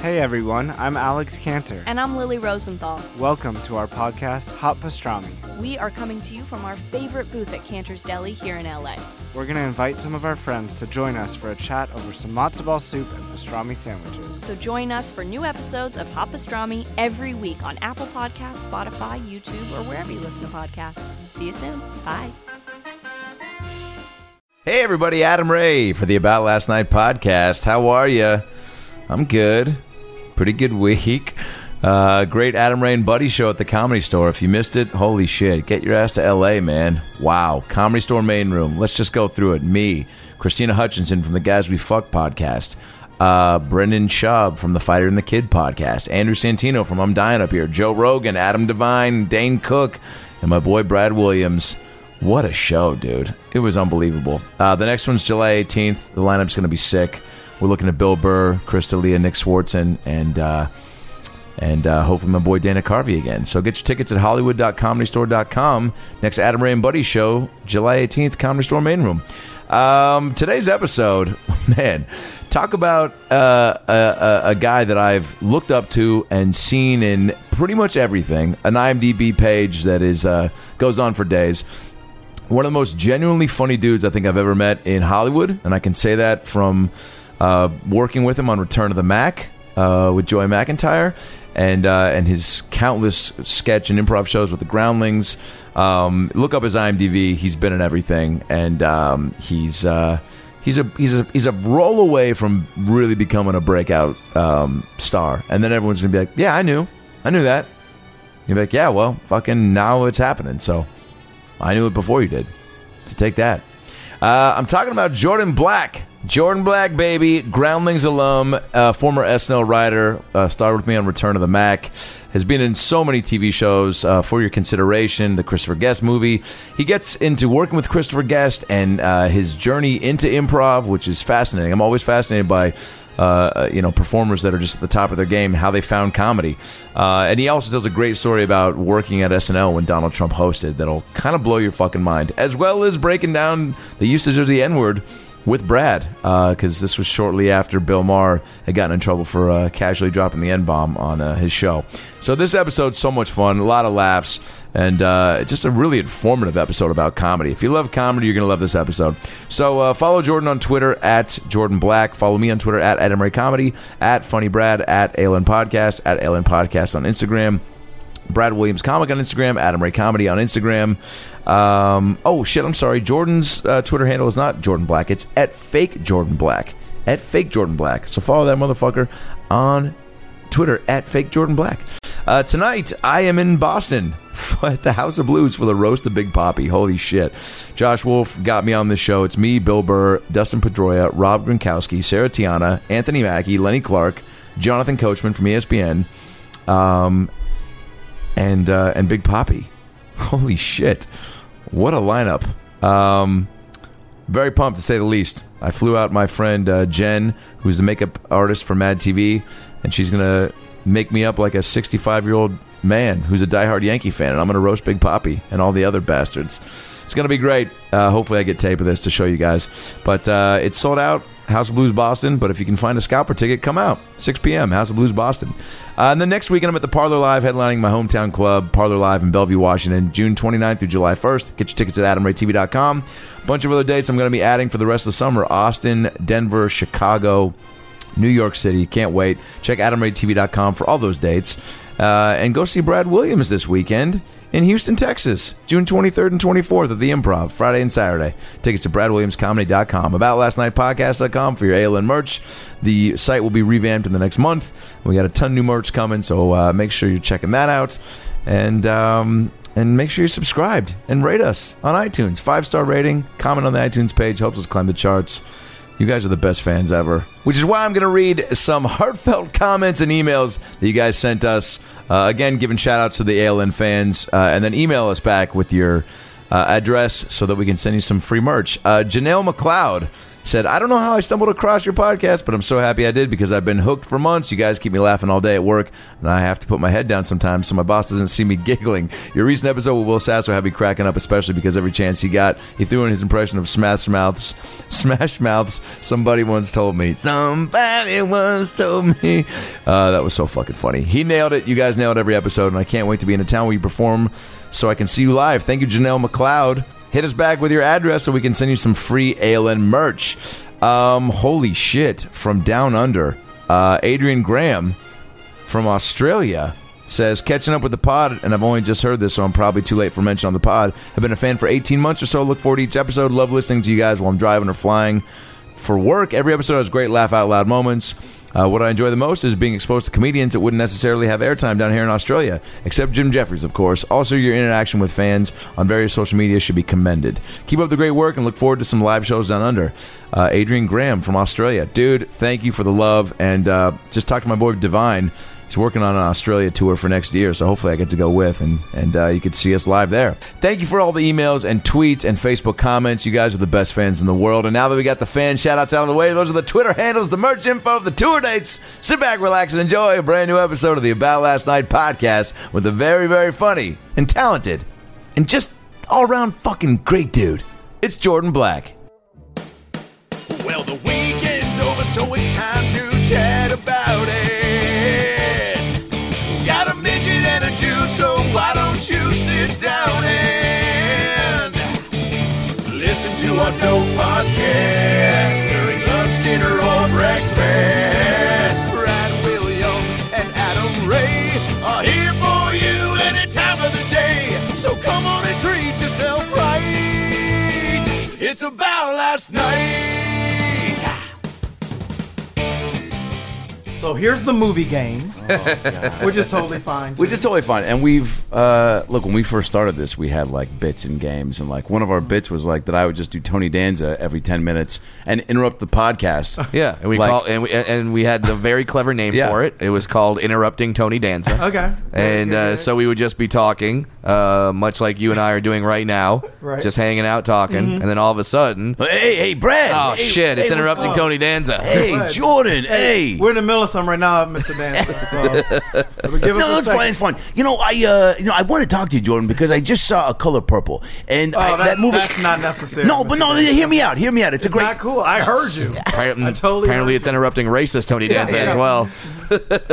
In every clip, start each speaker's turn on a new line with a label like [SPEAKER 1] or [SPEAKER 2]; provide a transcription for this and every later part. [SPEAKER 1] Hey everyone, I'm Alex Cantor.
[SPEAKER 2] And I'm Lily Rosenthal.
[SPEAKER 1] Welcome to our podcast, Hot Pastrami.
[SPEAKER 2] We are coming to you from our favorite booth at Cantor's Deli here in LA.
[SPEAKER 1] We're going to invite some of our friends to join us for a chat over some matzo ball soup and pastrami sandwiches.
[SPEAKER 2] So join us for new episodes of Hot Pastrami every week on Apple Podcasts, Spotify, YouTube, or wherever you listen to podcasts. See you soon. Bye.
[SPEAKER 3] Hey everybody, Adam Ray for the About Last Night podcast. How are you? I'm good. Pretty good week. Uh, great Adam Ray and Buddy show at the Comedy Store. If you missed it, holy shit, get your ass to L.A., man. Wow, Comedy Store main room. Let's just go through it. Me, Christina Hutchinson from the Guys We Fuck podcast. Uh, Brendan Schaub from the Fighter and the Kid podcast. Andrew Santino from I'm Dying Up Here. Joe Rogan, Adam Devine, Dane Cook, and my boy Brad Williams. What a show, dude. It was unbelievable. Uh, the next one's July 18th. The lineup's going to be sick. We're looking at Bill Burr, Chris D'Elia, Nick Swartzen, and uh, and uh, hopefully my boy Dana Carvey again. So get your tickets at hollywood.comedystore.com. Next Adam Ray and Buddy show, July 18th, Comedy Store Main Room. Um, today's episode, man, talk about uh, a, a, a guy that I've looked up to and seen in pretty much everything. An IMDb page that is uh, goes on for days one of the most genuinely funny dudes I think I've ever met in Hollywood, and I can say that from uh, working with him on Return of the Mac uh, with Joy McIntyre, and uh, and his countless sketch and improv shows with the Groundlings. Um, look up his IMDb; he's been in everything, and um, he's. Uh, He's a he's a he's a roll away from really becoming a breakout um, star, and then everyone's gonna be like, "Yeah, I knew, I knew that." You're like, "Yeah, well, fucking now it's happening." So I knew it before you did. So take that. Uh, I'm talking about Jordan Black. Jordan Black, baby, Groundlings alum, uh, former SNL writer, uh, starred with me on Return of the Mac, has been in so many TV shows uh, for your consideration. The Christopher Guest movie. He gets into working with Christopher Guest and uh, his journey into improv, which is fascinating. I'm always fascinated by uh, you know performers that are just at the top of their game, how they found comedy. Uh, and he also tells a great story about working at SNL when Donald Trump hosted that'll kind of blow your fucking mind, as well as breaking down the usage of the N word with Brad, because this was shortly after Bill Maher had gotten in trouble for uh, casually dropping the N bomb on uh, his show. So this episode's so much fun, a lot of laughs, and uh, just a really informative episode about comedy. If you love comedy, you're going to love this episode. So uh, follow Jordan on Twitter at Jordan Black. Follow me on Twitter at Adam Ray Comedy, at Funny Brad, at Alien Podcast, at Alien Podcast on Instagram. Brad Williams Comic on Instagram, Adam Ray Comedy on Instagram. Um, oh shit, I'm sorry. Jordan's uh, Twitter handle is not Jordan Black. It's at fake Jordan Black. At fake Jordan Black. So follow that motherfucker on Twitter at fake Jordan Black. Uh, tonight, I am in Boston at the House of Blues for the roast of Big Poppy. Holy shit. Josh Wolf got me on this show. It's me, Bill Burr, Dustin Pedroia, Rob Gronkowski, Sarah Tiana, Anthony Mackie, Lenny Clark, Jonathan Coachman from E ESPN, um, and uh, and Big Poppy. Holy shit! What a lineup. Um, very pumped to say the least. I flew out my friend uh, Jen, who's the makeup artist for Mad TV, and she's gonna make me up like a 65 year old man who's a diehard Yankee fan, and I'm gonna roast Big Poppy and all the other bastards. It's gonna be great. Uh, hopefully, I get tape of this to show you guys. But uh, it's sold out. House of Blues Boston, but if you can find a scalper ticket, come out. 6 p.m. House of Blues Boston. Uh, and then next weekend, I'm at the Parlor Live, headlining my hometown club, Parlor Live in Bellevue, Washington, June 29th through July 1st. Get your tickets at AdamRayTV.com. Bunch of other dates I'm going to be adding for the rest of the summer: Austin, Denver, Chicago, New York City. Can't wait. Check AdamRayTV.com for all those dates, uh, and go see Brad Williams this weekend. In Houston, Texas, June 23rd and 24th at the Improv, Friday and Saturday. Tickets to bradwilliamscomedy.com. About Last Night Podcast.com for your ALN merch. The site will be revamped in the next month. We got a ton of new merch coming, so uh, make sure you're checking that out. And um, and make sure you're subscribed and rate us on iTunes. Five star rating, comment on the iTunes page, helps us climb the charts. You guys are the best fans ever, which is why I'm going to read some heartfelt comments and emails that you guys sent us. Uh, again, giving shout outs to the ALN fans, uh, and then email us back with your uh, address so that we can send you some free merch. Uh, Janelle McLeod said, I don't know how I stumbled across your podcast, but I'm so happy I did because I've been hooked for months. You guys keep me laughing all day at work, and I have to put my head down sometimes so my boss doesn't see me giggling. Your recent episode with Will Sasso had me cracking up, especially because every chance he got, he threw in his impression of Smash Mouths. Smash Mouths, somebody once told me. Somebody once told me. Uh, that was so fucking funny. He nailed it. You guys nailed every episode, and I can't wait to be in a town where you perform so I can see you live. Thank you, Janelle McLeod. Hit us back with your address so we can send you some free ALN merch. Um, holy shit, from down under. Uh, Adrian Graham from Australia says, catching up with the pod, and I've only just heard this, so I'm probably too late for mention on the pod. I've been a fan for 18 months or so. Look forward to each episode. Love listening to you guys while I'm driving or flying for work. Every episode has great laugh out loud moments. Uh, what I enjoy the most is being exposed to comedians that wouldn't necessarily have airtime down here in Australia, except Jim Jeffries, of course. Also, your interaction with fans on various social media should be commended. Keep up the great work and look forward to some live shows down under. Uh, Adrian Graham from Australia. Dude, thank you for the love. And uh, just talk to my boy Divine. He's working on an Australia tour for next year, so hopefully I get to go with, and and uh, you could see us live there. Thank you for all the emails and tweets and Facebook comments. You guys are the best fans in the world. And now that we got the fan shout outs out of the way, those are the Twitter handles, the merch info, the tour dates. Sit back, relax, and enjoy a brand new episode of the About Last Night podcast with the very, very funny and talented and just all around fucking great dude. It's Jordan Black.
[SPEAKER 4] Well, the weekend's over, so it's time to chat about it. Got a midget and a Jew, so why don't you sit down and listen to our dope podcast during lunch, dinner, or breakfast? Brad Williams and Adam Ray are here for you any time of the day, so come on and treat yourself right. It's about last night.
[SPEAKER 5] So here's the movie game, which is totally fine.
[SPEAKER 3] Which is totally fine. And we've uh, look when we first started this, we had like bits and games, and like one of our bits was like that I would just do Tony Danza every ten minutes and interrupt the podcast.
[SPEAKER 6] Yeah, and we
[SPEAKER 3] Like-
[SPEAKER 6] call and we and we had the very clever name
[SPEAKER 3] Yeah.
[SPEAKER 6] for it. It was called interrupting Tony Danza.
[SPEAKER 5] Okay.
[SPEAKER 6] and uh, so we would just be talking, uh, much like you and I are doing right now,
[SPEAKER 5] Right. Mm-hmm.
[SPEAKER 6] just hanging out talking, and then all of a sudden,
[SPEAKER 3] Hey, hey, Brad!
[SPEAKER 6] oh
[SPEAKER 3] Hey,
[SPEAKER 6] shit, it's
[SPEAKER 3] hey,
[SPEAKER 6] interrupting
[SPEAKER 5] what's up?
[SPEAKER 6] Tony Danza.
[SPEAKER 3] Hey,
[SPEAKER 5] Brad.
[SPEAKER 3] Jordan! Hey,
[SPEAKER 5] We're in the middle of something right now, Mr. Danza. So, uh, but give us
[SPEAKER 4] No,
[SPEAKER 5] a
[SPEAKER 4] it's
[SPEAKER 5] second.
[SPEAKER 4] fine. It's fine. You know, I uh, you know, I want to talk to you, Jordan, because I just saw a color purple, and I,
[SPEAKER 5] Oh, that's,
[SPEAKER 4] that movie.
[SPEAKER 5] that's not necessary.
[SPEAKER 4] no, but
[SPEAKER 5] Mr.
[SPEAKER 4] no,
[SPEAKER 5] Danza.
[SPEAKER 4] hear me out. Hear me out. It's, a
[SPEAKER 5] It's
[SPEAKER 4] great.
[SPEAKER 5] not cool. I heard you.
[SPEAKER 6] Apparently,
[SPEAKER 5] I totally
[SPEAKER 6] apparently it's interrupting racist Tony Danza
[SPEAKER 5] yeah.
[SPEAKER 6] as well.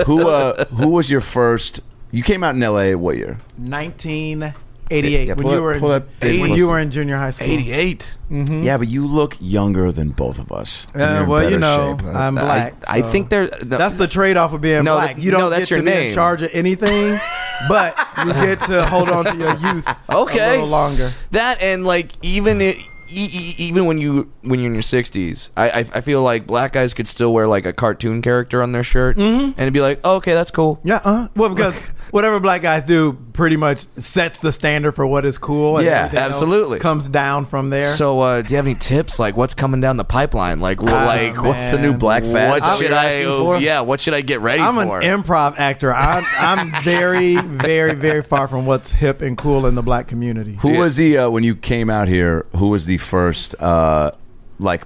[SPEAKER 3] who uh, who was your first? You came out in L.A. what year?
[SPEAKER 5] 1988
[SPEAKER 3] Yeah,
[SPEAKER 5] when
[SPEAKER 3] pull
[SPEAKER 5] you
[SPEAKER 3] up-
[SPEAKER 5] were in,
[SPEAKER 3] pull up
[SPEAKER 5] when
[SPEAKER 3] 80.
[SPEAKER 5] you were in junior high school.
[SPEAKER 6] Eighty-eight.
[SPEAKER 3] Yeah, but you look younger than both of us. And
[SPEAKER 5] Mm-hmm. Uh,
[SPEAKER 3] you're in
[SPEAKER 5] well, you
[SPEAKER 3] better
[SPEAKER 5] know,
[SPEAKER 3] shape.
[SPEAKER 5] I'm black.
[SPEAKER 6] I,
[SPEAKER 5] so-
[SPEAKER 6] think there. No,
[SPEAKER 5] that's the trade-off of being
[SPEAKER 6] No,
[SPEAKER 5] black.
[SPEAKER 6] that-
[SPEAKER 5] You don't
[SPEAKER 6] no, that's
[SPEAKER 5] get to
[SPEAKER 6] your
[SPEAKER 5] be
[SPEAKER 6] name.
[SPEAKER 5] in charge of anything, but you get to hold on to your youth
[SPEAKER 6] Okay.
[SPEAKER 5] a little longer.
[SPEAKER 6] that and like even it, e- e- even when you when you're in your 60s I, I i feel like black guys could still wear like a cartoon character on their shirt
[SPEAKER 5] Mm-hmm.
[SPEAKER 6] and it'd be like oh, okay that's cool
[SPEAKER 5] Yeah, uh, well, because whatever black guys do pretty much sets the standard for what is cool. And
[SPEAKER 3] Yeah,
[SPEAKER 5] everything else
[SPEAKER 6] absolutely.
[SPEAKER 5] comes down from there.
[SPEAKER 6] so uh do you have any tips like what's coming down the pipeline like wh- like
[SPEAKER 5] uh, man.
[SPEAKER 3] What's the new black
[SPEAKER 6] what
[SPEAKER 3] fad?
[SPEAKER 5] I'm-
[SPEAKER 6] should
[SPEAKER 5] you're
[SPEAKER 6] i
[SPEAKER 5] asking for?
[SPEAKER 6] yeah what should i get ready
[SPEAKER 5] I'm an
[SPEAKER 6] for
[SPEAKER 5] improv actor. I'm, I'm very, very, very far from what's hip and cool in the black community.
[SPEAKER 3] Who was the uh, when you came out here? Who was the first uh, like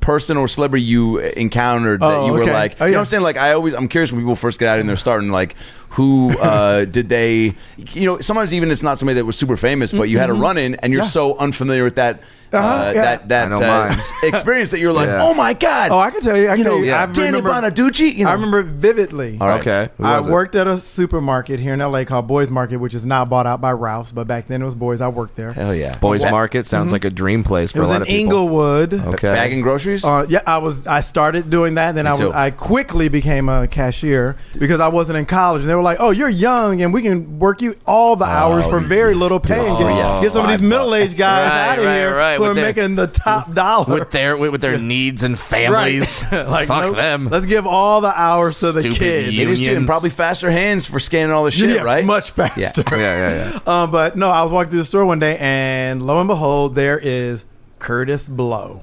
[SPEAKER 3] person or celebrity you encountered that
[SPEAKER 5] Oh,
[SPEAKER 3] you were
[SPEAKER 5] okay.
[SPEAKER 3] like?
[SPEAKER 5] Oh,
[SPEAKER 3] You know
[SPEAKER 5] yeah.
[SPEAKER 3] what I'm saying? Like I always, I'm curious when people first get out and they're starting like who uh, did they? You know, sometimes even it's not somebody that was super famous, but you had a run in and you're so unfamiliar with that uh,
[SPEAKER 5] Mm-hmm. Uh-huh, yeah.
[SPEAKER 3] that that
[SPEAKER 6] I know
[SPEAKER 3] uh,
[SPEAKER 6] mine.
[SPEAKER 3] experience that you're like,
[SPEAKER 6] Yeah.
[SPEAKER 3] oh my god.
[SPEAKER 5] Oh, I can tell you. I can
[SPEAKER 3] you know,
[SPEAKER 5] tell you, I
[SPEAKER 3] Danny
[SPEAKER 5] remember-
[SPEAKER 3] Bonaducci. You know,
[SPEAKER 5] I remember vividly.
[SPEAKER 3] All right.
[SPEAKER 6] okay who
[SPEAKER 5] I
[SPEAKER 6] was it?
[SPEAKER 5] worked at a supermarket here in LA called Boys Market, which is now bought out by Ralph's, but back then it was Boys. I worked there.
[SPEAKER 3] Hell yeah,
[SPEAKER 6] boys market sounds like a dream place for
[SPEAKER 5] Mm-hmm. It was
[SPEAKER 6] a lot
[SPEAKER 5] in
[SPEAKER 6] of people Oh,
[SPEAKER 5] Inglewood.
[SPEAKER 6] okay
[SPEAKER 3] bagging groceries.
[SPEAKER 5] Uh, yeah, I was. I started doing that. Then I was.
[SPEAKER 3] too.
[SPEAKER 5] I quickly became a cashier because I wasn't in college. And they were like, "Oh, you're young, and we can work you all
[SPEAKER 6] Oh,
[SPEAKER 5] the hours for very little pay and get,
[SPEAKER 3] yeah.
[SPEAKER 5] get some of
[SPEAKER 3] Five
[SPEAKER 5] these
[SPEAKER 3] bucks.
[SPEAKER 5] middle aged guys
[SPEAKER 6] Right,
[SPEAKER 5] out of
[SPEAKER 6] right,
[SPEAKER 5] here
[SPEAKER 6] right,
[SPEAKER 5] who
[SPEAKER 6] with
[SPEAKER 5] are
[SPEAKER 6] their-
[SPEAKER 5] making the top dollar."
[SPEAKER 6] with their with, with their needs and families fuck
[SPEAKER 5] nope,
[SPEAKER 6] them
[SPEAKER 5] Let's give all the hours to the
[SPEAKER 6] Stupid
[SPEAKER 5] kids.
[SPEAKER 6] you.
[SPEAKER 3] It is too, and
[SPEAKER 6] unions.
[SPEAKER 3] probably faster hands for scanning all the shit,
[SPEAKER 5] Yes,
[SPEAKER 3] right?
[SPEAKER 5] much faster.
[SPEAKER 6] yeah yeah yeah
[SPEAKER 5] Um, but no, I was walking through the store one day, and lo and behold, there is Curtis Blow.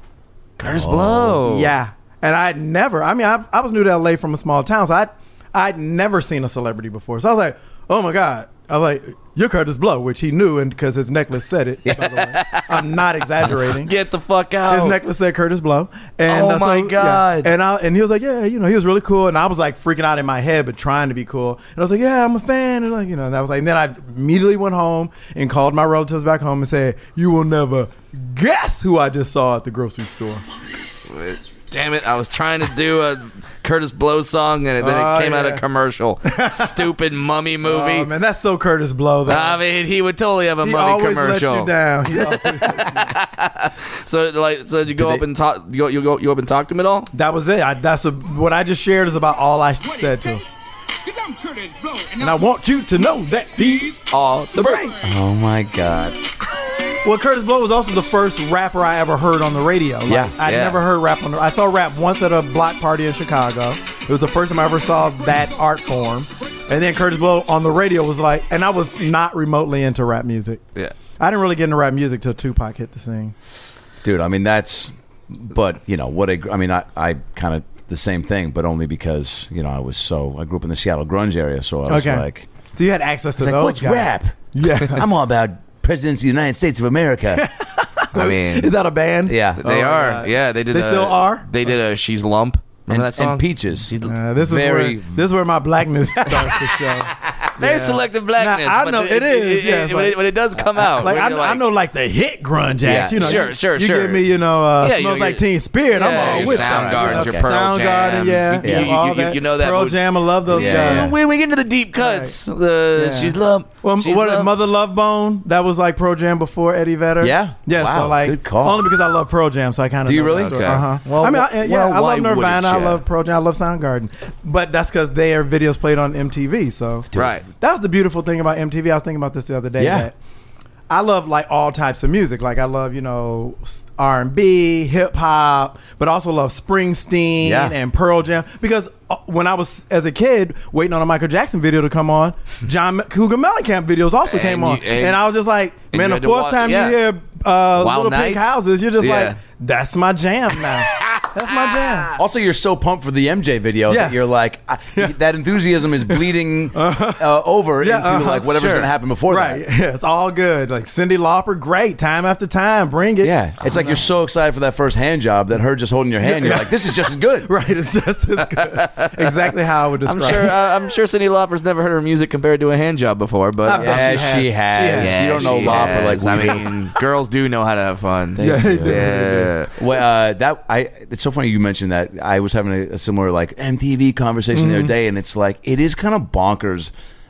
[SPEAKER 6] curtis blow
[SPEAKER 5] Oh, Yeah, and I had never. I mean, I, I was new to LA from a small town, so I I'd never seen a celebrity before. So I was like, oh my god, I'm like, you're Curtis Blow, which he knew, and because his necklace said it. By the way. I'm not exaggerating.
[SPEAKER 6] Get the fuck out.
[SPEAKER 5] His necklace said Curtis Blow, and
[SPEAKER 6] Oh
[SPEAKER 5] uh, so,
[SPEAKER 6] my
[SPEAKER 5] yeah.
[SPEAKER 6] God.
[SPEAKER 5] And I and he was like, yeah, you know, he was really cool, and I was like freaking out in my head, but trying to be cool. And I was like, yeah, I'm a fan, and like you know, and I was like, and then I immediately went home and called my relatives back home and said, you will never guess who I just saw at the grocery store.
[SPEAKER 6] Damn it! I was trying to do a Curtis Blow song, and then
[SPEAKER 5] Oh,
[SPEAKER 6] it came out a
[SPEAKER 5] yeah.
[SPEAKER 6] commercial. Stupid mummy movie.
[SPEAKER 5] Oh man, that's so Curtis Blow. Though.
[SPEAKER 6] I mean, he would totally have a
[SPEAKER 5] he
[SPEAKER 6] mummy
[SPEAKER 5] always
[SPEAKER 6] commercial.
[SPEAKER 5] lets you down. He always-
[SPEAKER 6] So like, so you go
[SPEAKER 3] they-
[SPEAKER 6] up and talk. You go, you go, you go up and talk to him at all?
[SPEAKER 5] that was it. I, that's a, what I just shared is about all I said to him.
[SPEAKER 7] Cause I'm Curtis Blow, and,
[SPEAKER 5] And I want you to know that these.
[SPEAKER 6] All the breaks.
[SPEAKER 3] Oh my god.
[SPEAKER 5] Well, Curtis Blow was also the first rapper I ever heard on the radio. Like,
[SPEAKER 3] Yeah,
[SPEAKER 5] I
[SPEAKER 6] yeah.
[SPEAKER 5] never heard rap on the. I saw rap once at a block party in Chicago. It was the first time I ever saw that art form. And then Curtis Blow on the radio was like, and I was not remotely into rap music.
[SPEAKER 6] Yeah.
[SPEAKER 5] I didn't really get into rap music till Tupac hit the scene.
[SPEAKER 3] dude i mean that's but you know what a gr- i mean i, I kind of the same thing but only because you know i was so i grew up in the seattle grunge area so i was
[SPEAKER 5] Okay.
[SPEAKER 3] like,
[SPEAKER 5] So you had access to
[SPEAKER 3] it's like
[SPEAKER 5] those
[SPEAKER 3] what's
[SPEAKER 5] guys.
[SPEAKER 3] rap
[SPEAKER 5] Yeah.
[SPEAKER 3] i'm all about presidents of the united states of america
[SPEAKER 6] I mean,
[SPEAKER 5] Is that a band?
[SPEAKER 3] yeah
[SPEAKER 6] they
[SPEAKER 5] my
[SPEAKER 6] are.
[SPEAKER 5] God.
[SPEAKER 6] Yeah, they did.
[SPEAKER 5] They
[SPEAKER 6] a-
[SPEAKER 5] still are?
[SPEAKER 6] They did a "She's Lump."
[SPEAKER 3] and,
[SPEAKER 6] Remember that song?
[SPEAKER 3] and peaches
[SPEAKER 5] Uh, this is
[SPEAKER 3] Very-
[SPEAKER 5] where this is where my blackness starts to show.
[SPEAKER 6] Very selective blackness.
[SPEAKER 5] Now, I
[SPEAKER 6] but
[SPEAKER 5] know-
[SPEAKER 6] the-
[SPEAKER 5] it is, yeah, it's
[SPEAKER 6] when,
[SPEAKER 5] like-
[SPEAKER 6] it, when it does come out,
[SPEAKER 5] Like
[SPEAKER 6] when
[SPEAKER 5] I,
[SPEAKER 6] you're
[SPEAKER 5] I know, like the hit grunge acts.
[SPEAKER 3] Yeah,
[SPEAKER 5] You know,
[SPEAKER 6] sure,
[SPEAKER 5] you,
[SPEAKER 6] sure,
[SPEAKER 5] you
[SPEAKER 6] sure.
[SPEAKER 5] give me, you know, uh,
[SPEAKER 6] Yeah, you know,
[SPEAKER 5] smells
[SPEAKER 6] your-
[SPEAKER 5] like Teen Spirit.
[SPEAKER 6] yeah,
[SPEAKER 5] I'm all
[SPEAKER 6] your
[SPEAKER 5] with that.
[SPEAKER 6] Soundgarden,
[SPEAKER 5] You know,
[SPEAKER 6] your Pearl
[SPEAKER 5] Soundgarden,
[SPEAKER 6] Jams,
[SPEAKER 5] yeah,
[SPEAKER 6] you-
[SPEAKER 5] yeah,
[SPEAKER 6] you-
[SPEAKER 5] all
[SPEAKER 6] you-
[SPEAKER 5] that.
[SPEAKER 6] you know that
[SPEAKER 5] Pearl
[SPEAKER 6] was-
[SPEAKER 5] Jam. I love those
[SPEAKER 3] Yeah,
[SPEAKER 5] guys.
[SPEAKER 3] yeah.
[SPEAKER 6] When we get into the deep cuts, uh,
[SPEAKER 5] Yeah.
[SPEAKER 6] she's lump.
[SPEAKER 5] Well,
[SPEAKER 6] she's
[SPEAKER 5] what
[SPEAKER 6] lump.
[SPEAKER 5] Mother Love Bone? That was like Pearl Jam before Eddie Vedder.
[SPEAKER 3] Yeah?
[SPEAKER 5] yeah.
[SPEAKER 3] Wow,
[SPEAKER 5] so like,
[SPEAKER 3] good call.
[SPEAKER 5] only because I love Pearl Jam, so I kind of
[SPEAKER 3] Do you really?
[SPEAKER 6] Okay.
[SPEAKER 5] Uh huh.
[SPEAKER 6] Well,
[SPEAKER 5] I mean,
[SPEAKER 6] wh-
[SPEAKER 5] I, yeah,
[SPEAKER 6] well, why
[SPEAKER 5] I love
[SPEAKER 6] wouldn't
[SPEAKER 5] Nirvana. I
[SPEAKER 6] ya?
[SPEAKER 5] love Pearl Jam. I love Soundgarden, but that's because their videos played on MTV. So
[SPEAKER 6] Right.
[SPEAKER 5] That was the beautiful thing about MTV. I was thinking about this the other day.
[SPEAKER 3] Yeah.
[SPEAKER 5] That I love like all types of music. Like I love you know R and B, hip hop, but also love Springsteen
[SPEAKER 3] Yeah.
[SPEAKER 5] and Pearl Jam because uh, when I was as a kid waiting on a Michael Jackson video to come on, John Cougar Mellencamp videos also
[SPEAKER 6] And
[SPEAKER 5] came
[SPEAKER 6] you-
[SPEAKER 5] on,
[SPEAKER 6] and-
[SPEAKER 5] and, I was just like,
[SPEAKER 6] and you
[SPEAKER 5] man, the
[SPEAKER 6] had to
[SPEAKER 5] fourth
[SPEAKER 6] watch-
[SPEAKER 5] time
[SPEAKER 6] yeah.
[SPEAKER 5] you hear uh,
[SPEAKER 6] Wild
[SPEAKER 5] Little Pink
[SPEAKER 6] Nights?
[SPEAKER 5] Houses, you're just
[SPEAKER 6] Yeah.
[SPEAKER 5] like, that's my jam now. that's my jam.
[SPEAKER 3] also you're so pumped for the mj video
[SPEAKER 5] Yeah.
[SPEAKER 3] that you're like I, that enthusiasm is bleeding uh, over
[SPEAKER 5] Uh-huh. Yeah,
[SPEAKER 3] into
[SPEAKER 5] uh-huh.
[SPEAKER 3] like whatever's
[SPEAKER 6] Sure.
[SPEAKER 3] gonna happen before
[SPEAKER 5] Right.
[SPEAKER 3] that
[SPEAKER 5] Yeah, it's all good. Like Cindy Lauper, great. Time after time, bring it.
[SPEAKER 3] yeah it's like you're so excited for that first hand job that her just holding your hand you're like this is just as good
[SPEAKER 5] Right. It's just as good. exactly how I would
[SPEAKER 6] I'm
[SPEAKER 5] describe
[SPEAKER 6] sure.
[SPEAKER 5] it.
[SPEAKER 6] Uh, I'm sure Cindy Lauper's never heard her music compared to a hand job before, but
[SPEAKER 3] Yeah,
[SPEAKER 5] Yeah,
[SPEAKER 3] she has.
[SPEAKER 5] she has. She has.
[SPEAKER 3] you don't know
[SPEAKER 6] she
[SPEAKER 3] Lapa like
[SPEAKER 6] has.
[SPEAKER 3] we do.
[SPEAKER 6] I mean, girls do know how to have fun.
[SPEAKER 3] Yeah, they do.
[SPEAKER 6] yeah.
[SPEAKER 3] Well, uh, that I. It's so funny you mentioned that. I was having a, a similar like MTV conversation the other day, and it's like it is kind of bonkers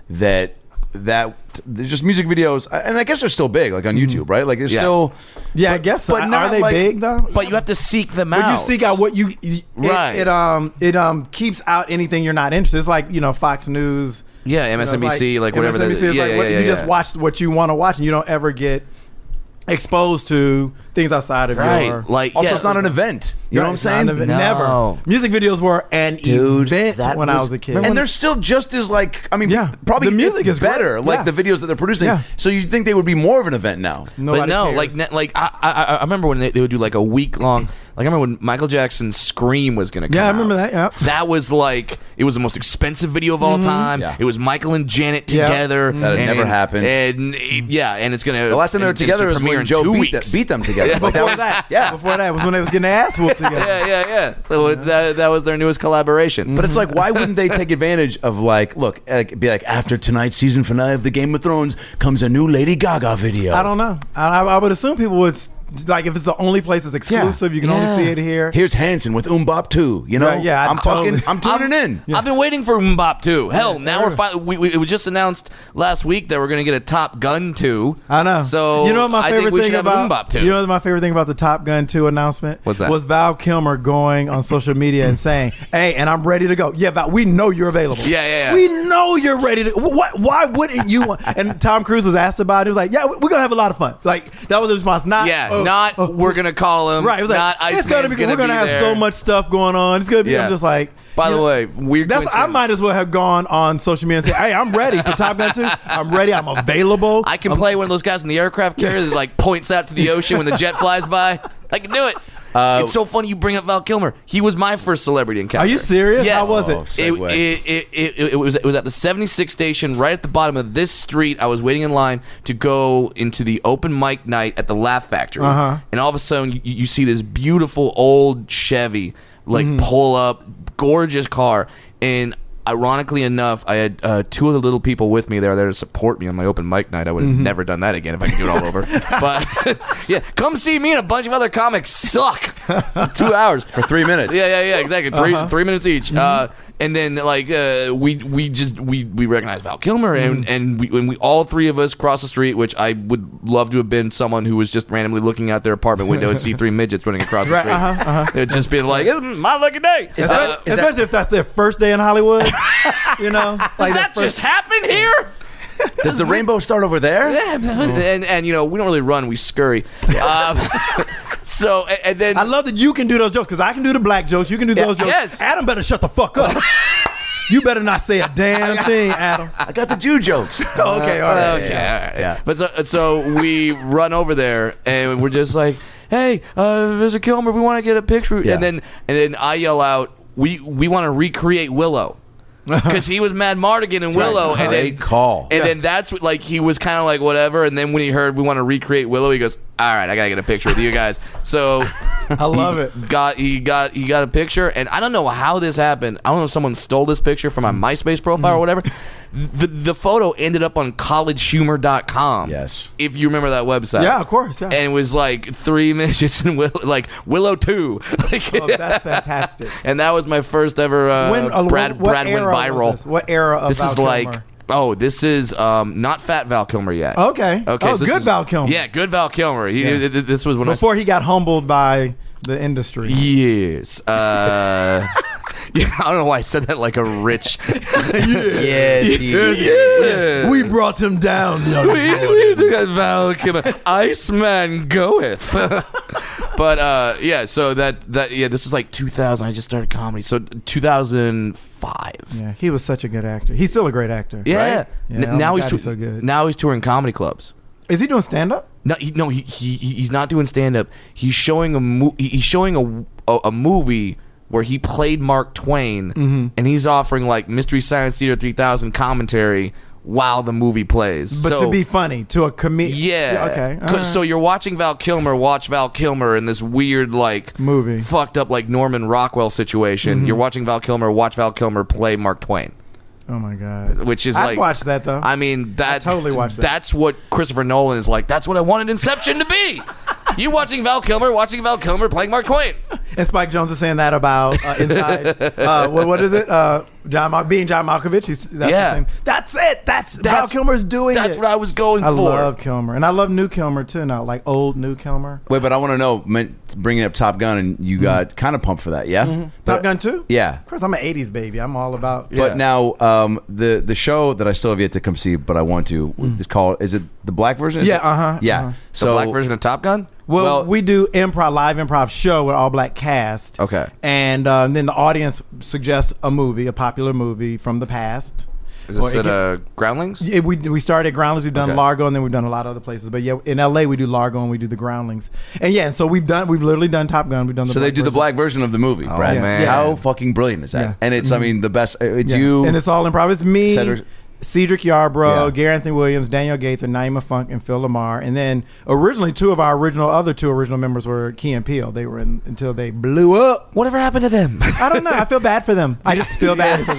[SPEAKER 3] that that there's just music videos, and I guess they're still big, like on YouTube, right? Like they're
[SPEAKER 6] Yeah.
[SPEAKER 3] still.
[SPEAKER 5] Yeah, I guess so.
[SPEAKER 3] but
[SPEAKER 5] Are
[SPEAKER 3] not
[SPEAKER 5] they
[SPEAKER 3] like-
[SPEAKER 5] big though?
[SPEAKER 6] But you have to seek them
[SPEAKER 5] But
[SPEAKER 6] out.
[SPEAKER 5] you seek out what you it,
[SPEAKER 6] Right.
[SPEAKER 5] It um it um keeps out anything you're not interested. It's like you know Fox News.
[SPEAKER 6] Yeah,
[SPEAKER 5] you know, it's
[SPEAKER 6] MSNBC, like, whatever that-
[SPEAKER 5] MSNBC is
[SPEAKER 6] yeah,
[SPEAKER 5] like
[SPEAKER 6] yeah,
[SPEAKER 5] what,
[SPEAKER 6] yeah,
[SPEAKER 5] you just
[SPEAKER 6] yeah.
[SPEAKER 5] watch what you want to watch, and you don't ever get exposed to things outside of
[SPEAKER 6] Right,
[SPEAKER 5] your
[SPEAKER 6] like,
[SPEAKER 3] Also,
[SPEAKER 6] yeah.
[SPEAKER 3] it's not an event. You know what I'm saying?
[SPEAKER 6] No.
[SPEAKER 5] Never. Music videos were an event
[SPEAKER 3] that
[SPEAKER 5] when I was a kid.
[SPEAKER 3] and they're still just as like I mean,
[SPEAKER 5] Yeah.
[SPEAKER 3] probably
[SPEAKER 5] The music is
[SPEAKER 3] better.
[SPEAKER 5] great.
[SPEAKER 3] Like
[SPEAKER 5] Yeah.
[SPEAKER 3] the videos that they're producing,
[SPEAKER 5] Yeah.
[SPEAKER 3] so you'd think they would be more of an event now.
[SPEAKER 6] But
[SPEAKER 5] Nobody
[SPEAKER 6] no,
[SPEAKER 5] cares.
[SPEAKER 6] like ne- like I, I I- I remember when they, they would do like a week long. Like I remember when Michael Jackson's Scream was gonna come.
[SPEAKER 5] Yeah, I remember
[SPEAKER 6] out.
[SPEAKER 5] that, yeah. Mm-hmm.
[SPEAKER 6] that was like it was the most expensive video of all time.
[SPEAKER 3] Yeah.
[SPEAKER 6] It was Michael and Janet
[SPEAKER 5] Yeah.
[SPEAKER 6] together.
[SPEAKER 3] That'd
[SPEAKER 6] and-
[SPEAKER 3] never happen.
[SPEAKER 6] And it- yeah, and it's gonna.
[SPEAKER 3] The last time they were together was when Joe beat, the, beat them together. Like, that was- yeah.
[SPEAKER 5] Before that was when they was getting their ass whooped together.
[SPEAKER 6] Yeah, yeah, yeah. So it- that that was their newest collaboration.
[SPEAKER 5] Mm-hmm.
[SPEAKER 3] But it's like, why wouldn't they take advantage of like, look, like, be like, after tonight's season finale of the Game of Thrones comes a new Lady Gaga video.
[SPEAKER 5] I don't know. I, I would assume people would s- like if it's the only place that's exclusive. You can only see it here.
[SPEAKER 3] Here's Hanson with Umbop Two. You know,
[SPEAKER 5] Right, yeah, I
[SPEAKER 3] I'm
[SPEAKER 5] totally-
[SPEAKER 3] fucking, I'm tuning in.
[SPEAKER 6] I've been waiting for Mbop 2. Hell, now we're fi- we, we, it was just announced last week that we're going to get a Top Gun 2.
[SPEAKER 5] I know.
[SPEAKER 6] So
[SPEAKER 5] you know what my
[SPEAKER 6] I
[SPEAKER 5] favorite
[SPEAKER 6] think we
[SPEAKER 5] thing
[SPEAKER 6] should
[SPEAKER 5] about
[SPEAKER 6] have a Mbop 2.
[SPEAKER 5] you know what my favorite thing about the Top Gun two announcement
[SPEAKER 6] What's that?
[SPEAKER 5] was Val Kilmer going on social media and saying, "Hey, and I'm ready to go. Yeah, Val, we know you're available.
[SPEAKER 6] Yeah, yeah, yeah.
[SPEAKER 5] We know you're ready to. wh- What? Why wouldn't you? want And Tom Cruise was asked about it. He was like, "Yeah, we- we're gonna have a lot of fun. Like that was the response. Not
[SPEAKER 6] yeah,
[SPEAKER 5] oh,
[SPEAKER 6] not we're going to call him.
[SPEAKER 5] right. It was like,
[SPEAKER 6] not
[SPEAKER 5] it's gonna be.
[SPEAKER 6] Gonna
[SPEAKER 5] we're gonna
[SPEAKER 6] be
[SPEAKER 5] have
[SPEAKER 6] there.
[SPEAKER 5] so much stuff going on. It's gonna be.
[SPEAKER 6] Yeah.
[SPEAKER 5] I'm just like.
[SPEAKER 6] By
[SPEAKER 5] you
[SPEAKER 6] the
[SPEAKER 5] know,
[SPEAKER 6] way, weird
[SPEAKER 5] That's I
[SPEAKER 6] coincidence.
[SPEAKER 5] might as well have gone on social media and said, "Hey, I'm ready for Top Gun 2. I'm ready. I'm available.
[SPEAKER 6] I can play one of those guys in the aircraft carrier that like points out to the ocean when the jet flies by. I can do it.
[SPEAKER 3] Uh,
[SPEAKER 6] it's so funny you bring up Val Kilmer. He was my first celebrity encounter.
[SPEAKER 5] Are you serious?
[SPEAKER 6] Yes.
[SPEAKER 5] How was
[SPEAKER 3] Oh,
[SPEAKER 5] it?
[SPEAKER 6] It,
[SPEAKER 3] segue.
[SPEAKER 6] it, it, it, it was it was at the 76 station right at the bottom of this street. I was waiting in line to go into the open mic night at the Laugh Factory,
[SPEAKER 5] Uh-huh.
[SPEAKER 6] and all of a sudden you, you see this beautiful old Chevy like pull up, gorgeous car, and ironically enough, I had uh, two other little people with me. They were there to support me on my open mic night. I would have never done that again if I could do it all over. But yeah, come see me and a bunch of other comics suck. two hours
[SPEAKER 3] for three minutes.
[SPEAKER 6] yeah, yeah, yeah, exactly. 3
[SPEAKER 5] Uh-huh.
[SPEAKER 6] three minutes each,
[SPEAKER 5] Mm-hmm.
[SPEAKER 6] uh, and then like uh, we we just we we recognize Val Kilmer,
[SPEAKER 5] Mm-hmm.
[SPEAKER 6] and and we when we all three of us cross the street, which I would love to have been someone who was just randomly looking out their apartment window and see three midgets running across the
[SPEAKER 5] Right,
[SPEAKER 6] street.
[SPEAKER 5] uh-huh,
[SPEAKER 6] They'd just be like, "It's my lucky day." uh, Is
[SPEAKER 3] that- is
[SPEAKER 5] Especially if that's their first day in Hollywood. you know? Like
[SPEAKER 6] that
[SPEAKER 5] their
[SPEAKER 6] just happened here?
[SPEAKER 3] Does the rainbow start over there?
[SPEAKER 6] Yeah, and and you know we don't really run, we scurry. Um, so and, and then
[SPEAKER 5] I love that you can do those jokes because I can do the black jokes. You can do those jokes.
[SPEAKER 6] yes.
[SPEAKER 5] Adam better shut the fuck up. you better not say a damn thing, Adam.
[SPEAKER 3] I got the Jew jokes.
[SPEAKER 5] Oh, okay, all right.
[SPEAKER 6] okay, all right.
[SPEAKER 3] yeah.
[SPEAKER 6] But so, so we run over there and we're just like, "Hey, uh, Mr. Kilmer, we want to get a picture."
[SPEAKER 3] Yeah.
[SPEAKER 6] And then and then I yell out, "We we want to recreate Willow." Because he was Mad Mardigan in Willow, and then
[SPEAKER 3] Great call.
[SPEAKER 6] and then that's what, like he was kind of like whatever. And then when he heard we want to recreate Willow, he goes, "All right, I gotta get a picture with you guys." So
[SPEAKER 5] I love it.
[SPEAKER 6] got he got he got a picture and I don't know how this happened. I don't know if someone stole this picture from my MySpace profile
[SPEAKER 5] Mm-hmm.
[SPEAKER 6] or whatever. The the photo ended up on collegehumor.com.
[SPEAKER 3] Yes.
[SPEAKER 6] If you remember that website.
[SPEAKER 5] Yeah, of course. Yeah.
[SPEAKER 6] And it was like three midgets and Will, like Willow two. Like,
[SPEAKER 5] Oh, that's fantastic.
[SPEAKER 6] and that was my first ever uh,
[SPEAKER 5] uh,
[SPEAKER 6] Brad
[SPEAKER 5] what
[SPEAKER 6] Brad went
[SPEAKER 5] era was
[SPEAKER 6] viral.
[SPEAKER 5] this? What era of
[SPEAKER 6] This
[SPEAKER 5] Val
[SPEAKER 6] is like
[SPEAKER 5] Kilmer?
[SPEAKER 6] oh, this is um, not fat Val Kilmer yet.
[SPEAKER 5] Okay.
[SPEAKER 6] Okay.
[SPEAKER 5] Oh,
[SPEAKER 6] so this
[SPEAKER 5] good
[SPEAKER 6] is-
[SPEAKER 5] Val Kilmer.
[SPEAKER 6] Yeah, good Val Kilmer. He,
[SPEAKER 5] Yeah.
[SPEAKER 6] th- th- This was when I
[SPEAKER 5] before he got humbled by the industry.
[SPEAKER 6] Yes. Uh, yeah, I don't know why I said that like a rich.
[SPEAKER 3] Yes, he-
[SPEAKER 6] yeah.
[SPEAKER 5] We brought him down, young
[SPEAKER 6] We- we do got Val Kilmer. Iceman goeth. but uh, yeah, so that that yeah, this was like 2000. I just started comedy, so 2005.
[SPEAKER 5] Yeah, he was such a good actor. He's still a great actor.
[SPEAKER 6] Yeah.
[SPEAKER 5] Right?
[SPEAKER 6] N-
[SPEAKER 5] Yeah, oh
[SPEAKER 6] now
[SPEAKER 5] my
[SPEAKER 6] he's,
[SPEAKER 5] God,
[SPEAKER 6] tou-
[SPEAKER 5] he's so good.
[SPEAKER 6] now he's touring comedy clubs.
[SPEAKER 5] Is he doing stand up?
[SPEAKER 6] No, he, no, he, he he- he's not doing stand up. He's showing a mo- he- he's showing a, a a movie where he played Mark Twain,
[SPEAKER 5] Mm-hmm.
[SPEAKER 6] and he's offering like Mystery Science Theater three thousand commentary while the movie plays.
[SPEAKER 5] But
[SPEAKER 6] So-
[SPEAKER 5] to be funny, to a comedian.
[SPEAKER 6] yeah.
[SPEAKER 5] Okay. all
[SPEAKER 6] 'Cause-
[SPEAKER 5] right.
[SPEAKER 6] So you're watching Val Kilmer watch Val Kilmer in this weird, like,
[SPEAKER 5] Movie. Mm-hmm.
[SPEAKER 6] fucked up, like, Norman Rockwell situation. You're watching Val Kilmer watch Val Kilmer play Mark Twain,
[SPEAKER 5] oh my God.
[SPEAKER 6] which is
[SPEAKER 5] I'd
[SPEAKER 6] like.
[SPEAKER 5] watch that, though.
[SPEAKER 6] I mean, that.
[SPEAKER 5] totally watch that.
[SPEAKER 6] That's what Christopher Nolan is like. That's what I wanted Inception to be. you watching Val Kilmer, watching Val Kilmer playing Mark Twain.
[SPEAKER 5] And Spike Jones is saying that about uh, inside. uh, what, what is it? Uh, John Mal- being John Malkovich. He's, that's
[SPEAKER 6] Yeah.
[SPEAKER 5] the same. That's it. That's, Val
[SPEAKER 6] That's-
[SPEAKER 5] Kilmer's doing
[SPEAKER 6] That's
[SPEAKER 5] it.
[SPEAKER 6] what I was going
[SPEAKER 5] I
[SPEAKER 6] for.
[SPEAKER 5] love Kilmer, and I love new Kilmer too. Now, like old new Kilmer.
[SPEAKER 3] Wait, but I want to know. man, Bringing up Top Gun, and you got kind of pumped for that, yeah?
[SPEAKER 5] Mm-hmm. Top
[SPEAKER 3] But-
[SPEAKER 5] Gun too.
[SPEAKER 3] Yeah.
[SPEAKER 5] Of course, I'm an '80s baby. I'm all about.
[SPEAKER 3] But
[SPEAKER 6] Yeah.
[SPEAKER 3] now, um, the the show that I still have yet to come see, but I want to is called. Is it the black version? Is
[SPEAKER 5] Mm. Yeah,
[SPEAKER 3] it-
[SPEAKER 5] uh-huh,
[SPEAKER 3] Yeah.
[SPEAKER 5] uh-huh.
[SPEAKER 3] So
[SPEAKER 6] the black version of Top Gun?
[SPEAKER 5] Well,
[SPEAKER 3] Well-
[SPEAKER 5] we do improv live improv show with all black cast.
[SPEAKER 6] Okay.
[SPEAKER 5] and, uh, then the audience suggests a movie, a popular movie from the past.
[SPEAKER 6] Is
[SPEAKER 5] Or
[SPEAKER 6] this
[SPEAKER 5] it
[SPEAKER 6] at
[SPEAKER 5] can-
[SPEAKER 6] uh, Groundlings?
[SPEAKER 5] Yeah, we we started at Groundlings. We've done
[SPEAKER 6] Okay.
[SPEAKER 5] Largo, and then we've done a lot of other places. But yeah, in LA we do Largo and we do the Groundlings. And yeah, so we've done we've literally done Top Gun. We've done the
[SPEAKER 3] So they do the
[SPEAKER 5] version.
[SPEAKER 3] black version of the movie, oh, right?
[SPEAKER 6] man.
[SPEAKER 3] How fucking brilliant is that?
[SPEAKER 5] Yeah. Mm-hmm.
[SPEAKER 3] And it's, I mean, the best. uh, It's
[SPEAKER 5] Yeah.
[SPEAKER 3] you.
[SPEAKER 5] and it's all improv. It's me,
[SPEAKER 3] Cedric-
[SPEAKER 5] Cedric Yarbrough,
[SPEAKER 3] Yeah.
[SPEAKER 5] Gary Anthony Williams, Daniel Gaither, Naima Funk, and Phil Lamar. And then originally two of our original other two original members were Key and Peele. They were in until they blew up.
[SPEAKER 6] Whatever happened to them?
[SPEAKER 5] I don't know. I feel bad for them. I just feel bad for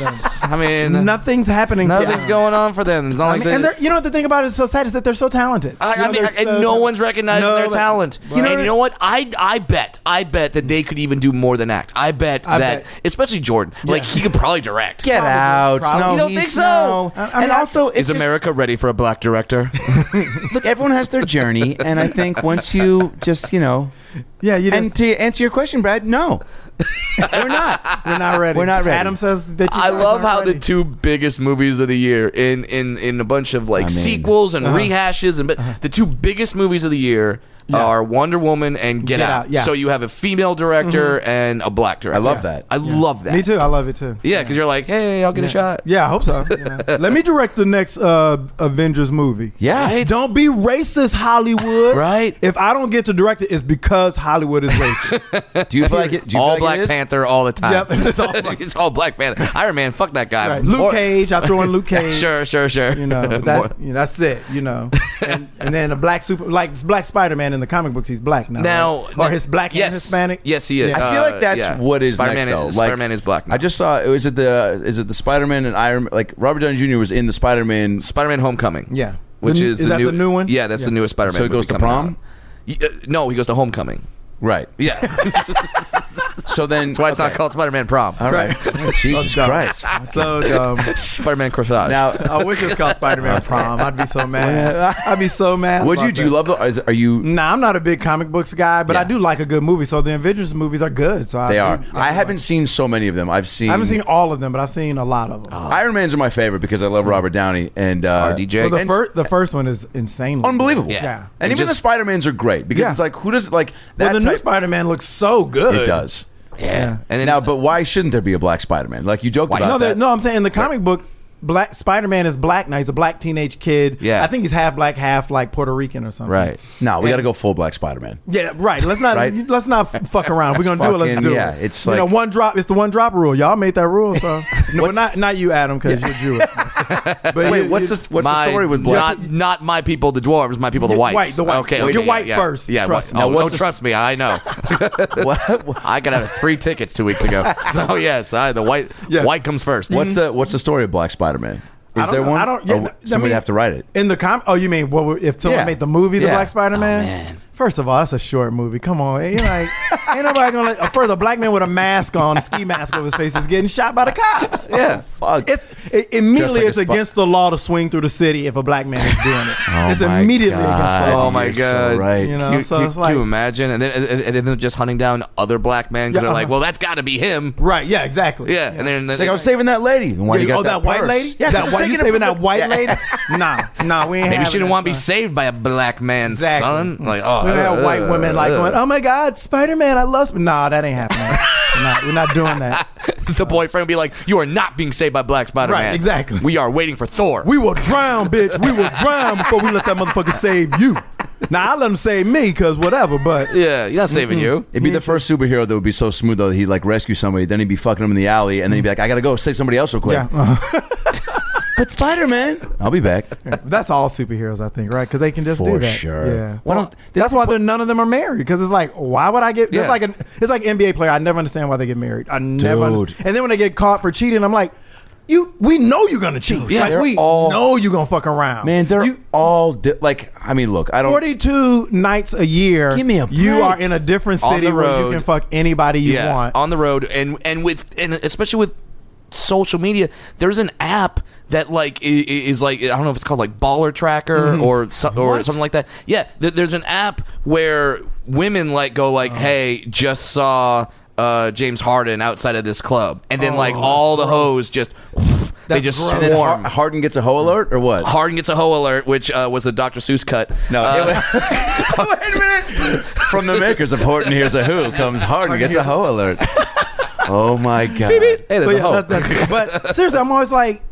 [SPEAKER 6] I mean,
[SPEAKER 5] them. Nothing's happening. for
[SPEAKER 6] Nothing's
[SPEAKER 5] them.
[SPEAKER 6] going on for them. It's not
[SPEAKER 5] I
[SPEAKER 6] like
[SPEAKER 5] mean,
[SPEAKER 6] they-
[SPEAKER 5] and they're, you know what the thing about it is so sad is that they're so talented.
[SPEAKER 6] I,
[SPEAKER 5] You know,
[SPEAKER 6] I mean,
[SPEAKER 5] they're
[SPEAKER 6] I- and
[SPEAKER 5] so
[SPEAKER 6] no
[SPEAKER 5] tal-
[SPEAKER 6] one's recognizing
[SPEAKER 5] No,
[SPEAKER 6] their
[SPEAKER 5] but-
[SPEAKER 6] talent.
[SPEAKER 5] You know
[SPEAKER 6] and
[SPEAKER 5] what-
[SPEAKER 6] you know what? I I bet I bet that they could even do more than act. I bet
[SPEAKER 5] I
[SPEAKER 6] that
[SPEAKER 5] bet.
[SPEAKER 6] especially Jordan, like he could probably direct.
[SPEAKER 3] Get
[SPEAKER 5] Probably,
[SPEAKER 3] out.
[SPEAKER 5] probably.
[SPEAKER 3] No,
[SPEAKER 6] You don't
[SPEAKER 3] he's-
[SPEAKER 6] think so?
[SPEAKER 3] no.
[SPEAKER 5] I- I mean,
[SPEAKER 3] and
[SPEAKER 5] I-
[SPEAKER 3] also,
[SPEAKER 6] Is
[SPEAKER 3] it's just-
[SPEAKER 6] America ready for a black director?
[SPEAKER 3] look, everyone has their journey, and I think once you just, you know,
[SPEAKER 5] Yeah, you
[SPEAKER 3] and
[SPEAKER 5] just,
[SPEAKER 3] to answer your question, Brad, no, we're not.
[SPEAKER 5] we're not ready.
[SPEAKER 3] We're not ready.
[SPEAKER 5] Adam says that. You
[SPEAKER 6] I
[SPEAKER 5] guys
[SPEAKER 6] love
[SPEAKER 5] aren't
[SPEAKER 6] how
[SPEAKER 5] ready.
[SPEAKER 6] the two biggest movies of the year in in in a bunch of like
[SPEAKER 3] I mean-
[SPEAKER 6] sequels and rehashes and but the two biggest movies of the year are Wonder Woman and Get,
[SPEAKER 5] Get
[SPEAKER 6] Out.
[SPEAKER 5] Out, yeah.
[SPEAKER 6] So you have a female director and a black director.
[SPEAKER 3] I love that.
[SPEAKER 6] I love that.
[SPEAKER 5] Me too. I love it too.
[SPEAKER 6] Yeah, because you're like, hey, I'll get a shot.
[SPEAKER 5] Yeah, I hope so. you know. Let me direct the next uh, Avengers movie.
[SPEAKER 3] Yeah.
[SPEAKER 6] Right?
[SPEAKER 5] Don't be racist, Hollywood.
[SPEAKER 6] Right.
[SPEAKER 5] If I don't get to direct it, it's because Hollywood is racist.
[SPEAKER 3] Do you feel like it? Do you
[SPEAKER 6] all
[SPEAKER 3] feel like
[SPEAKER 6] Black
[SPEAKER 3] it is?
[SPEAKER 6] Panther all the time.
[SPEAKER 5] Yep, it's all Black-
[SPEAKER 6] It's all Black Panther. Iron Man, fuck that guy.
[SPEAKER 5] right. Luke
[SPEAKER 6] Or-
[SPEAKER 5] Cage. I throw in Luke Cage.
[SPEAKER 6] Sure, sure, sure.
[SPEAKER 5] You know, but
[SPEAKER 6] More-
[SPEAKER 5] that, you know, that's it. You know, and, and then a black super like it's black Spider Man in the comic books. He's black now.
[SPEAKER 6] Now-
[SPEAKER 5] right? or his black
[SPEAKER 6] yes.
[SPEAKER 5] and Hispanic.
[SPEAKER 6] Yes, he is.
[SPEAKER 5] Yeah, I feel
[SPEAKER 6] Uh,
[SPEAKER 5] like that's
[SPEAKER 6] yeah.
[SPEAKER 3] What is
[SPEAKER 6] Spider-Man
[SPEAKER 3] next, though?
[SPEAKER 6] is-
[SPEAKER 3] Like,
[SPEAKER 6] Spider-Man is black now.
[SPEAKER 3] I just saw. Is it the? Is it the Spider Man and Iron? Like Robert Downey Jr. was in the Spider Man.
[SPEAKER 6] Spider-Man: Homecoming.
[SPEAKER 5] Yeah.
[SPEAKER 6] which
[SPEAKER 5] The-
[SPEAKER 6] is, the
[SPEAKER 5] is that
[SPEAKER 6] new,
[SPEAKER 5] the new one?
[SPEAKER 6] Yeah, that's the
[SPEAKER 5] Yeah.
[SPEAKER 6] newest Spider-Man.
[SPEAKER 3] So he goes
[SPEAKER 6] movie
[SPEAKER 3] to prom?
[SPEAKER 6] coming out. Y- uh, no, he goes to Homecoming.
[SPEAKER 3] Right.
[SPEAKER 6] Yeah, that's
[SPEAKER 3] So then,
[SPEAKER 6] why it's not
[SPEAKER 3] okay.
[SPEAKER 6] called Spider-Man Prom.
[SPEAKER 3] All right. Jesus Christ.
[SPEAKER 5] So dumb.
[SPEAKER 6] Spider-Man Corsage.
[SPEAKER 3] Now,
[SPEAKER 5] I wish it was called Spider Man Prom. I'd be so mad. I'd be so mad.
[SPEAKER 3] would you?
[SPEAKER 5] about
[SPEAKER 3] Do you
[SPEAKER 5] that.
[SPEAKER 3] love? The, is, are you?
[SPEAKER 5] Nah, I'm not a big comic books guy, but I
[SPEAKER 3] Yeah.
[SPEAKER 5] do like a good movie. So the Avengers movies are good. So I
[SPEAKER 3] They
[SPEAKER 5] do-
[SPEAKER 3] are.
[SPEAKER 5] do
[SPEAKER 3] I
[SPEAKER 5] like-
[SPEAKER 3] haven't seen so many of them. I've seen.
[SPEAKER 5] I haven't seen all of them, but I've seen a lot of them.
[SPEAKER 6] Ah,
[SPEAKER 3] Iron Man's are my favorite because I
[SPEAKER 6] Mm.
[SPEAKER 3] love Robert Downey and uh,
[SPEAKER 6] RDJ.
[SPEAKER 5] Well, the,
[SPEAKER 3] and-
[SPEAKER 5] fir- the first one is insanely
[SPEAKER 3] Unbelievable.
[SPEAKER 5] good. Yeah.
[SPEAKER 3] And,
[SPEAKER 6] And
[SPEAKER 3] even
[SPEAKER 6] just-
[SPEAKER 3] the Spider Mans are great because
[SPEAKER 5] Yeah.
[SPEAKER 3] it's like who does like that
[SPEAKER 5] Well, the new
[SPEAKER 3] type-
[SPEAKER 5] Spider Man looks so good.
[SPEAKER 3] It does.
[SPEAKER 6] yeah, and then
[SPEAKER 3] now, but why shouldn't there be a black Spider Man? Like you joked
[SPEAKER 6] Why
[SPEAKER 3] about
[SPEAKER 5] No,
[SPEAKER 6] not?
[SPEAKER 5] they-
[SPEAKER 3] that.
[SPEAKER 5] no, I'm saying in the comic book, Black Spider Man is black now. He's a black teenage kid.
[SPEAKER 6] Yeah.
[SPEAKER 5] I think he's half black, half like Puerto Rican or something.
[SPEAKER 6] right.
[SPEAKER 3] No, we got to go full black Spider Man.
[SPEAKER 5] Yeah, right. Let's not
[SPEAKER 3] Right?
[SPEAKER 5] let's not f- fuck around. We're gonna do it. Let's
[SPEAKER 3] fucking-
[SPEAKER 5] do
[SPEAKER 3] yeah,
[SPEAKER 5] it.
[SPEAKER 3] it's
[SPEAKER 5] you know
[SPEAKER 3] like-
[SPEAKER 5] one drop. It's the one drop rule. Y'all made that rule, so no, but not not you, Adam, because you're Jewish. But
[SPEAKER 3] Wait,
[SPEAKER 5] you-
[SPEAKER 3] what's
[SPEAKER 5] you-
[SPEAKER 3] this? What's
[SPEAKER 6] my,
[SPEAKER 3] the story with black?
[SPEAKER 6] Not, not my people, the dwarves. My people, the whites.
[SPEAKER 5] white, the white.
[SPEAKER 6] Okay,
[SPEAKER 5] You're
[SPEAKER 6] okay, yeah,
[SPEAKER 5] white
[SPEAKER 6] yeah.
[SPEAKER 5] first,
[SPEAKER 6] Yeah,
[SPEAKER 5] trust
[SPEAKER 6] what-
[SPEAKER 5] me.
[SPEAKER 6] oh,
[SPEAKER 3] Now,
[SPEAKER 6] no,
[SPEAKER 3] what's the-
[SPEAKER 6] trust me. I know. I got out of three tickets two weeks ago. So yes, I, the white
[SPEAKER 5] Yeah.
[SPEAKER 6] white comes first.
[SPEAKER 3] What's the What's the story of black Spider Man?
[SPEAKER 5] I
[SPEAKER 3] Is
[SPEAKER 5] don't
[SPEAKER 3] there
[SPEAKER 5] know.
[SPEAKER 3] one?
[SPEAKER 5] I don't. Yeah,
[SPEAKER 3] Or
[SPEAKER 5] th- I
[SPEAKER 3] somebody
[SPEAKER 5] mean,
[SPEAKER 3] have to write it.
[SPEAKER 5] in the com. Oh, you mean what? would- If someone
[SPEAKER 3] Yeah.
[SPEAKER 5] made the movie, The
[SPEAKER 3] Yeah. Oh,
[SPEAKER 5] Black Spider Man. First of all, that's a short movie. Come on, ain't like ain't nobody gonna let a further black man with a mask on, a ski mask over his face, is getting shot by the cops.
[SPEAKER 3] Yeah, fuck.
[SPEAKER 5] It's it, immediately
[SPEAKER 3] Just like
[SPEAKER 5] it's
[SPEAKER 3] a sp-
[SPEAKER 5] against the law to swing through the city if a black man is doing it. it's
[SPEAKER 3] Oh my
[SPEAKER 5] immediately
[SPEAKER 3] God.
[SPEAKER 5] against the law.
[SPEAKER 6] Oh my
[SPEAKER 3] You're so
[SPEAKER 6] god!
[SPEAKER 3] right.
[SPEAKER 5] You know,
[SPEAKER 6] Can
[SPEAKER 5] so
[SPEAKER 6] can-
[SPEAKER 5] it's
[SPEAKER 6] can
[SPEAKER 5] like-
[SPEAKER 6] you imagine, and then and, and then they're just hunting down other black men because
[SPEAKER 5] Yeah,
[SPEAKER 6] they're like,
[SPEAKER 5] uh-huh.
[SPEAKER 6] "Well, that's got to be him."
[SPEAKER 5] Right? Yeah, exactly.
[SPEAKER 6] Yeah, and then,
[SPEAKER 3] It's like I was saving that lady. And why you got
[SPEAKER 5] oh, that, white
[SPEAKER 3] purse.
[SPEAKER 5] lady?
[SPEAKER 3] Yeah, 'cause
[SPEAKER 5] that
[SPEAKER 3] it's
[SPEAKER 5] white, you
[SPEAKER 3] taken it
[SPEAKER 5] saving
[SPEAKER 3] from
[SPEAKER 5] that
[SPEAKER 3] the-
[SPEAKER 5] white
[SPEAKER 3] Yeah.
[SPEAKER 5] lady? Nah, nah, we ain't
[SPEAKER 6] Maybe
[SPEAKER 5] having
[SPEAKER 6] she didn't
[SPEAKER 5] that,
[SPEAKER 6] want to be
[SPEAKER 5] son.
[SPEAKER 6] saved by a black man,
[SPEAKER 5] Exactly.
[SPEAKER 6] son. Like, oh,
[SPEAKER 5] We had white women like
[SPEAKER 3] Uh,
[SPEAKER 5] going, "Oh my God, Spider Man, I love." Sp-. Nah, that ain't happening. we're, not, we're not doing that.
[SPEAKER 6] uh, the boyfriend would be like, "You are not being saved by Black Spider Man."
[SPEAKER 5] Right, exactly.
[SPEAKER 6] We are waiting for Thor.
[SPEAKER 5] We will drown, bitch. We will drown before we let that motherfucker save you. Now I let him save me, cause whatever. But
[SPEAKER 6] yeah, you're not saving you.
[SPEAKER 3] It'd be the first superhero that would be so smooth though. that He'd like rescue somebody, then he'd be fucking him in the alley, and then he'd be like, "I gotta go save somebody else real quick."
[SPEAKER 5] yeah, uh,
[SPEAKER 3] But Spider Man, I'll be back.
[SPEAKER 5] that's all superheroes, I think, right? Because they can just
[SPEAKER 3] For
[SPEAKER 5] do that.
[SPEAKER 3] sure.
[SPEAKER 5] Yeah.
[SPEAKER 3] Why
[SPEAKER 5] Well,
[SPEAKER 3] don't-
[SPEAKER 5] that's why they're, none of them are married. Because it's like, why would I get?
[SPEAKER 6] Yeah.
[SPEAKER 5] It's like an it's like NBA player. I never understand why they get married. I never.
[SPEAKER 3] Dude.
[SPEAKER 5] Understand. And then when they get caught for cheating, I'm like, you. We know you're gonna cheat.
[SPEAKER 6] Yeah,
[SPEAKER 5] like,
[SPEAKER 6] they're
[SPEAKER 5] we
[SPEAKER 3] all-
[SPEAKER 5] know you're gonna fuck around.
[SPEAKER 3] Man, they're
[SPEAKER 5] You-
[SPEAKER 3] all di- like. I mean, look, I don't.
[SPEAKER 5] 42 nights a year.
[SPEAKER 3] Give me a
[SPEAKER 5] You
[SPEAKER 3] break.
[SPEAKER 5] are in a different
[SPEAKER 6] On
[SPEAKER 5] city
[SPEAKER 6] the
[SPEAKER 5] where you
[SPEAKER 6] road.
[SPEAKER 5] can fuck anybody you
[SPEAKER 6] yeah,
[SPEAKER 5] want.
[SPEAKER 6] on the road, and and with and especially with social media, there's an app that like i- i- is like I don't know if it's called like Baller Tracker
[SPEAKER 5] Mm-hmm.
[SPEAKER 6] or so, or something like that. Yeah, th- there's an app where women like go like,
[SPEAKER 5] Oh.
[SPEAKER 6] "Hey, just saw." Uh, James Harden outside of this club, and then like all the hoes just they
[SPEAKER 5] Oh, That's
[SPEAKER 6] just
[SPEAKER 5] gross.
[SPEAKER 3] And then
[SPEAKER 6] swarm.
[SPEAKER 3] Har- Harden gets a hoe alert or what?
[SPEAKER 6] Harden gets a hoe alert, which uh, was a Dr. Seuss cut. Uh,
[SPEAKER 3] no. wait a minute. From the makers of Horton Here's a Who comes Harden gets a hoe alert. Oh my god.
[SPEAKER 6] Hey, there's
[SPEAKER 5] but,
[SPEAKER 6] a hoe.
[SPEAKER 5] yeah, that- that's- but seriously, I'm always like,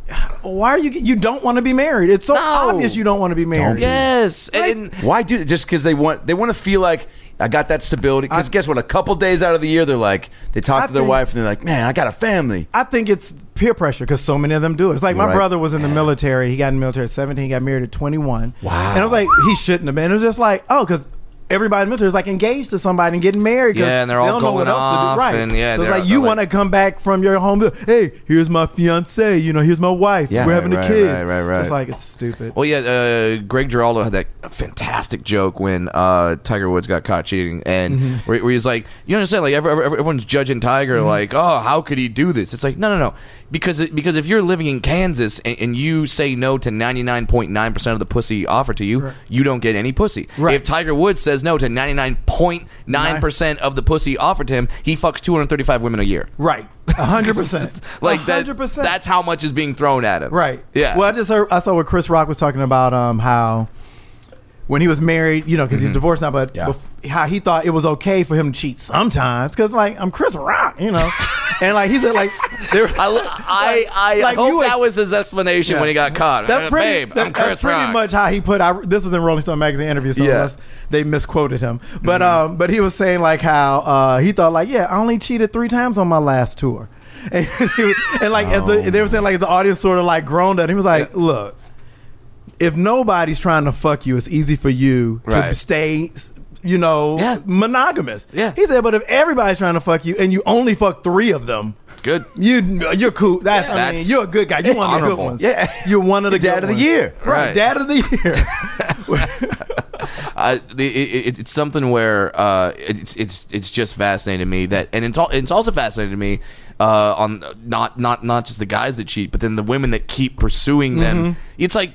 [SPEAKER 5] why are you? You don't want to be married. It's so obvious you don't want to be married.
[SPEAKER 6] yes, and- and
[SPEAKER 3] Why do just because they want they want to feel like I got that stability? Because guess what? A couple days out of the year, they're like they talk
[SPEAKER 5] I
[SPEAKER 3] to their
[SPEAKER 5] think-
[SPEAKER 3] wife and they're like, "Man, I got a family."
[SPEAKER 5] I think it's peer pressure because so many of them do it. It's like my
[SPEAKER 3] Right.
[SPEAKER 5] brother was in the military. He got in the military at 17. He got married at 21. Wow. And I was like, he shouldn't have been. It was just like, oh, because everybody in the military is like engaged to somebody and getting married. 'cause
[SPEAKER 6] Yeah, and they're
[SPEAKER 5] they
[SPEAKER 6] all
[SPEAKER 5] don't know what
[SPEAKER 6] going off,
[SPEAKER 5] else to do. Right.
[SPEAKER 6] and yeah,
[SPEAKER 5] so it's
[SPEAKER 6] they're-
[SPEAKER 5] like, you
[SPEAKER 6] they're
[SPEAKER 5] want to
[SPEAKER 6] like-
[SPEAKER 5] come back from your home. Hey, here's my fiance. You know, here's my wife.
[SPEAKER 3] Yeah,
[SPEAKER 5] We're having
[SPEAKER 6] right,
[SPEAKER 5] a kid.
[SPEAKER 6] right, right, right.
[SPEAKER 5] It's like, it's stupid.
[SPEAKER 6] Well, yeah, uh, Greg Giraldo had that fantastic joke when uh, Tiger Woods got caught cheating, and
[SPEAKER 5] Mm-hmm.
[SPEAKER 6] where, where he's like, you understand, like every, every- everyone's judging Tiger, like, oh, how could he do this? It's like, no, no, no, because it- because if you're living in Kansas and, and you say no to 99.9 percent of the pussy offered to you, you don't get any pussy.
[SPEAKER 5] Right.
[SPEAKER 6] If Tiger Woods says no to 99.9 percent of the pussy offered to him, he fucks 235 women a year.
[SPEAKER 5] Right. A 100%.
[SPEAKER 6] Like
[SPEAKER 5] A
[SPEAKER 6] that, that's how much is being thrown at him.
[SPEAKER 5] Right.
[SPEAKER 6] Yeah.
[SPEAKER 5] Well, I just heard, I saw what Chris Rock was talking about um, how when he was married, you know, because he's divorced now, but
[SPEAKER 3] Yeah.
[SPEAKER 5] bef- how he thought it was okay for him to cheat sometimes because like I'm Chris Rock, you know, and like he's a, like there,
[SPEAKER 6] I, I, I
[SPEAKER 5] Like,
[SPEAKER 6] hope
[SPEAKER 5] you
[SPEAKER 6] that
[SPEAKER 5] ex-
[SPEAKER 6] was his explanation
[SPEAKER 5] Yeah.
[SPEAKER 6] when he got caught.
[SPEAKER 5] That's
[SPEAKER 6] Uh,
[SPEAKER 5] pretty.
[SPEAKER 6] Babe,
[SPEAKER 5] that-
[SPEAKER 6] I'm Chris
[SPEAKER 5] that's pretty
[SPEAKER 6] Rock.
[SPEAKER 5] much how he put. I, this was in Rolling Stone magazine interview, so
[SPEAKER 6] Yeah. Mm-hmm.
[SPEAKER 5] unless they misquoted him, but um, but he was saying like how uh, he thought like yeah, I only cheated three times on my last tour, and, he was- and like as the, they were saying like the audience sort of like groaned at. Him. He was like, look, if nobody's trying to fuck you, it's easy for you to
[SPEAKER 6] Right.
[SPEAKER 5] stay. You know,
[SPEAKER 6] Yeah.
[SPEAKER 5] monogamous.
[SPEAKER 6] Yeah.
[SPEAKER 5] he said. But if everybody's trying to fuck you, and you only fuck three of them,
[SPEAKER 6] Good.
[SPEAKER 5] you you're cool. That's, I mean,
[SPEAKER 6] That's eh,
[SPEAKER 5] you're a good guy. You're one of the good
[SPEAKER 6] honorable.
[SPEAKER 5] ones.
[SPEAKER 3] Yeah.
[SPEAKER 5] you're one of the
[SPEAKER 3] Dad
[SPEAKER 5] good
[SPEAKER 3] of the
[SPEAKER 5] ones.
[SPEAKER 3] year.
[SPEAKER 5] right?
[SPEAKER 6] Right.
[SPEAKER 5] Dad of the year.
[SPEAKER 6] I, the- it, it, it's something where uh, it's it's it's just fascinating to me that, and it's all, it's also fascinating to me uh, on not not not just the guys that cheat, but then the women that keep pursuing them. It's like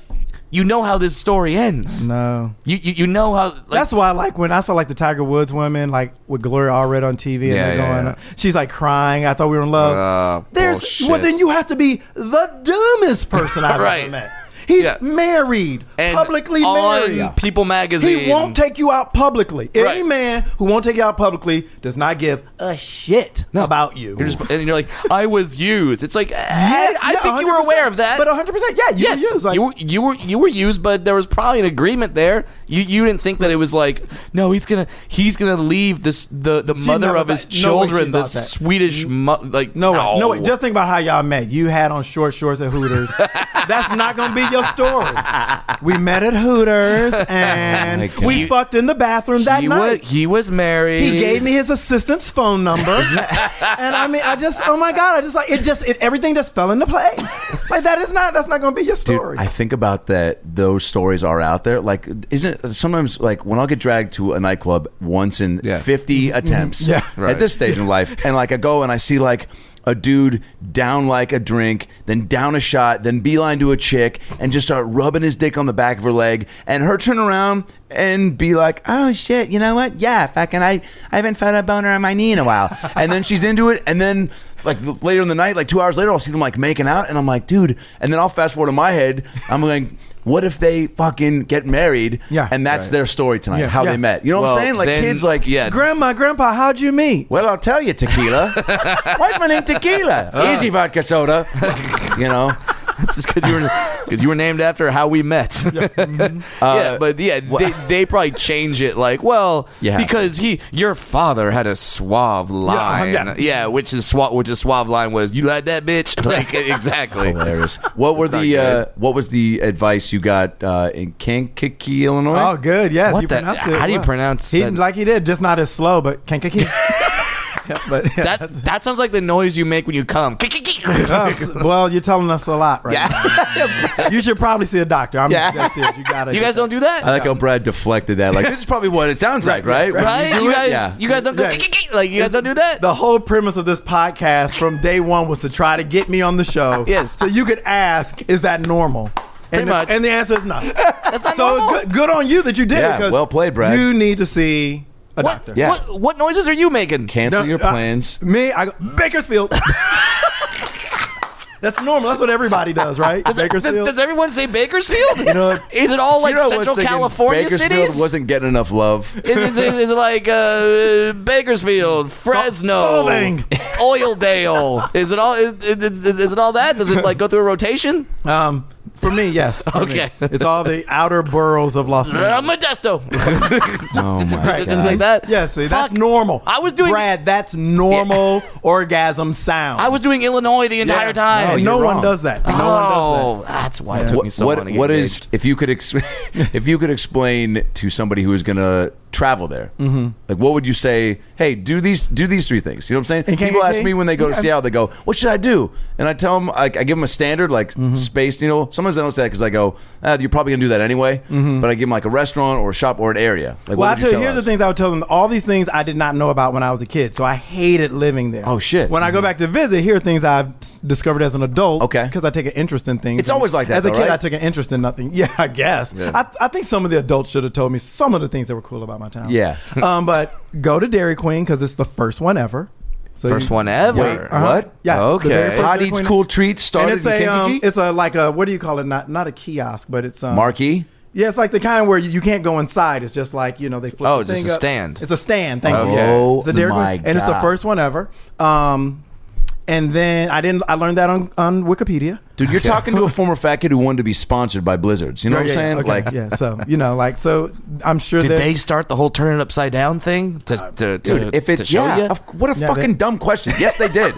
[SPEAKER 6] you know how this story ends.
[SPEAKER 5] Mm-hmm. no,
[SPEAKER 6] You, you you know how like,
[SPEAKER 5] that's why. Like when I saw like the Tiger Woods women, like with Gloria Allred on TV, and
[SPEAKER 6] Yeah,
[SPEAKER 5] they're
[SPEAKER 6] yeah,
[SPEAKER 5] going,
[SPEAKER 6] yeah.
[SPEAKER 5] she's like crying. I thought we were in love.
[SPEAKER 6] Uh,
[SPEAKER 5] There's
[SPEAKER 6] bullshit.
[SPEAKER 5] well, then you have to be the dumbest person I've ever
[SPEAKER 6] Right.
[SPEAKER 5] met. He's
[SPEAKER 6] Yeah.
[SPEAKER 5] married,
[SPEAKER 6] and
[SPEAKER 5] publicly
[SPEAKER 6] on
[SPEAKER 5] married.
[SPEAKER 6] People magazine.
[SPEAKER 5] He won't take you out publicly. Any
[SPEAKER 6] Right.
[SPEAKER 5] man who won't take you out publicly does not give a shit about you.
[SPEAKER 6] You're just and you're like I was used. It's like I, I
[SPEAKER 5] no,
[SPEAKER 6] think you were
[SPEAKER 5] 100%.
[SPEAKER 6] aware of that.
[SPEAKER 5] But 100, percent yeah, you
[SPEAKER 6] Yes,
[SPEAKER 5] were used, like-
[SPEAKER 6] you, were, you were you were used, but there was probably an agreement there. You you didn't think that it was like, no, he's gonna he's gonna leave this the, the
[SPEAKER 5] She
[SPEAKER 6] mother
[SPEAKER 5] never
[SPEAKER 6] of his
[SPEAKER 5] thought- no way she
[SPEAKER 6] children, the
[SPEAKER 5] thought that.
[SPEAKER 6] Swedish mo- like
[SPEAKER 5] No, way. no, way. Just think about how y'all met. You had on short shorts at Hooters. That's not gonna be your story. We met at Hooters and
[SPEAKER 3] God.
[SPEAKER 5] we
[SPEAKER 6] He-
[SPEAKER 5] fucked in the bathroom that
[SPEAKER 6] he
[SPEAKER 5] night.
[SPEAKER 6] was he was married.
[SPEAKER 5] he gave me his assistant's phone number, and I mean, I just, oh my god, I just like it. Just it, everything just fell into place. Like that is not, that's not gonna be your
[SPEAKER 3] Dude,
[SPEAKER 5] story.
[SPEAKER 3] I think about that. Those stories are out there. Like, isn't it- sometimes like when I'll get dragged to a nightclub once in
[SPEAKER 6] Yeah.
[SPEAKER 3] fifty attempts
[SPEAKER 5] Mm-hmm. Yeah.
[SPEAKER 3] at this stage in life, and like I go and I see like a dude down like a drink, then down a shot, then beeline to a chick, and just start rubbing his dick on the back of her leg, and her turn around and be like, "Oh shit, you know what? Yeah, fucking, I I haven't felt a boner on my knee in a while," and then she's into it, and then like later in the night, like two hours later, I'll see them like making out, and I'm like, dude. And then I'll fast forward in my head. I'm like, what if they fucking get married?
[SPEAKER 5] Yeah.
[SPEAKER 3] and that's their story tonight,
[SPEAKER 5] Yeah.
[SPEAKER 3] how
[SPEAKER 5] Yeah.
[SPEAKER 3] they met. You know what
[SPEAKER 6] Well,
[SPEAKER 3] I'm saying? Like
[SPEAKER 6] then-
[SPEAKER 3] kids, like
[SPEAKER 6] yeah.
[SPEAKER 5] Grandma, Grandpa, how'd you meet?
[SPEAKER 3] Well, I'll tell you, tequila. Why's my name tequila?
[SPEAKER 6] Ah.
[SPEAKER 3] Easy vodka soda. you know.
[SPEAKER 6] because you were because you were named after how we met. Yeah,
[SPEAKER 3] Uh,
[SPEAKER 6] but yeah, they, they probably change it like well,
[SPEAKER 3] Yeah.
[SPEAKER 6] because he your father had a suave line,
[SPEAKER 5] yeah.
[SPEAKER 6] yeah, which is suave, which is suave line was you like that bitch, like e, exactly.
[SPEAKER 3] Hilarious. What were the uh, What was the advice you got uh, in Kankakee, Illinois?
[SPEAKER 5] Oh, good. Yes,
[SPEAKER 6] What
[SPEAKER 5] you
[SPEAKER 6] the-
[SPEAKER 5] pronounced it.
[SPEAKER 6] how do you
[SPEAKER 5] well.
[SPEAKER 6] pronounce
[SPEAKER 5] he,
[SPEAKER 6] that?
[SPEAKER 5] Like he did, just not as slow, but can can- can. Yeah, But yeah.
[SPEAKER 6] That that sounds like the noise you make when you come.
[SPEAKER 5] Oh, s- well, you're telling us a lot, right? now. you should probably see a doctor. I'm
[SPEAKER 3] Yeah.
[SPEAKER 5] that's it. You gotta.
[SPEAKER 6] You guys don't do
[SPEAKER 3] I
[SPEAKER 6] that,
[SPEAKER 3] like how Brad deflected that. Like this is probably what it sounds like, right?
[SPEAKER 6] right? You,
[SPEAKER 3] do it,
[SPEAKER 6] guys,
[SPEAKER 3] yeah.
[SPEAKER 6] you guys don't go
[SPEAKER 5] Yeah.
[SPEAKER 6] like you guys don't do that.
[SPEAKER 5] The whole premise of this podcast from day one was to try to get me on the show.
[SPEAKER 6] Yes.
[SPEAKER 5] So you could ask, is that normal?
[SPEAKER 6] Pretty
[SPEAKER 5] and the,
[SPEAKER 6] much.
[SPEAKER 5] And the answer is no.
[SPEAKER 6] That's not
[SPEAKER 5] so
[SPEAKER 6] normal.
[SPEAKER 5] it's good, good on you that you did
[SPEAKER 3] Yeah,
[SPEAKER 5] it. 'cause
[SPEAKER 3] well played, Brad.
[SPEAKER 5] You need to see a doctor.
[SPEAKER 6] What,
[SPEAKER 3] Yeah.
[SPEAKER 6] what what noises are you making?
[SPEAKER 3] Cancel
[SPEAKER 5] No,
[SPEAKER 3] your
[SPEAKER 5] uh,
[SPEAKER 3] plans.
[SPEAKER 5] Me, I go
[SPEAKER 6] Mm.
[SPEAKER 5] Bakersfield. That's normal. That's what everybody does, right?
[SPEAKER 6] Does, does,
[SPEAKER 5] Bakersfield.
[SPEAKER 6] does everyone say Bakersfield?
[SPEAKER 5] You know,
[SPEAKER 6] is it all like
[SPEAKER 3] You know, I was
[SPEAKER 6] Central
[SPEAKER 3] thinking
[SPEAKER 6] California
[SPEAKER 3] Bakersfield
[SPEAKER 6] cities?
[SPEAKER 3] wasn't getting enough love.
[SPEAKER 6] Is, is, is, is it like uh, Bakersfield, Fresno,
[SPEAKER 5] Solvang.
[SPEAKER 6] Oildale? Is it all? Is, is, is- is it all that? Does it like go through a rotation?
[SPEAKER 5] um, for me, yes. For me.
[SPEAKER 6] Okay.
[SPEAKER 5] It's all the outer boroughs of Los Angeles.
[SPEAKER 6] Uh, Modesto.
[SPEAKER 3] Oh my
[SPEAKER 6] Right.
[SPEAKER 3] god!
[SPEAKER 6] Like that.
[SPEAKER 5] Yeah, see, that's
[SPEAKER 6] Fuck.
[SPEAKER 5] normal.
[SPEAKER 6] I was doing-
[SPEAKER 5] Brad. That's normal orgasm sound.
[SPEAKER 6] I was doing Illinois the entire time.
[SPEAKER 5] And no
[SPEAKER 3] you're
[SPEAKER 5] one
[SPEAKER 3] wrong.
[SPEAKER 5] does that. No
[SPEAKER 6] oh,
[SPEAKER 5] one does that.
[SPEAKER 6] that's why it took me so
[SPEAKER 3] what
[SPEAKER 6] long to get
[SPEAKER 3] what is
[SPEAKER 6] engaged.
[SPEAKER 3] if you could ex- if you could explain to somebody who is going to travel there
[SPEAKER 5] Mm-hmm.
[SPEAKER 3] like what would you say hey do these do these three things you know what i'm saying
[SPEAKER 5] And can-
[SPEAKER 3] people ask
[SPEAKER 5] can-
[SPEAKER 3] me when they go to
[SPEAKER 5] yeah.
[SPEAKER 3] seattle they go what should i do and i tell them i, I give them a standard like
[SPEAKER 5] Mm-hmm.
[SPEAKER 3] space needle sometimes i don't say that because i go ah, you're probably going to do that anyway but i give them like a restaurant or a shop or an area like
[SPEAKER 5] Mm-hmm. Well, I
[SPEAKER 3] what would
[SPEAKER 5] tell you,
[SPEAKER 3] tell
[SPEAKER 5] here's the
[SPEAKER 3] us?
[SPEAKER 5] things I would tell them. All these things I did not know about when I was a kid, so I hated living there.
[SPEAKER 3] Oh, shit.
[SPEAKER 5] When I go back to visit, here are things I've s- discovered as an adult.
[SPEAKER 3] Okay.
[SPEAKER 5] because I take an interest in things.
[SPEAKER 3] It's always like that,
[SPEAKER 5] As a
[SPEAKER 3] though,
[SPEAKER 5] kid,
[SPEAKER 3] right?
[SPEAKER 5] I took an interest in nothing. Yeah, I guess. I, I think some of the adults should have told me some of the things that were cool about my town.
[SPEAKER 3] Yeah.
[SPEAKER 5] um, but go to Dairy Queen because it's the first one ever. So
[SPEAKER 6] first
[SPEAKER 5] you-
[SPEAKER 6] one ever?
[SPEAKER 3] Wait,
[SPEAKER 5] Uh-huh.
[SPEAKER 3] what?
[SPEAKER 5] Yeah, the very
[SPEAKER 3] Okay.
[SPEAKER 5] first
[SPEAKER 3] Hot
[SPEAKER 5] Dairy
[SPEAKER 3] eats
[SPEAKER 5] Queen-
[SPEAKER 3] cool treats started
[SPEAKER 5] and it's
[SPEAKER 3] in
[SPEAKER 5] a um,
[SPEAKER 3] Kankakee?
[SPEAKER 5] it's a like a what do you call it? Not not a kiosk, but it's um,
[SPEAKER 3] Marquee?
[SPEAKER 5] Yeah, it's like the kind where you can't go inside. It's just like you know they flip.
[SPEAKER 6] Oh,
[SPEAKER 5] the
[SPEAKER 6] just
[SPEAKER 5] thing
[SPEAKER 6] a
[SPEAKER 5] up.
[SPEAKER 6] stand.
[SPEAKER 5] It's a stand. Thank you.
[SPEAKER 6] Okay. Oh
[SPEAKER 5] it's a Dairy
[SPEAKER 8] my
[SPEAKER 5] Queen, and it's the
[SPEAKER 8] God.
[SPEAKER 5] first one ever. Um, and then I didn't. I learned that on on Wikipedia.
[SPEAKER 8] Dude, you're talking to a former fat kid who wanted to be sponsored by Blizzards. You know what I'm
[SPEAKER 5] Yeah, yeah,
[SPEAKER 8] saying?
[SPEAKER 5] okay,
[SPEAKER 8] Like,
[SPEAKER 5] yeah. So you know, like so, I'm sure
[SPEAKER 6] Did
[SPEAKER 5] that
[SPEAKER 6] they start the whole turn it upside down thing to, to,
[SPEAKER 8] dude,
[SPEAKER 6] to,
[SPEAKER 8] if it,
[SPEAKER 6] to show
[SPEAKER 8] yeah,
[SPEAKER 6] you?
[SPEAKER 8] of- what a
[SPEAKER 5] Yeah,
[SPEAKER 8] fucking
[SPEAKER 5] they-
[SPEAKER 8] dumb question. Yes, they did.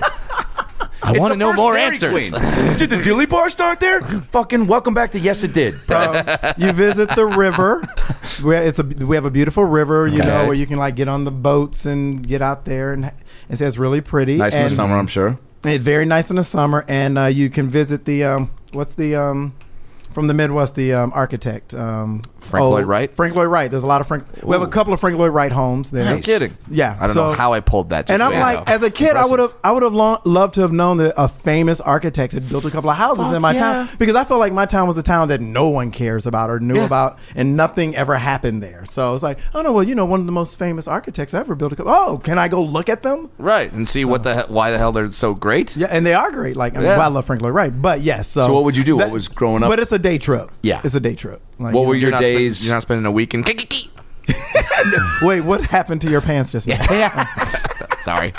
[SPEAKER 6] I want to know more answers.
[SPEAKER 8] did the Dilly Bar start there? fucking welcome back to Yes, it did, bro.
[SPEAKER 5] um, you visit the river. We, it's a we have a beautiful river, you know,
[SPEAKER 6] Okay.
[SPEAKER 5] where you can like get on the boats and get out there, and and so it's really pretty.
[SPEAKER 8] nice in the
[SPEAKER 5] And-
[SPEAKER 8] summer, I'm sure.
[SPEAKER 5] It's very nice in the summer, and uh, you can visit the um, what's the um, from the Midwest, the um, architect um,
[SPEAKER 6] Frank Lloyd Wright?
[SPEAKER 5] Frank Lloyd Wright. There's a lot of Frank. We have a
[SPEAKER 6] Ooh.
[SPEAKER 5] couple of Frank Lloyd Wright homes there.
[SPEAKER 6] No kidding.
[SPEAKER 5] Yeah,
[SPEAKER 6] I don't
[SPEAKER 5] so-
[SPEAKER 6] know how I pulled that. Just
[SPEAKER 5] And
[SPEAKER 6] so
[SPEAKER 5] I'm
[SPEAKER 6] you
[SPEAKER 5] like,
[SPEAKER 6] know.
[SPEAKER 5] as a kid, I would have, I would have long, loved to have known that a famous architect had built a couple of houses in my town because I felt like my town was a town that no one cares about or knew about, and nothing ever happened there. So it's like, oh no, well, you know, one of the most famous architects ever built a couple. Oh, can I go look at them?
[SPEAKER 6] right and see what the he- why the hell they're so great.
[SPEAKER 5] Yeah, and they are great. Like, I, mean,
[SPEAKER 6] Yeah.
[SPEAKER 5] well, I love Frank Lloyd Wright, but yes. So,
[SPEAKER 8] So what would you do? What was growing up-
[SPEAKER 5] But it's a day trip.
[SPEAKER 8] Yeah.
[SPEAKER 5] it's a day trip. Like,
[SPEAKER 8] What
[SPEAKER 5] you
[SPEAKER 8] were
[SPEAKER 5] know-
[SPEAKER 8] your
[SPEAKER 6] You're not spend-
[SPEAKER 8] days?
[SPEAKER 6] you're not spending a weekend.
[SPEAKER 5] Wait, what happened to your pants just now?
[SPEAKER 6] Sorry.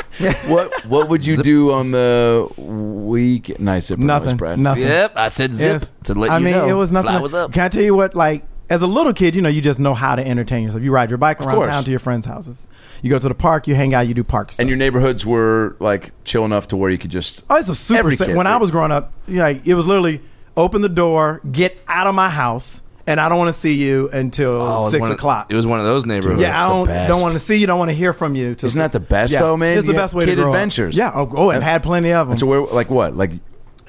[SPEAKER 8] what What would you do on the weekend? Nice, it
[SPEAKER 5] nothing.
[SPEAKER 8] Brad.
[SPEAKER 5] Nothing.
[SPEAKER 6] Yep, I said zip
[SPEAKER 5] Yes.
[SPEAKER 6] to let
[SPEAKER 5] I
[SPEAKER 6] you
[SPEAKER 5] mean,
[SPEAKER 6] know.
[SPEAKER 5] it was nothing.
[SPEAKER 6] Fly was up.
[SPEAKER 5] Can I tell you what? Like, as a little kid, you know, you just know how to entertain yourself. You ride your bike around
[SPEAKER 8] course.
[SPEAKER 5] town to your friends' houses. You go to the park. You hang out. You do park stuff.
[SPEAKER 8] And your neighborhoods were like chill enough to where you could just.
[SPEAKER 5] Oh, it's a super.
[SPEAKER 8] Every
[SPEAKER 5] sa-
[SPEAKER 8] kid,
[SPEAKER 5] when I
[SPEAKER 8] right?
[SPEAKER 5] was growing up, like it was literally open the door, get out of my house, and I don't want to see you until
[SPEAKER 6] Oh, it was
[SPEAKER 5] six
[SPEAKER 6] one of-
[SPEAKER 5] o'clock.
[SPEAKER 6] It was one of those neighborhoods.
[SPEAKER 5] yeah, I
[SPEAKER 8] the
[SPEAKER 5] don't
[SPEAKER 8] best.
[SPEAKER 5] don't want to see you. Don't want to hear from you. till
[SPEAKER 8] Isn't that
[SPEAKER 5] six-
[SPEAKER 8] the best, though, man?
[SPEAKER 5] It's the
[SPEAKER 8] You
[SPEAKER 5] best
[SPEAKER 8] had
[SPEAKER 5] way
[SPEAKER 8] kid
[SPEAKER 5] to grow up.
[SPEAKER 8] adventures.
[SPEAKER 5] Yeah. Oh, oh, and had plenty of them.
[SPEAKER 8] So where, like, what? Like, do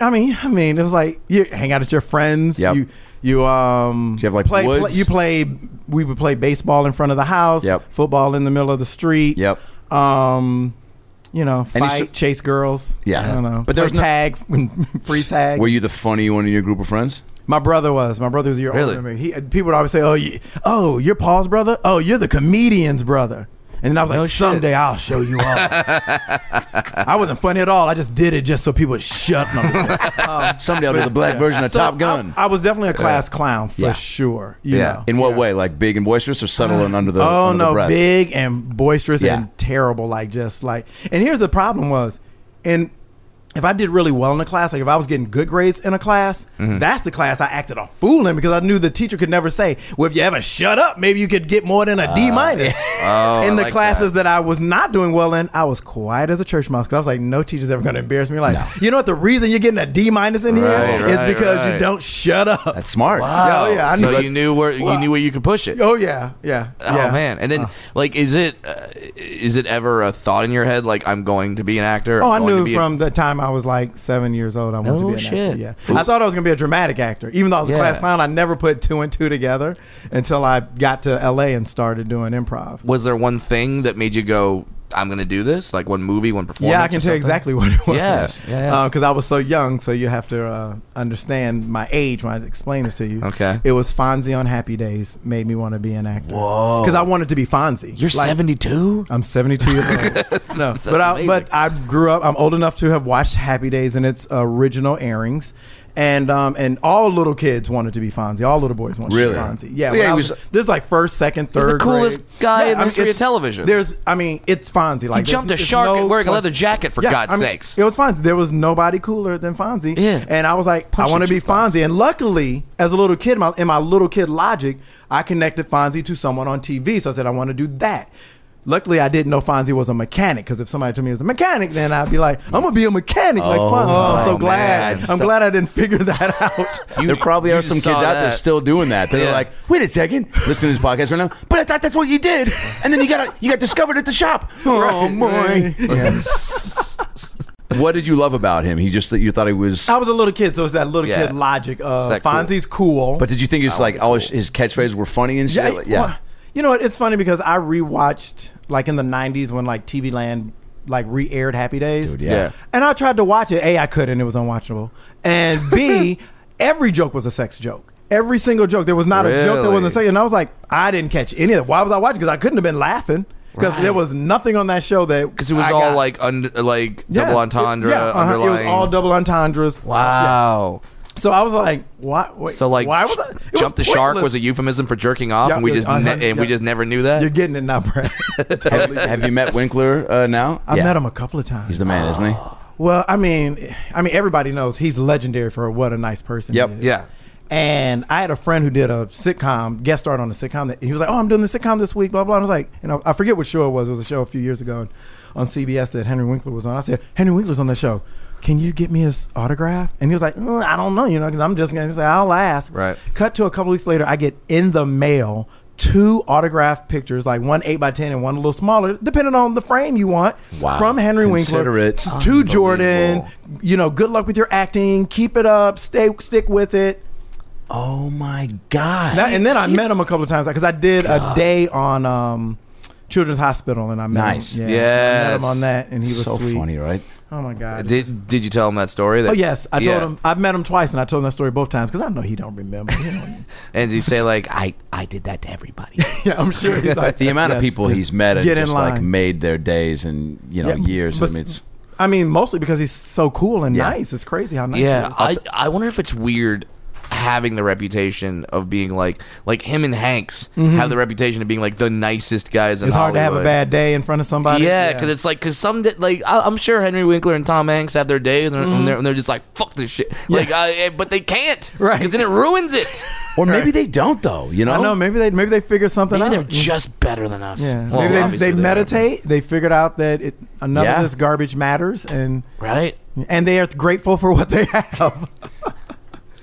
[SPEAKER 5] I mean, I mean, it was like you hang out at your friends.
[SPEAKER 8] Yep.
[SPEAKER 5] You you um.
[SPEAKER 8] you have, like,
[SPEAKER 5] play,
[SPEAKER 8] woods?
[SPEAKER 5] you play. We would play baseball in front of the house.
[SPEAKER 8] Yep.
[SPEAKER 5] Football in the middle of the street.
[SPEAKER 8] Yep.
[SPEAKER 5] Um. You know,
[SPEAKER 8] And you
[SPEAKER 5] fight,
[SPEAKER 8] should-
[SPEAKER 5] chase girls.
[SPEAKER 8] Yeah.
[SPEAKER 5] I don't know.
[SPEAKER 8] But
[SPEAKER 5] But
[SPEAKER 8] there was
[SPEAKER 5] there's
[SPEAKER 8] no-
[SPEAKER 5] tag, free tag.
[SPEAKER 8] were you the funny one in your group of friends?
[SPEAKER 5] My brother was. My brother was a year
[SPEAKER 6] Really?
[SPEAKER 5] older than me. He, people would always say, "Oh, you, oh, you're Paul's brother. Oh, you're the comedian's brother." And then I was
[SPEAKER 6] No
[SPEAKER 5] like,
[SPEAKER 6] shit.
[SPEAKER 5] "Someday I'll show you all." I wasn't funny at all. I just did it just so people would shut up.
[SPEAKER 8] Someday I'll do the black version of Top Gun.
[SPEAKER 5] I was definitely a class clown for
[SPEAKER 8] Yeah.
[SPEAKER 5] sure. You
[SPEAKER 6] Yeah.
[SPEAKER 5] know.
[SPEAKER 8] in what way? Like big and boisterous, or subtle and under the?
[SPEAKER 5] oh
[SPEAKER 8] under the
[SPEAKER 5] no,
[SPEAKER 8] breath?
[SPEAKER 5] big and boisterous
[SPEAKER 8] Yeah.
[SPEAKER 5] and terrible. Like just like. And here's the problem was, and if I did really well in a class, like if I was getting good grades in a class,
[SPEAKER 8] Mm-hmm.
[SPEAKER 5] that's the class I acted a fool in because I knew the teacher could never say, "Well, if you ever shut up, maybe you could get more than a
[SPEAKER 8] Ah,
[SPEAKER 5] D minus."
[SPEAKER 6] Oh, I
[SPEAKER 5] in the
[SPEAKER 6] like
[SPEAKER 5] classes that. I was not doing well in, I was quiet as a church mouse because I was like, "No teacher's ever going to embarrass me." Like, you know what? The reason you're getting a D minus in
[SPEAKER 6] Right,
[SPEAKER 5] here is
[SPEAKER 6] right,
[SPEAKER 5] because you
[SPEAKER 6] right.
[SPEAKER 5] don't shut up.
[SPEAKER 8] That's smart.
[SPEAKER 6] Wow.
[SPEAKER 5] Yeah, oh, yeah, I
[SPEAKER 6] so
[SPEAKER 5] knew-
[SPEAKER 6] you knew where you knew where you could push it.
[SPEAKER 5] oh yeah, yeah,
[SPEAKER 6] Oh
[SPEAKER 5] yeah.
[SPEAKER 6] man! And then, like, is it uh, is it ever a thought in your head like I'm going to be an actor?
[SPEAKER 5] Oh, I
[SPEAKER 6] I'm going to
[SPEAKER 5] knew
[SPEAKER 6] be a-
[SPEAKER 5] from the time I was like seven years old. I wanted
[SPEAKER 6] No
[SPEAKER 5] to be an
[SPEAKER 6] shit.
[SPEAKER 5] actor. Yeah,
[SPEAKER 6] Oops.
[SPEAKER 5] I thought I was gonna be a dramatic actor. Even though I was
[SPEAKER 6] Yeah.
[SPEAKER 5] a class clown, I never put two and two together until I got to L.A. and started doing improv.
[SPEAKER 6] was there one thing that made you go I'm going to do this? Like one movie, one performance?
[SPEAKER 5] Yeah, I
[SPEAKER 6] or
[SPEAKER 5] can tell you
[SPEAKER 6] something?
[SPEAKER 5] exactly what it was.
[SPEAKER 6] Yeah, yeah, yeah.
[SPEAKER 5] Because I was so young, so you have to uh, understand my age when I explain this to you.
[SPEAKER 6] Okay.
[SPEAKER 5] It was Fonzie on Happy Days made me want to be an actor. Whoa. Because I wanted to be Fonzie.
[SPEAKER 6] You're
[SPEAKER 5] Like,
[SPEAKER 6] 72.
[SPEAKER 5] I'm 72 years old. no, but I,
[SPEAKER 6] amazing.
[SPEAKER 5] but I grew up. I'm old enough to have watched Happy Days in its original airings, and um and all little kids wanted to be Fonzie. All little boys wanted
[SPEAKER 8] Really?
[SPEAKER 5] to be Fonzie.
[SPEAKER 8] Yeah,
[SPEAKER 5] Yeah, when I
[SPEAKER 8] he
[SPEAKER 5] was-
[SPEAKER 8] was-
[SPEAKER 5] this is like first, second,
[SPEAKER 6] the
[SPEAKER 5] third.
[SPEAKER 6] coolest
[SPEAKER 5] grade.
[SPEAKER 6] guy in the
[SPEAKER 5] I mean,
[SPEAKER 6] history of
[SPEAKER 5] it's-
[SPEAKER 6] television.
[SPEAKER 5] There's, I mean, it's Fonzie. Like
[SPEAKER 6] jumped
[SPEAKER 5] there's-
[SPEAKER 6] a
[SPEAKER 5] there's
[SPEAKER 6] shark
[SPEAKER 5] no
[SPEAKER 6] and wearing a leather
[SPEAKER 5] question.
[SPEAKER 6] jacket, for
[SPEAKER 5] Yeah,
[SPEAKER 6] God's
[SPEAKER 5] I mean,
[SPEAKER 6] sakes.
[SPEAKER 5] It was Fonzie. There was nobody cooler than Fonzie.
[SPEAKER 6] Yeah.
[SPEAKER 5] and I was like, I want to be Fonzie. And luckily, as a little kid, my, in my little kid logic, I connected Fonzie to someone on TV. So I said, I want to do that. Luckily, I didn't know Fonzie was a mechanic because if somebody told me he was a mechanic, then I'd be like, I'm gonna be a mechanic. like,
[SPEAKER 8] Oh,
[SPEAKER 5] fun. oh, I'm so
[SPEAKER 6] man.
[SPEAKER 5] glad. I'm glad I didn't figure that out.
[SPEAKER 8] there probably
[SPEAKER 6] you
[SPEAKER 8] are some
[SPEAKER 6] just
[SPEAKER 8] kids
[SPEAKER 6] saw
[SPEAKER 8] out there
[SPEAKER 6] that.
[SPEAKER 8] still doing that. They're
[SPEAKER 6] Yeah.
[SPEAKER 8] like, "Wait a second, listen to this podcast right now." But I thought that's what you did, and then you got you got discovered at the shop. Oh boy! what did you love about him? He just that you thought he was.
[SPEAKER 5] I was a little kid, so it's that little
[SPEAKER 6] Yeah.
[SPEAKER 5] kid logic of
[SPEAKER 6] that cool.
[SPEAKER 5] Fonzie's cool.
[SPEAKER 8] but did you think his like all his, his catchphrases were funny and shit?
[SPEAKER 5] Yeah,
[SPEAKER 8] Like,
[SPEAKER 5] well, you know what? It's funny because I rewatched like in the '90s when like TV Land like re-aired Happy Days.
[SPEAKER 8] Dude, yeah. Yeah.
[SPEAKER 5] And I tried to watch it. A, I couldn't. It was unwatchable. And B, every joke was a sex joke. Every single joke. There was not a joke that wasn't a
[SPEAKER 6] Really?
[SPEAKER 5] sex. And I was like, I didn't catch any of it. Why was I watching? Because I couldn't have been laughing. Because there was nothing on that show that
[SPEAKER 6] Because it was
[SPEAKER 5] I
[SPEAKER 6] all
[SPEAKER 5] got.
[SPEAKER 6] like under, like
[SPEAKER 5] Yeah,
[SPEAKER 6] double
[SPEAKER 5] it-
[SPEAKER 6] entendre,
[SPEAKER 5] yeah, uh-huh.
[SPEAKER 6] underlying.
[SPEAKER 5] It was all double entendres.
[SPEAKER 6] wow.
[SPEAKER 5] So I was like, what? Wait,
[SPEAKER 6] So like,
[SPEAKER 5] why was I?
[SPEAKER 6] j-
[SPEAKER 5] it was
[SPEAKER 6] jump the shark was
[SPEAKER 5] pointless.
[SPEAKER 6] a euphemism for jerking off,
[SPEAKER 5] Yeah,
[SPEAKER 6] and we
[SPEAKER 5] it-
[SPEAKER 6] just
[SPEAKER 5] I
[SPEAKER 6] ne-
[SPEAKER 5] heard-
[SPEAKER 6] and we
[SPEAKER 5] yeah.
[SPEAKER 6] just never knew that.
[SPEAKER 5] You're getting it now, Brad.
[SPEAKER 8] Have, have you met Winkler uh, now?
[SPEAKER 5] I
[SPEAKER 8] Yeah.
[SPEAKER 5] met him a couple of times.
[SPEAKER 8] He's the man, isn't he?
[SPEAKER 5] well, I mean, I mean, everybody knows he's legendary for what a nice person.
[SPEAKER 8] Yep.
[SPEAKER 5] he is.
[SPEAKER 6] yeah,
[SPEAKER 5] And I had a friend who did a sitcom, guest starred on a sitcom. That he was like, "Oh, I'm doing the sitcom this week." Blah blah. And I was like, and I, I forget what show it was. It was a show a few years ago and on CBS that Henry Winkler was on. I said, "Henry Winkler's on that show. Can you get me his autograph?" And he was like, "Mm, "I don't know, you know, because I'm just gonna say I'll ask."
[SPEAKER 6] Right.
[SPEAKER 5] Cut to a couple weeks later, I get in the mail two autographed pictures, like one eight by ten and one a little smaller, depending on the frame you want.
[SPEAKER 3] Wow.
[SPEAKER 5] From Henry
[SPEAKER 3] Consider
[SPEAKER 5] Winkler
[SPEAKER 3] it.
[SPEAKER 5] to- to Jordan. You know, good luck with your acting. Keep it up. Stay stick with it.
[SPEAKER 3] Oh my god!
[SPEAKER 5] That- and then I met him a couple of times because I did a day on um, Children's Hospital, and I met
[SPEAKER 8] Nice.
[SPEAKER 5] him. I met
[SPEAKER 6] Yes.
[SPEAKER 5] him on that, and he was
[SPEAKER 8] so
[SPEAKER 5] sweet.
[SPEAKER 8] funny, right?
[SPEAKER 5] Oh my god!
[SPEAKER 6] Uh, Did did you tell him that story? That,
[SPEAKER 5] oh yes, I told
[SPEAKER 6] Yeah.
[SPEAKER 5] him I've met him twice, and I told him that story both times because I know he don't remember. You know.
[SPEAKER 6] And did you say like, I I did that to everybody.
[SPEAKER 5] yeah, I'm sure he's like
[SPEAKER 3] The amount of
[SPEAKER 5] yeah.
[SPEAKER 3] people he's met and
[SPEAKER 5] Get in
[SPEAKER 3] just like
[SPEAKER 5] line.
[SPEAKER 3] made their days and you know
[SPEAKER 5] Yeah,
[SPEAKER 3] years.
[SPEAKER 5] but-
[SPEAKER 3] I mean, it's
[SPEAKER 5] I mean, mostly because he's so cool and
[SPEAKER 3] Yeah.
[SPEAKER 5] nice. It's crazy how nice.
[SPEAKER 6] yeah,
[SPEAKER 5] he
[SPEAKER 6] I
[SPEAKER 5] is.
[SPEAKER 6] I wonder if it's weird having the reputation of being like like him and Hanks have the reputation of being like the nicest guys in
[SPEAKER 5] Mm-hmm. it's hard to have a
[SPEAKER 6] Hollywood.
[SPEAKER 5] bad day in front of somebody.
[SPEAKER 6] Yeah, because it's like because some di- like I, I'm sure Henry Winkler and Tom Hanks have their days and, and they're, and they're just like fuck this shit. Like, I, eh, but they can't,
[SPEAKER 5] Right.
[SPEAKER 6] Because then it ruins it.
[SPEAKER 3] or maybe they don't though. You know,
[SPEAKER 5] I know maybe they maybe they figure something
[SPEAKER 6] Maybe
[SPEAKER 5] out.
[SPEAKER 6] they're just better than us.
[SPEAKER 5] yeah.
[SPEAKER 6] Well,
[SPEAKER 5] maybe
[SPEAKER 6] obviously
[SPEAKER 5] they, they
[SPEAKER 6] are,
[SPEAKER 5] meditate. They figured out that it, none
[SPEAKER 3] Yeah.
[SPEAKER 5] of this garbage matters, and
[SPEAKER 6] right?
[SPEAKER 5] and they are grateful for what they have.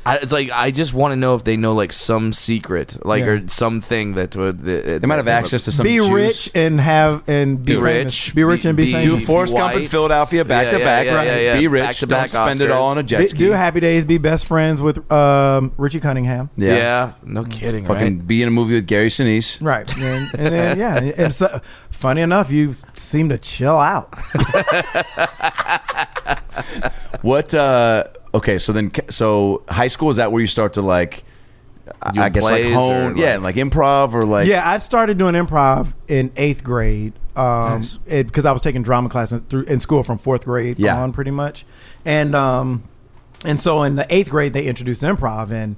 [SPEAKER 6] I, it's like I just want to know if they know like some secret, like
[SPEAKER 5] Yeah.
[SPEAKER 6] or something that would that,
[SPEAKER 8] They might have access to some
[SPEAKER 5] be
[SPEAKER 8] juice.
[SPEAKER 5] rich and have and be,
[SPEAKER 6] Be
[SPEAKER 5] famous.
[SPEAKER 6] rich,
[SPEAKER 5] Be rich and be,
[SPEAKER 8] Do
[SPEAKER 5] famous.
[SPEAKER 6] be
[SPEAKER 8] Forrest Gump in
[SPEAKER 6] white.
[SPEAKER 8] Philadelphia back
[SPEAKER 6] Yeah,
[SPEAKER 8] to
[SPEAKER 6] yeah,
[SPEAKER 8] back.
[SPEAKER 6] yeah,
[SPEAKER 8] right?
[SPEAKER 6] yeah, yeah.
[SPEAKER 8] Be rich.
[SPEAKER 6] Back to
[SPEAKER 8] don't
[SPEAKER 6] back
[SPEAKER 8] spend it
[SPEAKER 6] Oscars.
[SPEAKER 8] all on a
[SPEAKER 5] Be-
[SPEAKER 8] jet ski.
[SPEAKER 5] do happy days. Be best friends with um, Richie Cunningham.
[SPEAKER 6] Yeah. no kidding,
[SPEAKER 8] Fucking
[SPEAKER 6] right?
[SPEAKER 8] be in a movie with Gary Sinise.
[SPEAKER 5] Right, and, and then yeah, and, and so, funny enough, you seem to chill out.
[SPEAKER 8] What? uh Okay, so then, so high school is that where you start to like? I-
[SPEAKER 6] Do
[SPEAKER 8] I guess like
[SPEAKER 6] plays or,
[SPEAKER 8] home, yeah, like
[SPEAKER 6] like-
[SPEAKER 8] improv or like
[SPEAKER 5] yeah, I started doing improv in eighth grade um, because I was taking drama classes through in school from fourth grade
[SPEAKER 8] Yeah.
[SPEAKER 5] on pretty much, and um, and so in the eighth grade they introduced improv and.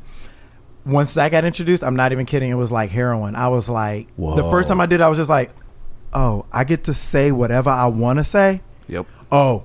[SPEAKER 5] Once I got introduced, I'm not even kidding. It was like heroin. I was like, the first time I did, I was just like, "Oh, I get to say whatever I want to say."
[SPEAKER 6] Yep.
[SPEAKER 5] oh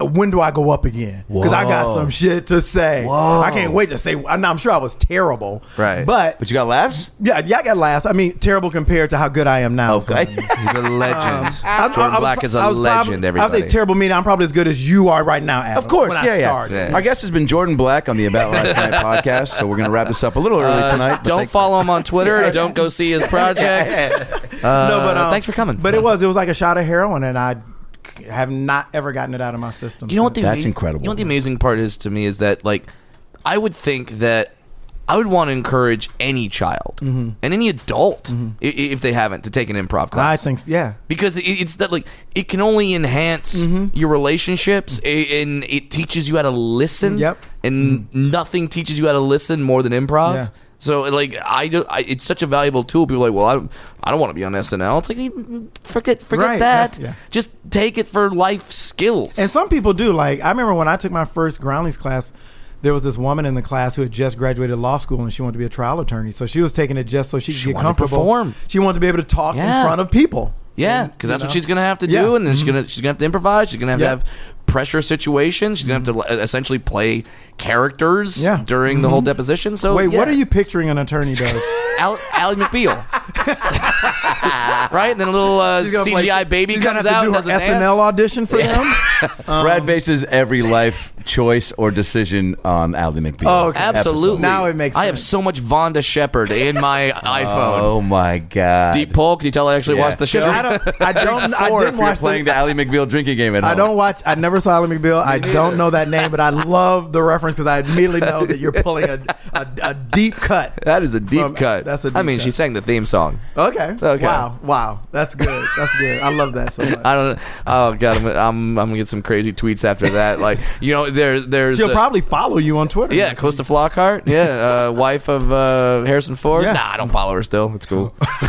[SPEAKER 5] when do I go up again? Because I got some shit to say. I can't wait to say. I know I'm sure I was terrible,
[SPEAKER 6] Right.
[SPEAKER 5] But,
[SPEAKER 8] But you got laughs.
[SPEAKER 5] yeah, yeah, I got last. I mean, terrible compared to how good I am now. is what I mean.
[SPEAKER 8] Okay,
[SPEAKER 6] He's a legend.
[SPEAKER 5] I'm-
[SPEAKER 6] Jordan
[SPEAKER 5] I was-
[SPEAKER 6] Black is a
[SPEAKER 5] I was probably-
[SPEAKER 6] legend.
[SPEAKER 5] I
[SPEAKER 6] everybody.
[SPEAKER 5] would say terrible meaning. I'm probably as good as you are right now. Adam,
[SPEAKER 8] of course,
[SPEAKER 5] when I
[SPEAKER 8] yeah, yeah.
[SPEAKER 5] started.
[SPEAKER 6] Yeah.
[SPEAKER 8] Our guest has been Jordan Black on the About Last Night podcast, so we're gonna wrap this up a little early
[SPEAKER 6] Uh,
[SPEAKER 8] tonight. but
[SPEAKER 6] don't
[SPEAKER 8] thank-
[SPEAKER 6] follow him on Twitter. Don't go see his projects.
[SPEAKER 5] No, but um,
[SPEAKER 6] Uh, thanks for coming.
[SPEAKER 5] But it was it was like a shot of heroin, and I c- have not ever gotten it out of my system.
[SPEAKER 6] You know what? The
[SPEAKER 5] since.
[SPEAKER 8] That's
[SPEAKER 6] amazing-
[SPEAKER 8] incredible.
[SPEAKER 6] You know what the amazing part is to me is that like I would think that I would want to encourage any child and any adult i- i- if they haven't to take an improv
[SPEAKER 5] Mm-hmm. I
[SPEAKER 6] class.
[SPEAKER 5] think so, yeah.
[SPEAKER 6] because it, it's that like it can only enhance
[SPEAKER 5] Mm-hmm.
[SPEAKER 6] your relationships a- and it teaches you how to listen
[SPEAKER 5] Yep. Mm-hmm.
[SPEAKER 6] and nothing teaches you how to listen more than improv
[SPEAKER 5] Yeah.
[SPEAKER 6] so like I, do, I it's such a valuable tool people are like well I don't, I don't want to be on SNL it's like "Mm, forget forget
[SPEAKER 5] Right,
[SPEAKER 6] that
[SPEAKER 5] that's- yeah.
[SPEAKER 6] just take it for life skills
[SPEAKER 5] And some people do. Like I remember when I took my first Groundlings class, there was this woman in the class who had just graduated law school and she wanted to be a trial attorney. So she was taking it just so she could get
[SPEAKER 6] wanted to
[SPEAKER 5] comfortable.
[SPEAKER 6] perform.
[SPEAKER 5] She wanted to be able to talk
[SPEAKER 6] Yeah.
[SPEAKER 5] in front of people.
[SPEAKER 6] yeah because that's what she's gonna have to do
[SPEAKER 5] Yeah. Mm-hmm.
[SPEAKER 6] and then she's gonna she's gonna have to improvise she's gonna have
[SPEAKER 5] Yeah. Mm-hmm.
[SPEAKER 6] to have pressure situations she's gonna have to uh, essentially play characters
[SPEAKER 5] Yeah. Mm-hmm.
[SPEAKER 6] during the whole deposition so
[SPEAKER 5] Wait, what
[SPEAKER 6] Oh, yeah.
[SPEAKER 5] are you picturing an attorney does?
[SPEAKER 6] Al- Ally McBeal. right? And then a little uh,
[SPEAKER 5] She's gonna
[SPEAKER 6] CGI
[SPEAKER 5] play-
[SPEAKER 6] baby
[SPEAKER 5] she's
[SPEAKER 6] comes
[SPEAKER 5] gonna have
[SPEAKER 6] out
[SPEAKER 5] to
[SPEAKER 6] and
[SPEAKER 5] do her
[SPEAKER 6] does an
[SPEAKER 5] SNL
[SPEAKER 6] dance.
[SPEAKER 5] audition for them.
[SPEAKER 6] Um,
[SPEAKER 8] Brad bases every life choice or decision on Ally McBeal.
[SPEAKER 5] Oh, okay.
[SPEAKER 6] Absolutely.
[SPEAKER 5] Now it makes
[SPEAKER 6] I have
[SPEAKER 5] sense.
[SPEAKER 6] so much Vonda Shepherd in my iPhone.
[SPEAKER 8] Oh my God!
[SPEAKER 6] Deep Paul, can you tell I actually
[SPEAKER 8] Yeah.
[SPEAKER 6] watched the
[SPEAKER 5] 'Cause
[SPEAKER 6] show?
[SPEAKER 5] I don't. I don't. I
[SPEAKER 8] Or if
[SPEAKER 5] didn't
[SPEAKER 8] you're
[SPEAKER 5] watch
[SPEAKER 8] playing the, Ally McBeal drinking game at home.
[SPEAKER 5] I don't watch. I never saw Ally McBeal. I don't know that name, but I love the reference because I immediately know that you're pulling a, a, a deep cut.
[SPEAKER 6] that is a deep
[SPEAKER 5] From- uh,
[SPEAKER 6] cut.
[SPEAKER 5] that's a
[SPEAKER 6] I
[SPEAKER 5] deep
[SPEAKER 6] mean, she
[SPEAKER 5] cut.
[SPEAKER 6] sang the theme song.
[SPEAKER 5] Okay.
[SPEAKER 6] Okay.
[SPEAKER 5] Wow. Wow. That's good. That's good. I love that so much.
[SPEAKER 6] I don't. Oh god, I'm, I'm, I'm gonna get some crazy tweets after that. Like you know, there there's
[SPEAKER 5] She'll
[SPEAKER 6] uh,
[SPEAKER 5] probably follow you on Twitter.
[SPEAKER 6] yeah, Calista Flockhart, yeah, uh, wife of uh, Harrison Ford.
[SPEAKER 5] Yeah.
[SPEAKER 6] Nah, I don't follow her still. It's cool.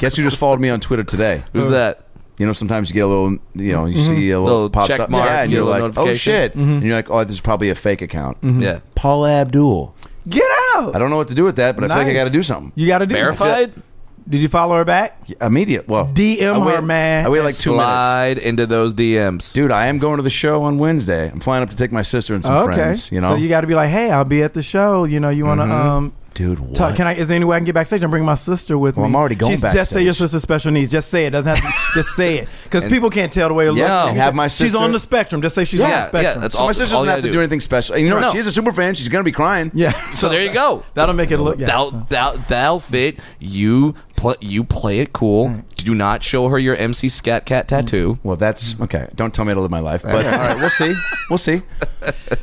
[SPEAKER 8] Guess you just followed me on Twitter today.
[SPEAKER 6] Who's that? Mm-hmm.
[SPEAKER 3] You know, sometimes you get a little, you know, you see a little,
[SPEAKER 6] Little
[SPEAKER 3] pops
[SPEAKER 6] check
[SPEAKER 3] up,
[SPEAKER 6] mark,
[SPEAKER 3] yeah, and
[SPEAKER 6] you
[SPEAKER 3] you're
[SPEAKER 6] get a
[SPEAKER 3] like,
[SPEAKER 6] little
[SPEAKER 3] oh
[SPEAKER 6] notification. Mm-hmm.
[SPEAKER 3] shit, and you're like, oh, this is probably a fake account.
[SPEAKER 6] Yeah.
[SPEAKER 3] Paul Abdul.
[SPEAKER 5] Get out.
[SPEAKER 3] I don't know what to do with that, but I feel like I
[SPEAKER 5] Nice.
[SPEAKER 3] got to do something.
[SPEAKER 5] You got to do it.
[SPEAKER 6] Verified?
[SPEAKER 5] Did you follow her back?
[SPEAKER 3] Immediate. Well,
[SPEAKER 5] DM
[SPEAKER 3] I wait-
[SPEAKER 5] her, man.
[SPEAKER 3] I wait like two minutes.
[SPEAKER 6] Slide into those DMs.
[SPEAKER 3] Dude, I am going to the show on Wednesday. I'm flying up to take my sister and some
[SPEAKER 5] okay.
[SPEAKER 3] friends. You know,
[SPEAKER 5] So you got to be like, hey, I'll be at the show. You know, you want to um.
[SPEAKER 3] dude, what?
[SPEAKER 5] Talk, can I? Is there any way I can get backstage? I'm bringing my sister with
[SPEAKER 3] Well,
[SPEAKER 5] me.
[SPEAKER 3] I'm already going
[SPEAKER 5] She's, Just say your
[SPEAKER 3] backstage.
[SPEAKER 5] sister's special needs. Just say it. Doesn't have to. just say it because
[SPEAKER 3] And-
[SPEAKER 5] people can't tell the way it looks.
[SPEAKER 3] Yeah,
[SPEAKER 5] You can
[SPEAKER 3] have
[SPEAKER 5] say,
[SPEAKER 3] my
[SPEAKER 5] She's
[SPEAKER 3] sister-
[SPEAKER 5] on the spectrum. Just say she's on
[SPEAKER 6] Yeah,
[SPEAKER 5] the
[SPEAKER 6] yeah,
[SPEAKER 5] spectrum.
[SPEAKER 6] that's
[SPEAKER 3] so my
[SPEAKER 6] all-
[SPEAKER 3] sister
[SPEAKER 6] all
[SPEAKER 3] doesn't
[SPEAKER 6] you
[SPEAKER 3] have to do
[SPEAKER 6] gotta do.
[SPEAKER 3] anything special. And you know, what?
[SPEAKER 6] No.
[SPEAKER 3] she's a super fan. She's gonna be crying.
[SPEAKER 5] Yeah.
[SPEAKER 6] So there you go.
[SPEAKER 5] That'll make it look. Yeah.
[SPEAKER 6] Thou, thou, thou fit. You, pl- you play it cool. Do not show her your MC Scat Cat tattoo.
[SPEAKER 3] Well, that's okay. Don't tell me how to live my life. But all right, we'll see. We'll see,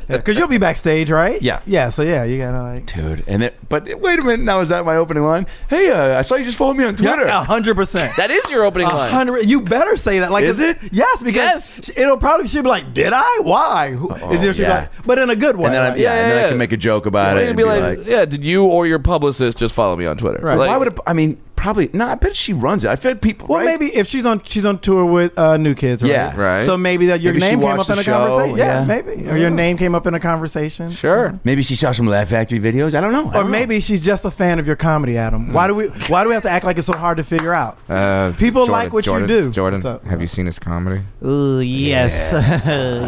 [SPEAKER 5] Because you'll be backstage, right?
[SPEAKER 3] Yeah.
[SPEAKER 5] Yeah. So yeah, you gotta like.
[SPEAKER 3] dude. And it, but wait a minute. Now is that my opening line? Hey, uh, I saw you just followed me on Twitter.
[SPEAKER 5] Yeah, a hundred percent.
[SPEAKER 6] That is your opening
[SPEAKER 5] A
[SPEAKER 6] line.
[SPEAKER 5] hundred. You better say that. Like,
[SPEAKER 3] Is
[SPEAKER 5] it's-
[SPEAKER 3] it?
[SPEAKER 5] Yes, because
[SPEAKER 6] Yes.
[SPEAKER 5] it'll probably she'll be like, "Did I? Why?" Who, is there, she'll be
[SPEAKER 3] Oh, yeah.
[SPEAKER 5] like, but in a good way.
[SPEAKER 3] and then I'm,
[SPEAKER 5] like,
[SPEAKER 3] yeah, and then I
[SPEAKER 6] yeah.
[SPEAKER 3] can make a joke about
[SPEAKER 6] Why
[SPEAKER 3] it.
[SPEAKER 6] don't you
[SPEAKER 3] And
[SPEAKER 6] be like, yeah, did you or your publicist just follow me on Twitter?
[SPEAKER 5] Right.
[SPEAKER 6] Like,
[SPEAKER 3] why would it, I mean? Probably. No, I bet she runs it. I feel like people.
[SPEAKER 5] Well,
[SPEAKER 3] right?
[SPEAKER 5] maybe if she's on she's on tour with uh, New Kids, right?
[SPEAKER 3] Yeah.
[SPEAKER 6] Right.
[SPEAKER 5] So maybe that your
[SPEAKER 3] Maybe she
[SPEAKER 5] name came
[SPEAKER 3] watched
[SPEAKER 5] up in
[SPEAKER 3] the
[SPEAKER 5] a
[SPEAKER 3] show,
[SPEAKER 5] conversation. Yeah,
[SPEAKER 3] yeah.
[SPEAKER 5] maybe. Or your name came up in a conversation.
[SPEAKER 6] Sure.
[SPEAKER 3] Maybe she saw some Laugh Factory videos. I don't know. I
[SPEAKER 5] Or
[SPEAKER 3] don't know.
[SPEAKER 5] maybe she's just a fan of your comedy, Adam. Why do we Why do we have to act like it's so hard to figure out?
[SPEAKER 6] Uh,
[SPEAKER 5] People like what you do. So-
[SPEAKER 6] seen his comedy?
[SPEAKER 5] Ooh, yes, yes.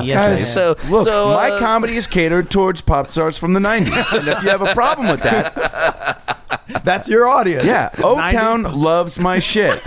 [SPEAKER 3] Guys,
[SPEAKER 6] So,
[SPEAKER 3] look,
[SPEAKER 6] so,
[SPEAKER 3] my
[SPEAKER 6] uh,
[SPEAKER 3] comedy is catered towards pop stars from the '90s, and if you have a problem with that,
[SPEAKER 5] That's your audience.
[SPEAKER 3] yeah, O Town
[SPEAKER 5] 90s.
[SPEAKER 3] loves my shit.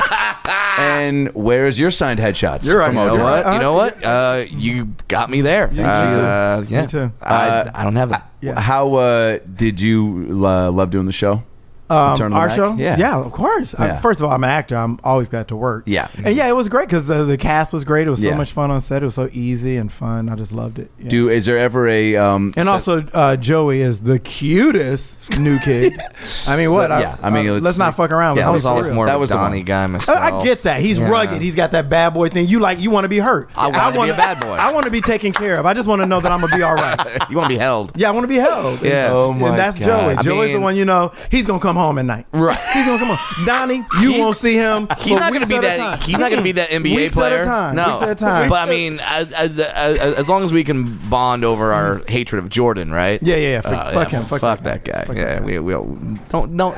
[SPEAKER 3] and where's your signed headshots?
[SPEAKER 5] You're right.
[SPEAKER 3] from
[SPEAKER 6] You know
[SPEAKER 3] O-Town?
[SPEAKER 5] Alright,
[SPEAKER 6] what? You know
[SPEAKER 5] uh,
[SPEAKER 6] what? Uh, you got me there.
[SPEAKER 5] me too.
[SPEAKER 6] Uh, yeah.
[SPEAKER 5] Me too.
[SPEAKER 3] Uh,
[SPEAKER 6] I, I don't have it.
[SPEAKER 5] Yeah.
[SPEAKER 3] How uh, did you uh, love doing the show? Return
[SPEAKER 5] Um,
[SPEAKER 3] to
[SPEAKER 5] our
[SPEAKER 3] Mac?
[SPEAKER 5] show,
[SPEAKER 3] Yeah.
[SPEAKER 5] of course. I-
[SPEAKER 3] Yeah.
[SPEAKER 5] first of all, I'm an actor. I'm always glad to work.
[SPEAKER 3] Yeah.
[SPEAKER 5] and yeah, it was great because the, the cast was great. It was so
[SPEAKER 3] Yeah.
[SPEAKER 5] much fun on set. It was so easy and fun. I just loved it. Yeah.
[SPEAKER 3] Do is there ever a um,
[SPEAKER 5] and
[SPEAKER 3] so-
[SPEAKER 5] also uh, Joey is the cutest new kid. I mean, what?
[SPEAKER 3] Yeah, I mean, let's-
[SPEAKER 5] let's, not fuck around.
[SPEAKER 3] Yeah,
[SPEAKER 5] Let's
[SPEAKER 3] I
[SPEAKER 5] be
[SPEAKER 3] was
[SPEAKER 5] for
[SPEAKER 3] always
[SPEAKER 5] real.
[SPEAKER 3] more- That was the one.
[SPEAKER 6] guy
[SPEAKER 5] I I get that he's
[SPEAKER 6] Yeah.
[SPEAKER 5] rugged. He's got that bad boy thing. You like you want to be hurt.
[SPEAKER 6] I wanna be
[SPEAKER 5] wanna-
[SPEAKER 6] a bad boy.
[SPEAKER 5] I want to be taken care of. I just want to know that I'm gonna be all right.
[SPEAKER 6] You want to be held.
[SPEAKER 5] Yeah, I want to be held.
[SPEAKER 6] Yeah.
[SPEAKER 5] And-
[SPEAKER 6] Oh
[SPEAKER 3] my
[SPEAKER 5] and that's
[SPEAKER 3] God.
[SPEAKER 5] Joey.
[SPEAKER 6] I
[SPEAKER 5] Joey's the
[SPEAKER 6] mean-
[SPEAKER 5] one you know. He's gonna come home at night.
[SPEAKER 6] Right.
[SPEAKER 5] He's gonna come home. Donnie, you won't see him.
[SPEAKER 6] He's
[SPEAKER 5] for
[SPEAKER 6] not going to
[SPEAKER 5] weeks
[SPEAKER 6] be
[SPEAKER 5] at a
[SPEAKER 6] that.
[SPEAKER 5] time.
[SPEAKER 6] He's not going to be that NBA
[SPEAKER 5] Weeks
[SPEAKER 6] player.
[SPEAKER 5] At a time.
[SPEAKER 6] No,
[SPEAKER 5] Weeks at a time.
[SPEAKER 6] but I mean, as as, as as long as we can bond over our hatred of Jordan, right?
[SPEAKER 5] Mm-hmm.
[SPEAKER 6] Uh,
[SPEAKER 5] Yeah, yeah, yeah. Fuck- fuck him. Fuck
[SPEAKER 6] that
[SPEAKER 5] that
[SPEAKER 6] guy.
[SPEAKER 5] guy. Fuck
[SPEAKER 6] yeah,
[SPEAKER 5] that guy.
[SPEAKER 6] we we all- don't don't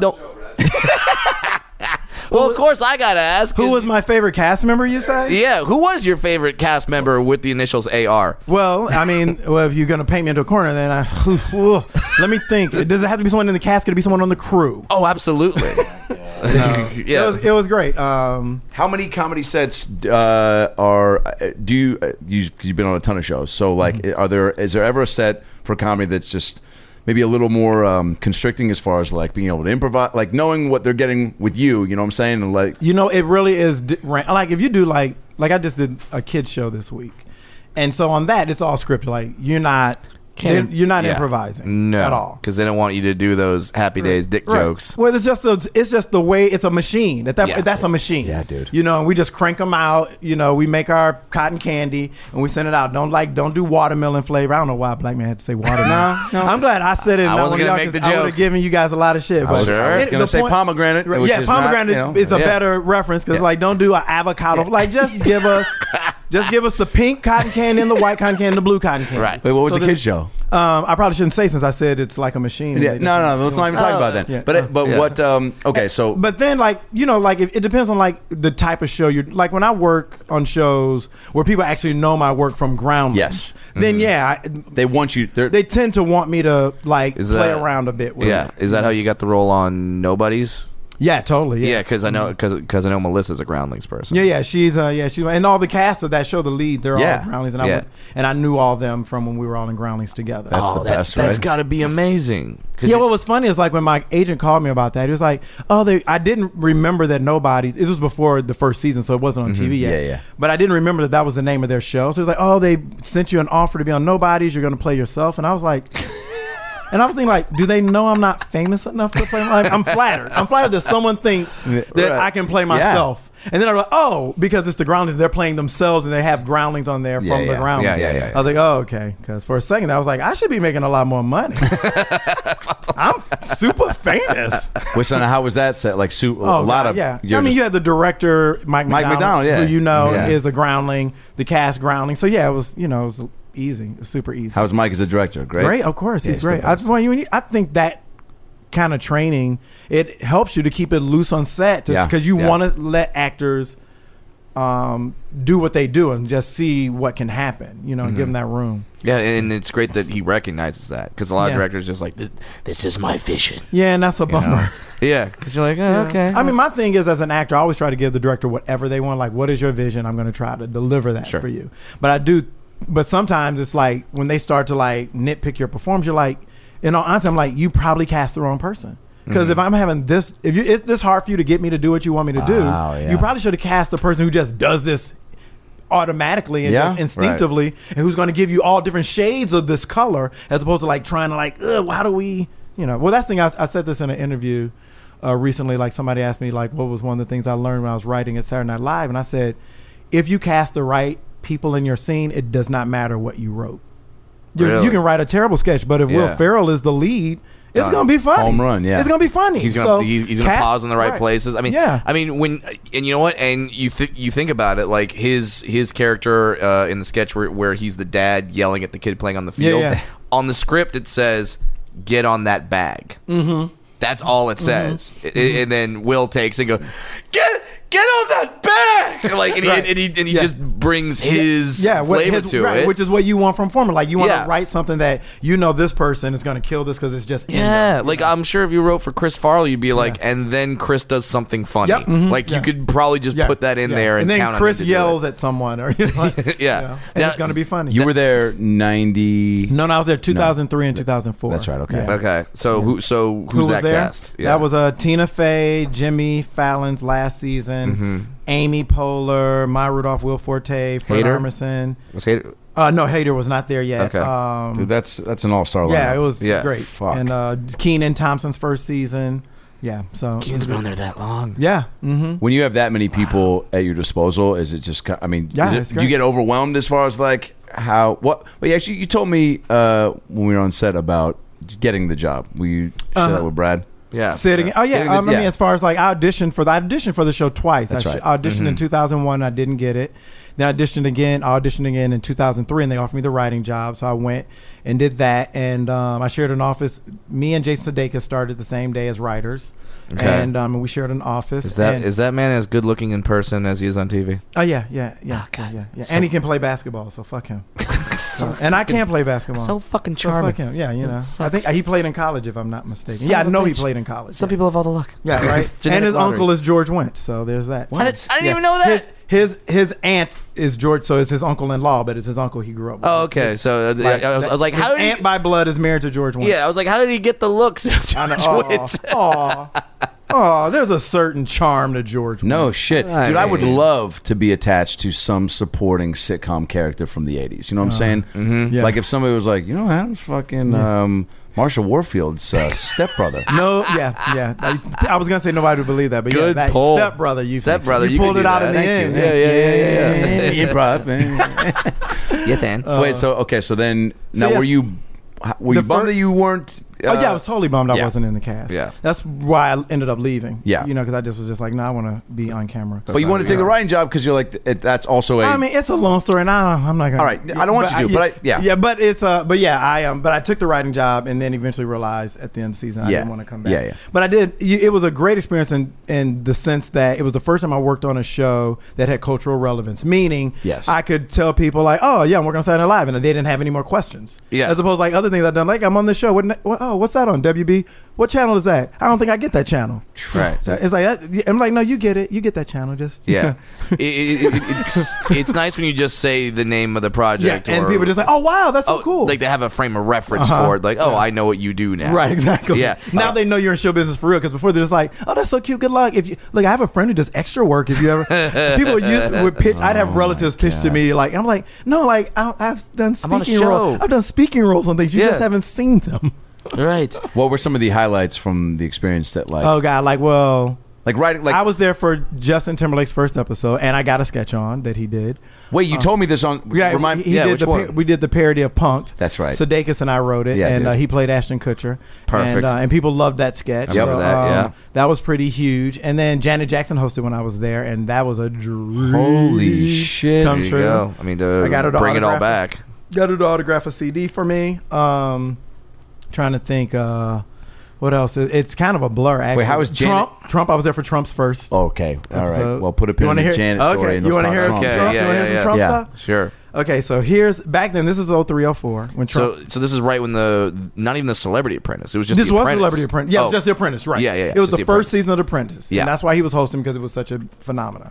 [SPEAKER 6] don't. well, of course I gotta ask.
[SPEAKER 5] who was my favorite cast member? You say?
[SPEAKER 6] Yeah, who was your favorite cast member with the initials AR?
[SPEAKER 5] Well, I mean, well, if you're gonna paint me into a corner, then I ugh, let me think. Does it have to be someone in the cast? Could it be someone on the crew?
[SPEAKER 6] Oh, absolutely. yeah.
[SPEAKER 5] It was, it was great. Um,
[SPEAKER 3] How many comedy sets uh, are uh, do you, uh, you? Cause you've been on a ton of shows, so like, are there is there ever a set for comedy that's just maybe a little more um, constricting as far as like being able to improvise, like knowing what they're getting with you? You know what I'm saying? And like,
[SPEAKER 5] You know, it really is di- ran- like if you do like like I just did a kid show this week, and so on that it's all scripted. Like you're not
[SPEAKER 6] Can't-
[SPEAKER 5] you're not
[SPEAKER 6] yeah.
[SPEAKER 5] improvising
[SPEAKER 6] no,
[SPEAKER 5] at all.
[SPEAKER 6] because they don't want you to do those happy days dick
[SPEAKER 5] Right.
[SPEAKER 6] jokes.
[SPEAKER 5] Well, it's just a, it's just the way it's a machine. At that
[SPEAKER 6] Yeah.
[SPEAKER 5] that's a machine.
[SPEAKER 3] Yeah, dude.
[SPEAKER 5] You know, and we just crank them out. You know, we make our cotton candy and we send it out. Don't like don't do watermelon flavor. I don't know why a black man had to say watermelon. I'm glad I said
[SPEAKER 6] I
[SPEAKER 5] it. and
[SPEAKER 6] wasn't
[SPEAKER 5] one
[SPEAKER 6] gonna
[SPEAKER 5] of y'all,
[SPEAKER 6] make the
[SPEAKER 5] 'cause I would
[SPEAKER 6] joke.
[SPEAKER 5] have given you guys a lot of shit. but
[SPEAKER 6] sure. I
[SPEAKER 3] I was
[SPEAKER 6] It-
[SPEAKER 3] gonna
[SPEAKER 5] the
[SPEAKER 3] say
[SPEAKER 5] point-
[SPEAKER 3] pomegranate.
[SPEAKER 5] Right.
[SPEAKER 3] which
[SPEAKER 5] yeah,
[SPEAKER 3] is not,
[SPEAKER 5] pomegranate
[SPEAKER 3] you know,
[SPEAKER 5] is a
[SPEAKER 6] Yeah.
[SPEAKER 5] better reference because like don't do an avocado. Like just give us, just give us the pink cotton candy and the white cotton candy and the blue cotton candy.
[SPEAKER 6] Right.
[SPEAKER 3] Wait, what was
[SPEAKER 5] So
[SPEAKER 3] the
[SPEAKER 5] that-
[SPEAKER 3] kids show?
[SPEAKER 5] Um, I probably shouldn't say since I said it's like a machine.
[SPEAKER 3] Yeah,
[SPEAKER 5] They
[SPEAKER 3] no,
[SPEAKER 5] just-
[SPEAKER 3] no, let's not even talk about that.
[SPEAKER 5] Oh. yeah.
[SPEAKER 3] But it- but
[SPEAKER 6] Yeah.
[SPEAKER 3] what? Um, okay, so
[SPEAKER 5] But then, like you know, like it, it depends on like the type of show you're. Like when I work on shows where people actually know my work from ground.
[SPEAKER 3] Yes.
[SPEAKER 6] Mm-hmm.
[SPEAKER 5] Then yeah, I,
[SPEAKER 3] they want you. They're,
[SPEAKER 5] they tend to want me to like
[SPEAKER 6] Is
[SPEAKER 5] play
[SPEAKER 6] that-
[SPEAKER 5] around a bit. with
[SPEAKER 6] Yeah,
[SPEAKER 5] it.
[SPEAKER 6] is that how you got the role on Nobody's?
[SPEAKER 5] yeah, totally.
[SPEAKER 6] Yeah, because I know because I know Melissa's a groundlings person.
[SPEAKER 5] Yeah, yeah, she's uh, yeah, she's and all the cast of that show, the lead, they're
[SPEAKER 3] Yeah.
[SPEAKER 5] all Groundlings, and I
[SPEAKER 6] Yeah.
[SPEAKER 5] went, and I knew all them from when we were all in Groundlings together.
[SPEAKER 3] That's the
[SPEAKER 6] that,
[SPEAKER 3] best,
[SPEAKER 6] That's
[SPEAKER 3] right?
[SPEAKER 6] got to be amazing. 'Cause
[SPEAKER 5] yeah,
[SPEAKER 6] you-
[SPEAKER 5] what was funny is like when my agent called me about that, he was like, "Oh, they." I didn't remember that nobody's. This was before the first season, so it wasn't on TV yet.
[SPEAKER 3] Mm-hmm. Yeah, yeah.
[SPEAKER 5] But I didn't remember that that was the name of their show. So it was like, "Oh, they sent you an offer to be on Nobody's. You're going to play yourself." And I was like, and I was thinking like, do they know I'm not famous enough to play? My, like, I'm flattered. I'm flattered that someone thinks that I can play myself. And then I was like, oh, because it's the groundlings. They're playing themselves, and they have groundlings on there
[SPEAKER 3] Yeah,
[SPEAKER 5] from the
[SPEAKER 3] yeah.
[SPEAKER 5] groundlings.
[SPEAKER 6] Yeah, yeah, yeah,
[SPEAKER 5] I was like, oh, okay. Because for a second, I was like, I should be making a lot more money. I'm super famous. Oh,
[SPEAKER 3] Which on how was that set? Like, su- a lot
[SPEAKER 5] God,
[SPEAKER 3] of
[SPEAKER 5] yeah.
[SPEAKER 3] you're
[SPEAKER 5] I mean,
[SPEAKER 3] just-
[SPEAKER 5] you had the director Mike
[SPEAKER 3] Mike McDonald, yeah.
[SPEAKER 5] who you know
[SPEAKER 3] Yeah.
[SPEAKER 5] is a groundling, the cast groundling. So yeah, it was you know it was easy, it was super easy.
[SPEAKER 3] How's Mike as a director? Great.
[SPEAKER 5] great? Of course,
[SPEAKER 3] Yeah,
[SPEAKER 5] he's great.
[SPEAKER 3] the
[SPEAKER 5] I
[SPEAKER 3] best.
[SPEAKER 5] just want you. I think that kind of training it helps you to keep it loose on set
[SPEAKER 3] Yeah,
[SPEAKER 5] because you
[SPEAKER 3] yeah.
[SPEAKER 5] want to let actors um, do what they do and just see what can happen. You know, and
[SPEAKER 3] Mm-hmm.
[SPEAKER 5] give them that room.
[SPEAKER 6] Yeah, and it's great that he recognizes that because a lot
[SPEAKER 5] Yeah.
[SPEAKER 6] of directors just like this, this is my vision.
[SPEAKER 5] Yeah, and that's a
[SPEAKER 6] you
[SPEAKER 5] bummer.
[SPEAKER 6] know? yeah, because you're like, oh, okay.
[SPEAKER 5] I mean, my thing is, as an actor, I always try to give the director whatever they want. Like, what is your vision? I'm going to try to deliver that
[SPEAKER 6] Sure.
[SPEAKER 5] for you. But I do. But sometimes it's like when they start to like nitpick your performance, you're like, in all honesty, I'm like, you probably cast the wrong person.
[SPEAKER 3] Mm-hmm.
[SPEAKER 5] Because if I'm having this, if you, it's this hard for you to get me to do what you want me to do,
[SPEAKER 3] Wow, yeah.
[SPEAKER 5] you probably should have cast the person who just does this automatically and
[SPEAKER 3] Yeah,
[SPEAKER 5] just instinctively, and who's going to give you all different shades of this color, as opposed to like trying to like, Ugh, how do we, you know? Well, that's the thing. I, I said this in an interview uh, recently. Like somebody asked me like, what was one of the things I learned when I was writing at Saturday Night Live, and I said, if you cast the right people in your scene, it does not matter what you wrote. You,
[SPEAKER 6] Really?
[SPEAKER 5] you can write a terrible sketch, but if
[SPEAKER 6] Yeah.
[SPEAKER 5] Will Ferrell is the lead. It's
[SPEAKER 6] Done.
[SPEAKER 5] gonna be funny.
[SPEAKER 3] Home run, yeah.
[SPEAKER 5] It's gonna be funny.
[SPEAKER 6] He's gonna
[SPEAKER 5] So
[SPEAKER 6] he- he's gonna
[SPEAKER 5] cast-
[SPEAKER 6] pause in the right, places. I mean,
[SPEAKER 5] yeah.
[SPEAKER 6] I mean, when and you know what? And you th- you think about it, like his his character uh, in the sketch where, where he's the dad yelling at the kid playing on the
[SPEAKER 5] Yeah,
[SPEAKER 6] field.
[SPEAKER 5] yeah.
[SPEAKER 6] On the script, it says, "Get on that bag." Mm-hmm. That's all it says. I-
[SPEAKER 5] Mm-hmm.
[SPEAKER 6] I- and then Will takes and go, "Get." Get on that bag, like, and he,
[SPEAKER 5] Right.
[SPEAKER 6] and he, and he
[SPEAKER 5] Yeah.
[SPEAKER 6] just brings his
[SPEAKER 5] what
[SPEAKER 6] flavor
[SPEAKER 5] his-
[SPEAKER 6] to
[SPEAKER 5] right,
[SPEAKER 6] it,
[SPEAKER 5] which is what you want from Formula. Like you want
[SPEAKER 6] Yeah.
[SPEAKER 5] to write something that you know this person is going to kill this because it's just in them.
[SPEAKER 6] Yeah, like I'm sure if you wrote for Chris Farley, you'd be like, and then Chris does something funny.
[SPEAKER 5] Yep, mhm,
[SPEAKER 6] Like
[SPEAKER 5] yeah.
[SPEAKER 6] you could probably just
[SPEAKER 5] Yeah,
[SPEAKER 6] put that in
[SPEAKER 5] yeah.
[SPEAKER 6] there, and,
[SPEAKER 5] then
[SPEAKER 6] count on
[SPEAKER 5] Chris
[SPEAKER 6] him to do
[SPEAKER 5] yells
[SPEAKER 6] it.
[SPEAKER 5] at someone, or you know, like,
[SPEAKER 6] Yeah.
[SPEAKER 5] you know, and
[SPEAKER 6] Now-
[SPEAKER 5] it's going to be funny.
[SPEAKER 3] You were there ninety.
[SPEAKER 5] no, no, I was there 2003 and 2004.
[SPEAKER 3] That's right, okay.
[SPEAKER 6] Okay, so who? So who's
[SPEAKER 5] Who was
[SPEAKER 6] that
[SPEAKER 5] there?
[SPEAKER 6] cast?
[SPEAKER 5] That was uh, Tina Fey, Jimmy Fallon's last season,
[SPEAKER 6] Mm-hmm.
[SPEAKER 5] Amy Poehler, My Rudolph, Will Forte, Fred
[SPEAKER 6] Hader?
[SPEAKER 5] Armisen.
[SPEAKER 6] Was Hader-
[SPEAKER 5] Uh, no, Hader was not there yet.
[SPEAKER 6] Okay.
[SPEAKER 5] Um,
[SPEAKER 3] Dude, that's that's an all star.
[SPEAKER 5] yeah, it was
[SPEAKER 6] Oh, Yeah,
[SPEAKER 5] great.
[SPEAKER 3] fuck.
[SPEAKER 5] And uh, Keenan Thompson's first season. Yeah, so it was
[SPEAKER 6] He's been on there that long.
[SPEAKER 5] Yeah. Mm-hmm.
[SPEAKER 3] When you have that many people at your disposal, is it just? ki- I mean,
[SPEAKER 5] Yeah,
[SPEAKER 3] is it-
[SPEAKER 5] it's
[SPEAKER 3] do you
[SPEAKER 5] great.
[SPEAKER 3] get overwhelmed as far as like how what? But yeah, actually, you told me uh, when we were on set about getting the job. Will you share that
[SPEAKER 5] Uh-huh.
[SPEAKER 3] with Brad?
[SPEAKER 6] Yeah.
[SPEAKER 5] Sitting. Oh yeah.
[SPEAKER 3] Getting the-
[SPEAKER 5] um, I mean,
[SPEAKER 3] yeah.
[SPEAKER 5] as far as like I auditioned for the I auditioned for the show twice.
[SPEAKER 3] That's
[SPEAKER 5] I
[SPEAKER 3] right.
[SPEAKER 5] auditioned
[SPEAKER 6] Mm-hmm.
[SPEAKER 5] in 2001. I didn't get it. Then I auditioned again. Auditioned again in 2003, and they offered me the writing job. So I went and did that. And um, I shared an office. Me and Jason Sudeikis started the same day as writers, and um, we shared an office.
[SPEAKER 6] Is that
[SPEAKER 5] and,
[SPEAKER 6] is that man as good looking in person as he is on TV?
[SPEAKER 5] Oh yeah, yeah, yeah,
[SPEAKER 6] Oh, God.
[SPEAKER 5] yeah, yeah.
[SPEAKER 6] So-
[SPEAKER 5] and he can play basketball, so fuck him. Uh, and I can't play basketball.
[SPEAKER 9] So fucking
[SPEAKER 5] So
[SPEAKER 9] charming.
[SPEAKER 5] fuck him. Yeah, you know. I
[SPEAKER 9] sucks.
[SPEAKER 5] think he played in college, if I'm not mistaken.
[SPEAKER 9] Son
[SPEAKER 5] yeah, I
[SPEAKER 9] of a
[SPEAKER 5] know he
[SPEAKER 9] bitch.
[SPEAKER 5] played in college.
[SPEAKER 9] Some
[SPEAKER 5] yeah.
[SPEAKER 9] people have all the luck.
[SPEAKER 5] Yeah, right. and
[SPEAKER 6] Genetic
[SPEAKER 5] his
[SPEAKER 6] lottery.
[SPEAKER 5] uncle is George Wentz, so there's that.
[SPEAKER 9] I didn't- I didn't
[SPEAKER 5] Yeah.
[SPEAKER 9] even know that.
[SPEAKER 5] His, his his aunt is George, so it's his uncle-in-law, but it's his uncle he grew up with.
[SPEAKER 6] Oh, okay. So uh, I, was, I was like,
[SPEAKER 5] his
[SPEAKER 6] how did
[SPEAKER 5] aunt
[SPEAKER 6] he,
[SPEAKER 5] by blood is married to George Wentz.
[SPEAKER 6] Yeah, I was like, how did he get the looks?
[SPEAKER 5] I know. Oh. Aw, aw, aw, there's a certain charm to George.
[SPEAKER 3] No
[SPEAKER 5] Wentz.
[SPEAKER 3] shit,
[SPEAKER 6] I
[SPEAKER 3] dude. I would
[SPEAKER 6] mean-
[SPEAKER 3] love to be attached to some supporting sitcom character from the '80s. You know what I'm saying? Mm-hmm.
[SPEAKER 5] Uh-huh. Yeah.
[SPEAKER 3] Like if somebody was like, you know, Adam's fucking um, Marsha Warfield's uh, stepbrother.
[SPEAKER 5] No, yeah, yeah. I, I was gonna say nobody would believe that, but yeah,
[SPEAKER 6] Good
[SPEAKER 5] that
[SPEAKER 6] pull.
[SPEAKER 5] stepbrother, you
[SPEAKER 6] Stepbrother, you
[SPEAKER 5] you pulled
[SPEAKER 6] could
[SPEAKER 5] it
[SPEAKER 6] do
[SPEAKER 5] out
[SPEAKER 6] that.
[SPEAKER 5] in
[SPEAKER 6] Thank
[SPEAKER 5] the end.
[SPEAKER 6] you. Yeah, yeah, yeah, yeah.
[SPEAKER 3] Improv, man.
[SPEAKER 6] yeah, then.
[SPEAKER 3] Wait, so okay, so then now
[SPEAKER 5] Uh, yes.
[SPEAKER 3] were you h- were you
[SPEAKER 5] The
[SPEAKER 3] bummed
[SPEAKER 5] fir-
[SPEAKER 3] that you weren't?
[SPEAKER 5] Oh yeah,
[SPEAKER 3] uh,
[SPEAKER 5] I was totally bummed I
[SPEAKER 3] yeah.
[SPEAKER 5] wasn't in the cast.
[SPEAKER 6] Yeah.
[SPEAKER 5] that's why I ended up leaving.
[SPEAKER 3] Yeah.
[SPEAKER 5] you know, because I just was just like, no, I want to be on camera.
[SPEAKER 3] But you
[SPEAKER 6] not
[SPEAKER 3] want to take the
[SPEAKER 6] good.
[SPEAKER 3] writing job because you're like it, that's also a.
[SPEAKER 5] I mean, it's a long story, and I don't, I'm not gonna.
[SPEAKER 3] All right, I don't want you to, but I- yeah.
[SPEAKER 5] yeah, but it's uh, but yeah, I um, but I took the writing job, and then eventually realized at the end of the season I
[SPEAKER 3] Yeah.
[SPEAKER 5] didn't want to come back.
[SPEAKER 3] Yeah, yeah.
[SPEAKER 5] But I did. y- It was a great experience in in the sense that it was the first time I worked on a show that had cultural relevance. Meaning,
[SPEAKER 3] Yes.
[SPEAKER 5] I could tell people like, oh yeah, I'm working on Saturday Night Live, and they didn't have any more questions.
[SPEAKER 6] Yeah.
[SPEAKER 5] as opposed to, like other things I've done, like I'm on this show. What, ne- what? Oh, what's that on WB? What channel is that? I don't think I get that channel.
[SPEAKER 6] Right.
[SPEAKER 5] It's like that- I'm like, no, you get it. You get that channel. Just
[SPEAKER 6] Yeah, It- it- it- it's it's nice when you just say the name of the project.
[SPEAKER 5] and
[SPEAKER 6] or-
[SPEAKER 5] people just like, oh wow, that's so
[SPEAKER 6] oh,
[SPEAKER 5] cool. Uh-huh.
[SPEAKER 6] Like they have a frame of reference for it. Like, oh, I know what you do now.
[SPEAKER 5] Right, exactly.
[SPEAKER 6] Yeah.
[SPEAKER 5] Now
[SPEAKER 6] Uh,
[SPEAKER 5] they know you're in show business for real. Because before they're just like, "Oh, that's so cute. Good luck." If you look, I have a friend who does extra work. If you ever people use, would pitch, I'd
[SPEAKER 6] Oh
[SPEAKER 5] have relatives pitch to me like, "I'm like, no, like I, I've done
[SPEAKER 6] I'm on a
[SPEAKER 5] speaking
[SPEAKER 6] show.
[SPEAKER 5] roles. I've done speaking roles on things. You
[SPEAKER 6] Yeah.
[SPEAKER 5] just haven't seen them."
[SPEAKER 6] Right.
[SPEAKER 3] what were some of the highlights from the experience that like?
[SPEAKER 5] Oh God, like well,
[SPEAKER 3] Like writing. Like
[SPEAKER 5] I was there for Justin Timberlake's first episode, and I got a sketch on that he did.
[SPEAKER 3] wait, you told me this on.
[SPEAKER 5] uh, Yeah,
[SPEAKER 3] remind,
[SPEAKER 5] he, he
[SPEAKER 6] yeah,
[SPEAKER 5] did
[SPEAKER 6] which
[SPEAKER 5] the
[SPEAKER 6] one?
[SPEAKER 5] pa- we did the parody of Punked.
[SPEAKER 3] That's right.
[SPEAKER 5] Sudeikis and I wrote it,
[SPEAKER 3] Yeah,
[SPEAKER 5] and
[SPEAKER 3] dude.
[SPEAKER 5] uh, he played Ashton Kutcher.
[SPEAKER 6] Perfect.
[SPEAKER 5] And, uh, and people loved that sketch. um,
[SPEAKER 6] I remember that, yeah.
[SPEAKER 5] that was pretty huge. And then Janet Jackson hosted when I was there, and that was a dream.
[SPEAKER 3] Holy shit.
[SPEAKER 5] Come
[SPEAKER 6] There you
[SPEAKER 5] true.
[SPEAKER 6] go. I mean, to
[SPEAKER 5] I got her to
[SPEAKER 6] bring it all
[SPEAKER 5] autograph
[SPEAKER 6] back.
[SPEAKER 5] Got her to autograph a CD for me. Um, trying to think. Uh, what else? It- It's kind of a blur. Actually,
[SPEAKER 3] how is Janet- Oh.
[SPEAKER 5] Trump? Trump. I was there for Trump's first.
[SPEAKER 3] Okay. All right.
[SPEAKER 5] episode.
[SPEAKER 3] Well, put a pin in
[SPEAKER 5] You wanna
[SPEAKER 3] the
[SPEAKER 5] hear-
[SPEAKER 3] Janet
[SPEAKER 5] okay,
[SPEAKER 3] story. and
[SPEAKER 5] you
[SPEAKER 3] let's
[SPEAKER 5] wanna
[SPEAKER 3] talk
[SPEAKER 5] hear
[SPEAKER 3] Trump.
[SPEAKER 5] some Trump? You wanna hear some Trump
[SPEAKER 3] Yeah.
[SPEAKER 5] stuff?
[SPEAKER 6] Sure.
[SPEAKER 5] Okay, so here's back then. This is 0304 when Trump.
[SPEAKER 6] So, so this is right when the not even the Celebrity Apprentice. It was just
[SPEAKER 5] this
[SPEAKER 6] the
[SPEAKER 5] was
[SPEAKER 6] apprentice.
[SPEAKER 5] Celebrity Apprentice. Yeah, it was
[SPEAKER 6] Oh.
[SPEAKER 5] just The Apprentice, right?
[SPEAKER 6] Yeah, yeah, yeah,
[SPEAKER 5] It was
[SPEAKER 6] just
[SPEAKER 5] the,
[SPEAKER 6] The
[SPEAKER 5] first
[SPEAKER 6] Apprentice.
[SPEAKER 5] season of The Apprentice.
[SPEAKER 6] Yeah. Mm-hmm.
[SPEAKER 5] and that's why he was hosting because it was such a phenomenon.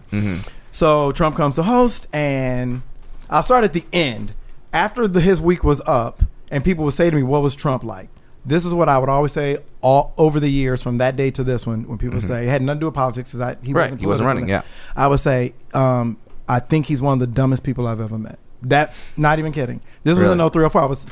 [SPEAKER 5] So Trump comes to host, and I'll start at the end. After the, his week was up, and people would say to me, "What was Trump like?" This is what I would always say all over the years, from that day to this one, when people say it had nothing to do with politics because I, he
[SPEAKER 6] Mm-hmm. Right,
[SPEAKER 5] wasn't
[SPEAKER 6] he wasn't
[SPEAKER 5] political
[SPEAKER 6] running,
[SPEAKER 5] then.
[SPEAKER 6] yeah.
[SPEAKER 5] I would say, um, I think he's one of the dumbest people I've ever met. That, not even kidding. This was
[SPEAKER 6] Really?
[SPEAKER 5] in 0304. I was,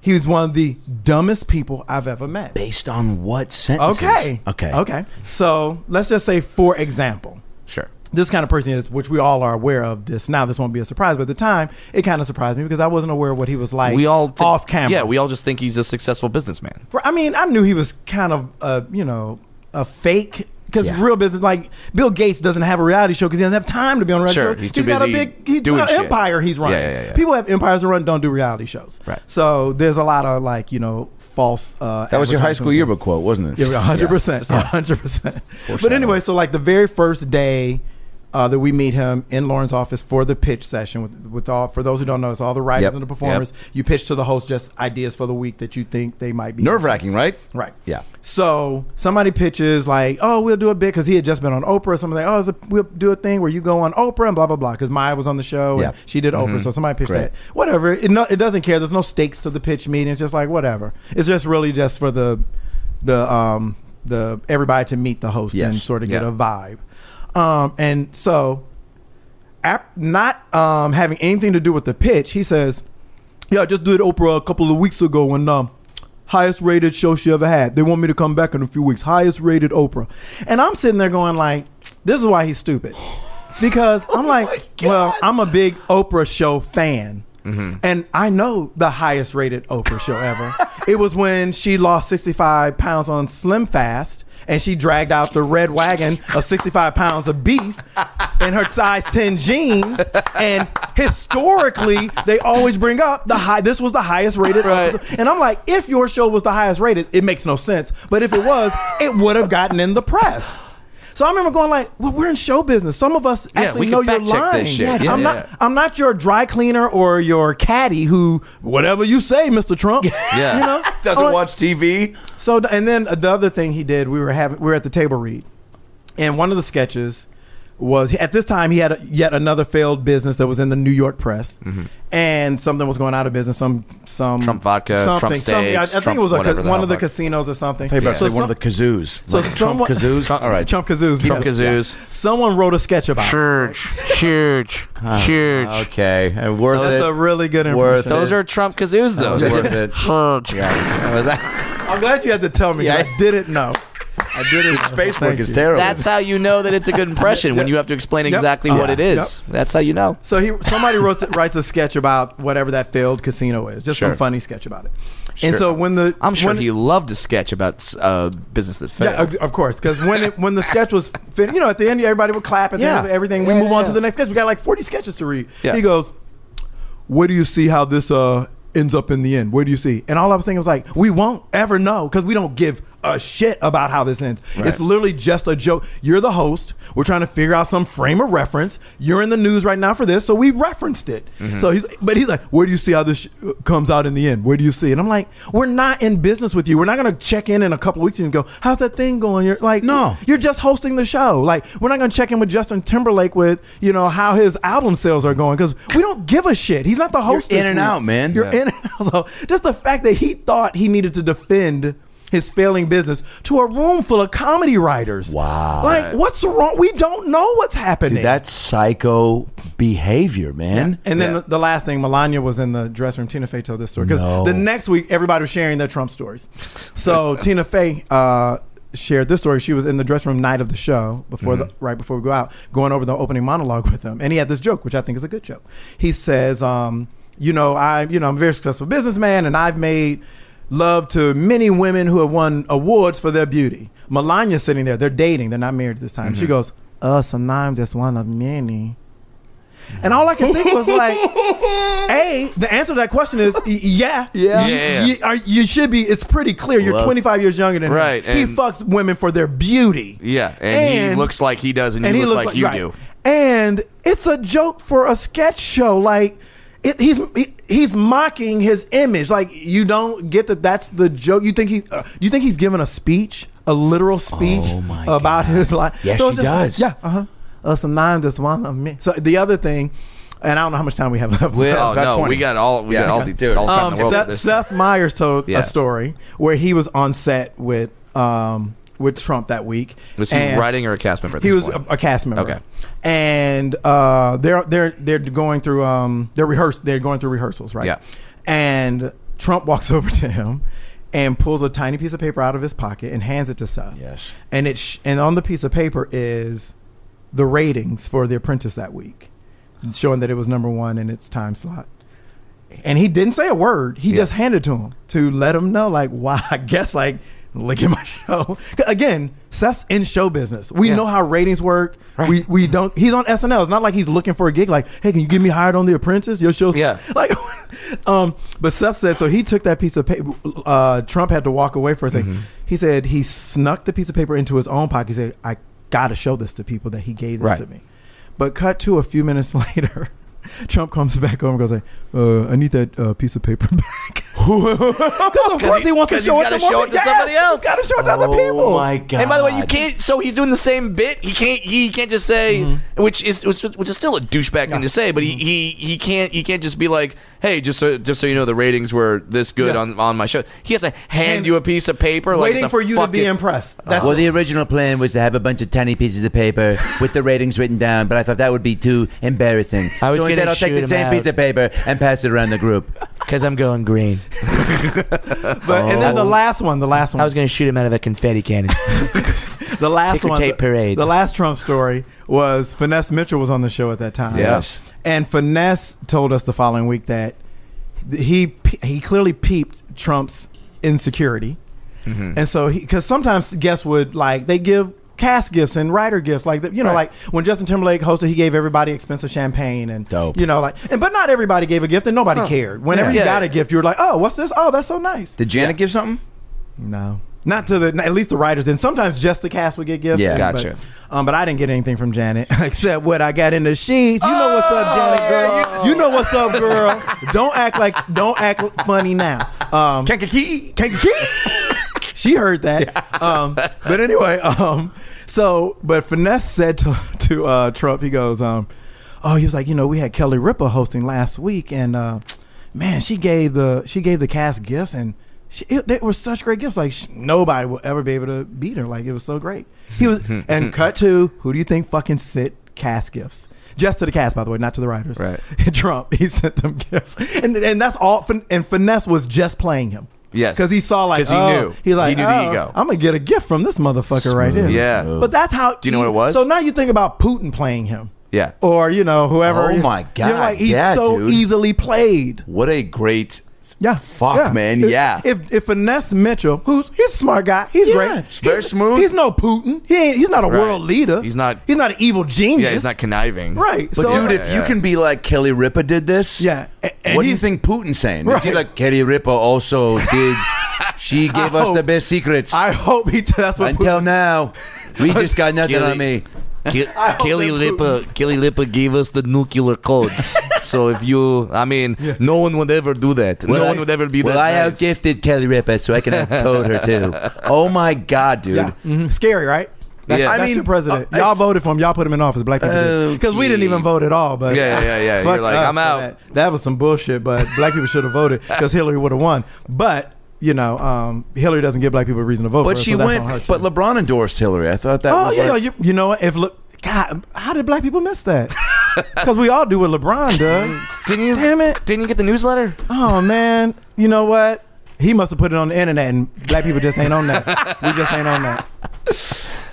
[SPEAKER 5] he was one of the dumbest people I've ever met.
[SPEAKER 4] Based on what sentence?
[SPEAKER 5] Okay.
[SPEAKER 4] Okay.
[SPEAKER 5] Okay. So let's just say, for example,
[SPEAKER 6] Sure.
[SPEAKER 5] this kind of person is, which we all are aware of this now. This won't be a surprise, but at the time, it kind of surprised me because I wasn't aware of what he was like.
[SPEAKER 6] We all thi-
[SPEAKER 5] off camera.
[SPEAKER 6] Yeah, we all just think he's a successful businessman.
[SPEAKER 5] I mean, I knew he was kind of, uh, you know, a fake. Because
[SPEAKER 4] Yeah.
[SPEAKER 5] real business, like Bill Gates, doesn't have a reality show because he doesn't have time to be on a reality
[SPEAKER 6] Sure,
[SPEAKER 5] show.
[SPEAKER 6] he's too
[SPEAKER 5] got a
[SPEAKER 6] busy
[SPEAKER 5] big he,
[SPEAKER 6] doing
[SPEAKER 5] an
[SPEAKER 6] shit.
[SPEAKER 5] empire he's
[SPEAKER 6] Yeah,
[SPEAKER 5] running.
[SPEAKER 6] yeah, yeah, yeah.
[SPEAKER 5] People have empires to run, don't do reality shows.
[SPEAKER 6] Right.
[SPEAKER 5] So there's a lot of like you know false. Uh,
[SPEAKER 3] That was your high
[SPEAKER 5] advertising.
[SPEAKER 3] school yearbook quote, wasn't it?
[SPEAKER 5] Yeah, a hundred percent, a hundred percent. But anyway, so like the very first day uh, that we meet him in Lauren's office for the pitch session with with all for those who don't know, it's all the writers
[SPEAKER 3] Yep,
[SPEAKER 5] and the performers. You pitch to the host just ideas for the week that you think they might be
[SPEAKER 3] Nerve wracking, right?
[SPEAKER 5] Right.
[SPEAKER 3] Yeah.
[SPEAKER 5] So somebody pitches like, "Oh, we'll do a bit," because he had just been on Oprah. Somebody like, "Oh, it's a, we'll do a thing where you go on Oprah and blah blah blah," because Maya was on the show and
[SPEAKER 3] Yeah. Mm-hmm.
[SPEAKER 5] she did Oprah. So somebody pitched
[SPEAKER 3] Great.
[SPEAKER 5] that. Whatever. It, no, it doesn't care. There's no stakes to the pitch meeting. It's just like whatever. It's just really just for the the um the everybody to meet the host and
[SPEAKER 3] Yes.
[SPEAKER 5] sort of get
[SPEAKER 6] Yeah.
[SPEAKER 5] a vibe. Um, and so, ap- not um having anything to do with the pitch, he says. Yeah, I just did Oprah a couple of weeks ago and um highest rated show she ever had. They want me to come back in a few weeks. Highest rated Oprah. And I'm sitting there going like, this is why he's stupid. Because I'm like, well, I'm a big Oprah show fan. And I know the highest rated Oprah show ever. it was when she lost 65 pounds on Slim Fast and she dragged out the red wagon of 65 pounds of beef in her size 10 jeans. And historically, they always bring up the high, this was the highest rated.
[SPEAKER 6] Right.
[SPEAKER 5] And I'm like, if your show was the highest rated, it makes no sense. But if it was, it would have gotten in the press. So I remember going like, "Well, we're in show business. Some of us actually
[SPEAKER 6] we can
[SPEAKER 5] know you're
[SPEAKER 6] fact check this
[SPEAKER 5] lying.
[SPEAKER 6] shit. Yeah,
[SPEAKER 5] I'm
[SPEAKER 6] yeah,
[SPEAKER 5] not.
[SPEAKER 6] yeah.
[SPEAKER 5] I'm not your dry cleaner or your caddy who, whatever you say, Mr. Trump.
[SPEAKER 6] Yeah.
[SPEAKER 5] you know,
[SPEAKER 3] Doesn't
[SPEAKER 5] I'm like-
[SPEAKER 3] watch TV.
[SPEAKER 5] So and then uh, the other thing he did, we were having, we were at the table read, and one of the sketches was at this time he had a, yet another failed business that was in the New York press, and something was going out of business. Some some
[SPEAKER 6] Mm-hmm. Trump vodka, Trump
[SPEAKER 5] something. something I, I
[SPEAKER 6] steaks,
[SPEAKER 5] think
[SPEAKER 6] Trump
[SPEAKER 5] it was a,
[SPEAKER 6] whatever
[SPEAKER 5] ca-
[SPEAKER 6] the
[SPEAKER 5] one
[SPEAKER 6] hell
[SPEAKER 5] of the
[SPEAKER 6] vodka.
[SPEAKER 5] casinos or something.
[SPEAKER 8] Hey, about to
[SPEAKER 5] So
[SPEAKER 8] say one of
[SPEAKER 5] some-
[SPEAKER 8] the kazoos.
[SPEAKER 5] so
[SPEAKER 8] Like
[SPEAKER 5] someone-
[SPEAKER 8] Trump kazoos.
[SPEAKER 5] All right, Trump kazoos.
[SPEAKER 6] Trump
[SPEAKER 5] yes.
[SPEAKER 6] kazoos.
[SPEAKER 5] Someone wrote a sketch about. it.
[SPEAKER 1] Huge, huge, huge,
[SPEAKER 3] Okay. And worth
[SPEAKER 5] That's
[SPEAKER 3] it.
[SPEAKER 5] a really good impression.
[SPEAKER 3] Worth
[SPEAKER 6] Those are Trump kazoos,
[SPEAKER 3] That
[SPEAKER 6] though. Oh,
[SPEAKER 3] was worth it.
[SPEAKER 1] huge.
[SPEAKER 5] I'm glad you had to tell me. 'cause I didn't know. I didn't.
[SPEAKER 3] Space
[SPEAKER 5] Thank
[SPEAKER 3] work is
[SPEAKER 5] you.
[SPEAKER 3] terrible.
[SPEAKER 6] That's how you know that it's a good impression when you have to explain exactly
[SPEAKER 5] Uh,
[SPEAKER 6] what it is. That's how you know.
[SPEAKER 5] So he somebody wrote, writes a sketch about whatever that failed casino is, just
[SPEAKER 6] Sure.
[SPEAKER 5] some funny sketch about it. And so when the
[SPEAKER 6] I'm sure
[SPEAKER 5] when,
[SPEAKER 6] he loved a sketch about uh, business that failed.
[SPEAKER 5] yeah, of- of course, because when it, when the sketch was fin- you know, at the end everybody would clap at the end of everything. We move on to the next sketch. We got like 40 sketches to read.
[SPEAKER 6] Yeah.
[SPEAKER 5] He goes, "Where do you see how this uh ends up in the end? Where do you see?" And all I was thinking was like, "We won't ever know because we don't give." A shit about how this ends. It's literally just a joke. You're the host. We're trying to figure out some frame of reference. You're in the news right now for this, so we referenced it. So he's, but he's like, "Where do you see how this sh- comes out in the end? Where do you see?" And I'm like, "We're not in business with you. We're not gonna check in in a couple of weeks and go, how's that thing going?' You're like,
[SPEAKER 8] No.
[SPEAKER 5] you're just hosting the show. Like, we're not going to check in with Justin Timberlake with, you know, how his album sales are going because we don't give a shit. He's not the host.
[SPEAKER 8] You're in
[SPEAKER 5] this
[SPEAKER 8] and
[SPEAKER 5] week.
[SPEAKER 8] out, man.
[SPEAKER 5] You're in and out. So just the fact that he thought he needed to defend his failing business to a room full of comedy writers. Wow. Like, what's wrong? We don't know what's happening.
[SPEAKER 8] Dude, that's psycho behavior, man.
[SPEAKER 5] and then
[SPEAKER 6] Yeah.
[SPEAKER 5] the, the last thing, Melania was in the dressing room. Tina Fey told this story because
[SPEAKER 8] No.
[SPEAKER 5] the next week everybody was sharing their Trump stories. So Tina Fey, uh, shared this story. She was in the dressing room night of the show before the right before we go out, going over the opening monologue with him, and he had this joke, which I think is a good joke. He says, um, "You know, I you know I'm a very successful businessman, and I've made." Love to many women who have won awards for their beauty. Melania's sitting there. They're dating. They're not married this time. She goes, "Uh, so now I'm just one of many." And all I could think was like, A, the answer to that question is y- yeah.
[SPEAKER 3] Yeah.
[SPEAKER 5] You,
[SPEAKER 6] Yeah.
[SPEAKER 5] you- are- you should be, it's pretty clear. You're
[SPEAKER 3] Well-
[SPEAKER 5] 25 years younger than him.
[SPEAKER 6] Right,
[SPEAKER 5] He
[SPEAKER 6] and-
[SPEAKER 5] fucks women for their beauty.
[SPEAKER 6] Yeah, and, he looks like he does, and, you look like, you
[SPEAKER 5] right.
[SPEAKER 6] do.
[SPEAKER 5] And it's a joke for a sketch show. Like, it, he's he- he's mocking his image. Like, you don't get that that's the joke. You think he, uh, you think he's giving a speech, a literal speech
[SPEAKER 6] Oh
[SPEAKER 5] about his life.
[SPEAKER 3] Yes,
[SPEAKER 5] it's
[SPEAKER 3] he does.
[SPEAKER 5] Yeah, uh huh. Uh, so now I'm just one of me. So the other thing, and I don't know how much time we have left.
[SPEAKER 6] oh no, we got all we got all the
[SPEAKER 8] dude.
[SPEAKER 6] all the time in
[SPEAKER 5] Um,
[SPEAKER 6] the world.
[SPEAKER 5] Seth,
[SPEAKER 6] for this.
[SPEAKER 5] Seth Meyers told
[SPEAKER 6] Yeah.
[SPEAKER 5] a story where he was on set with um, with Trump that week.
[SPEAKER 6] was he
[SPEAKER 5] and
[SPEAKER 6] writing or a cast member? At
[SPEAKER 5] He
[SPEAKER 6] this
[SPEAKER 5] was
[SPEAKER 6] point?
[SPEAKER 5] a, a cast member.
[SPEAKER 6] Okay.
[SPEAKER 5] and uh, they're they're they're going through um, they're rehearsed they're going through rehearsals right.
[SPEAKER 6] Yeah.
[SPEAKER 5] and Trump walks over to him. And pulls a tiny piece of paper out of his pocket and hands it to Seth.
[SPEAKER 8] Yes.
[SPEAKER 5] and it sh- and on the piece of paper is the ratings for The Apprentice that week, showing that it was number one in its time slot. And he didn't say a word. He just handed it to him to let him know, like, why I guess, like, look at my show. 'Cause Again, Seth's in show business. We know how ratings work. We we don't. He's on SNL. It's not like he's looking for a gig. Like, hey, can you get me hired on The Apprentice? Your show's
[SPEAKER 6] Yeah.
[SPEAKER 5] like, um. But Seth said so. He took that piece of paper. Uh, Trump had to walk away for a 2nd He said he snuck the piece of paper into his own pocket. He said, "I got to show this to people that he gave this
[SPEAKER 6] Right.
[SPEAKER 5] to me." But cut to a few minutes later. Trump comes back home and goes like, uh, "I need that uh, piece of paper back." Because of course he, wants to
[SPEAKER 6] 'cause
[SPEAKER 5] show
[SPEAKER 6] he's
[SPEAKER 5] it
[SPEAKER 6] gotta
[SPEAKER 5] to,
[SPEAKER 6] show
[SPEAKER 5] more
[SPEAKER 6] it to
[SPEAKER 5] pe-
[SPEAKER 6] somebody
[SPEAKER 5] Yes,
[SPEAKER 6] else.
[SPEAKER 5] He's got to show it to
[SPEAKER 8] Oh
[SPEAKER 5] other people.
[SPEAKER 3] Oh god!
[SPEAKER 6] And by the way, you can't. So he's doing the same bit. He can't. He can't just say,
[SPEAKER 5] Mm-hmm.
[SPEAKER 6] which is which, which is still a douchebag thing to say. But he, he he can't. He can't just be like, hey, just so just so you know, the ratings were this good
[SPEAKER 5] Yeah.
[SPEAKER 6] on on my show. He has to hand
[SPEAKER 5] And
[SPEAKER 6] you a piece of paper, like,
[SPEAKER 5] Waiting
[SPEAKER 6] it's a
[SPEAKER 5] for you to be
[SPEAKER 6] fucking-
[SPEAKER 5] impressed. That's
[SPEAKER 9] Well, the original plan was to have a bunch of tiny pieces of paper with the ratings written down, but I thought that would be too embarrassing.
[SPEAKER 6] I was
[SPEAKER 9] so instead,
[SPEAKER 6] gonna
[SPEAKER 9] I'll take
[SPEAKER 6] shoot
[SPEAKER 9] the
[SPEAKER 6] 'em
[SPEAKER 9] same
[SPEAKER 6] out.
[SPEAKER 9] piece of paper and pass it around the group.
[SPEAKER 6] Because I'm going green.
[SPEAKER 5] but, and then the last one, the last one,
[SPEAKER 6] gonna shoot him out of a confetti cannon.
[SPEAKER 5] the last
[SPEAKER 6] Ticker
[SPEAKER 5] one,
[SPEAKER 6] tape parade.
[SPEAKER 5] The, last Trump story was Finesse Mitchell was on the show at that time.
[SPEAKER 8] Yes.
[SPEAKER 5] and Finesse told us the following week that he pe- he clearly peeped Trump's insecurity,
[SPEAKER 6] Mm-hmm.
[SPEAKER 5] and so because sometimes guests would like they give cast gifts and writer gifts like that you know like when Justin Timberlake hosted he gave everybody expensive champagne and
[SPEAKER 9] Dope.
[SPEAKER 5] you know like and but not everybody gave a gift and nobody cared whenever you
[SPEAKER 6] Yeah.
[SPEAKER 5] got a gift you were like oh what's this oh that's so nice
[SPEAKER 8] Did Janet give something?
[SPEAKER 5] no, not to the at least the writers. didn't. sometimes just the cast would get gifts.
[SPEAKER 8] Yeah.
[SPEAKER 5] but-
[SPEAKER 6] Gotcha.
[SPEAKER 5] um, but I didn't get anything from Janet except what I got in the sheets. You know what's up, Janet girl. You, know what's up, girl. don't act like don't act funny now. Um,
[SPEAKER 8] Kankakee.
[SPEAKER 5] she heard that. Um, but anyway, um, so but finesse said to, to uh, Trump, he goes, um, "Oh, he was like, you know, we had Kelly Ripa hosting last week, and uh, man, she gave the she gave the cast gifts, and she, it, they were such great gifts. Like sh nobody will ever be able to beat her. Like it was so great. He was and cut to who do you think fucking sent cast gifts? Just to the cast, by the way, not to the writers.
[SPEAKER 6] Right.
[SPEAKER 5] Trump, he sent them gifts, and and that's all. Fin- And finesse was just playing him.
[SPEAKER 6] Yes.
[SPEAKER 5] because he saw like
[SPEAKER 6] 'Cause he
[SPEAKER 5] oh,
[SPEAKER 6] knew.
[SPEAKER 5] He like
[SPEAKER 6] He knew the ego.
[SPEAKER 5] I'm gonna get a gift from this motherfucker right here.
[SPEAKER 6] Yeah.
[SPEAKER 5] but that's how.
[SPEAKER 6] Do you know what it was?
[SPEAKER 5] So now you think about Putin playing him.
[SPEAKER 6] Yeah.
[SPEAKER 5] or you know whoever.
[SPEAKER 8] Oh,
[SPEAKER 5] you-
[SPEAKER 8] my God.
[SPEAKER 5] You're like he's
[SPEAKER 8] Yeah,
[SPEAKER 5] so
[SPEAKER 8] dude.
[SPEAKER 5] easily played.
[SPEAKER 8] What a great.
[SPEAKER 5] Yeah,
[SPEAKER 8] Fuck,
[SPEAKER 5] yeah.
[SPEAKER 8] man.
[SPEAKER 5] If-
[SPEAKER 8] yeah.
[SPEAKER 5] If if finesse Mitchell, who's he's a smart guy, he's great.
[SPEAKER 8] it's very
[SPEAKER 5] He's-
[SPEAKER 8] smooth.
[SPEAKER 5] He's no Putin. He ain't. He's not a
[SPEAKER 6] Right.
[SPEAKER 5] world leader.
[SPEAKER 6] He's not-
[SPEAKER 5] He's not an evil genius.
[SPEAKER 6] yeah, he's not conniving.
[SPEAKER 5] Right.
[SPEAKER 8] but
[SPEAKER 5] so,
[SPEAKER 8] dude, if you
[SPEAKER 6] yeah.
[SPEAKER 8] can be like Kelly Ripa did this,
[SPEAKER 5] Yeah, a- and
[SPEAKER 8] what do you
[SPEAKER 5] he's-
[SPEAKER 8] think Putin's saying? Is he
[SPEAKER 5] Right.
[SPEAKER 8] like,
[SPEAKER 9] Kelly Ripa also did. She gave us
[SPEAKER 5] hope-
[SPEAKER 9] the best secrets.
[SPEAKER 5] I hope he. That's what
[SPEAKER 9] Until
[SPEAKER 5] Putin-
[SPEAKER 9] now, we just got nothing
[SPEAKER 6] Kelly-
[SPEAKER 9] on me.
[SPEAKER 6] Kelly Lipa, Kelly Lipa gave us the nuclear codes. so if you, I mean, no one would ever do that. no
[SPEAKER 9] I-
[SPEAKER 6] one would ever be
[SPEAKER 9] Well,
[SPEAKER 6] that.
[SPEAKER 9] I
[SPEAKER 6] nice.
[SPEAKER 9] outgifted Kelly Ripa, so I can outcode her too.
[SPEAKER 8] oh my god, dude?
[SPEAKER 5] Yeah. Mhm. Scary, right? That's,
[SPEAKER 6] Yeah.
[SPEAKER 5] that's
[SPEAKER 6] I mean,
[SPEAKER 5] your president.
[SPEAKER 8] uh,
[SPEAKER 5] y'all
[SPEAKER 8] it's-
[SPEAKER 5] voted for him. Y'all put him in office. Black people because we didn't even vote at all. But
[SPEAKER 6] Yeah, yeah, yeah.
[SPEAKER 5] fuck
[SPEAKER 6] You're like,
[SPEAKER 5] us
[SPEAKER 6] I'm
[SPEAKER 5] for
[SPEAKER 6] out.
[SPEAKER 5] That. That was some bullshit. But black people should have voted because Hillary would have won. But you know, um, Hillary doesn't give black people a reason to vote.
[SPEAKER 8] But
[SPEAKER 5] for her,
[SPEAKER 8] she
[SPEAKER 5] so that's on her,
[SPEAKER 8] went.
[SPEAKER 5] too.
[SPEAKER 8] But LeBron endorsed Hillary. I thought that.
[SPEAKER 5] oh
[SPEAKER 8] was
[SPEAKER 5] yeah,
[SPEAKER 8] like,
[SPEAKER 5] you, you know what? If look, God, how did black people miss that? Because we all do what LeBron does.
[SPEAKER 6] Didn't you?
[SPEAKER 5] Damn it.
[SPEAKER 6] Didn't you get the newsletter?
[SPEAKER 5] Oh man, you know what? He must have put it on the internet, and black people just ain't on that. We just ain't on that.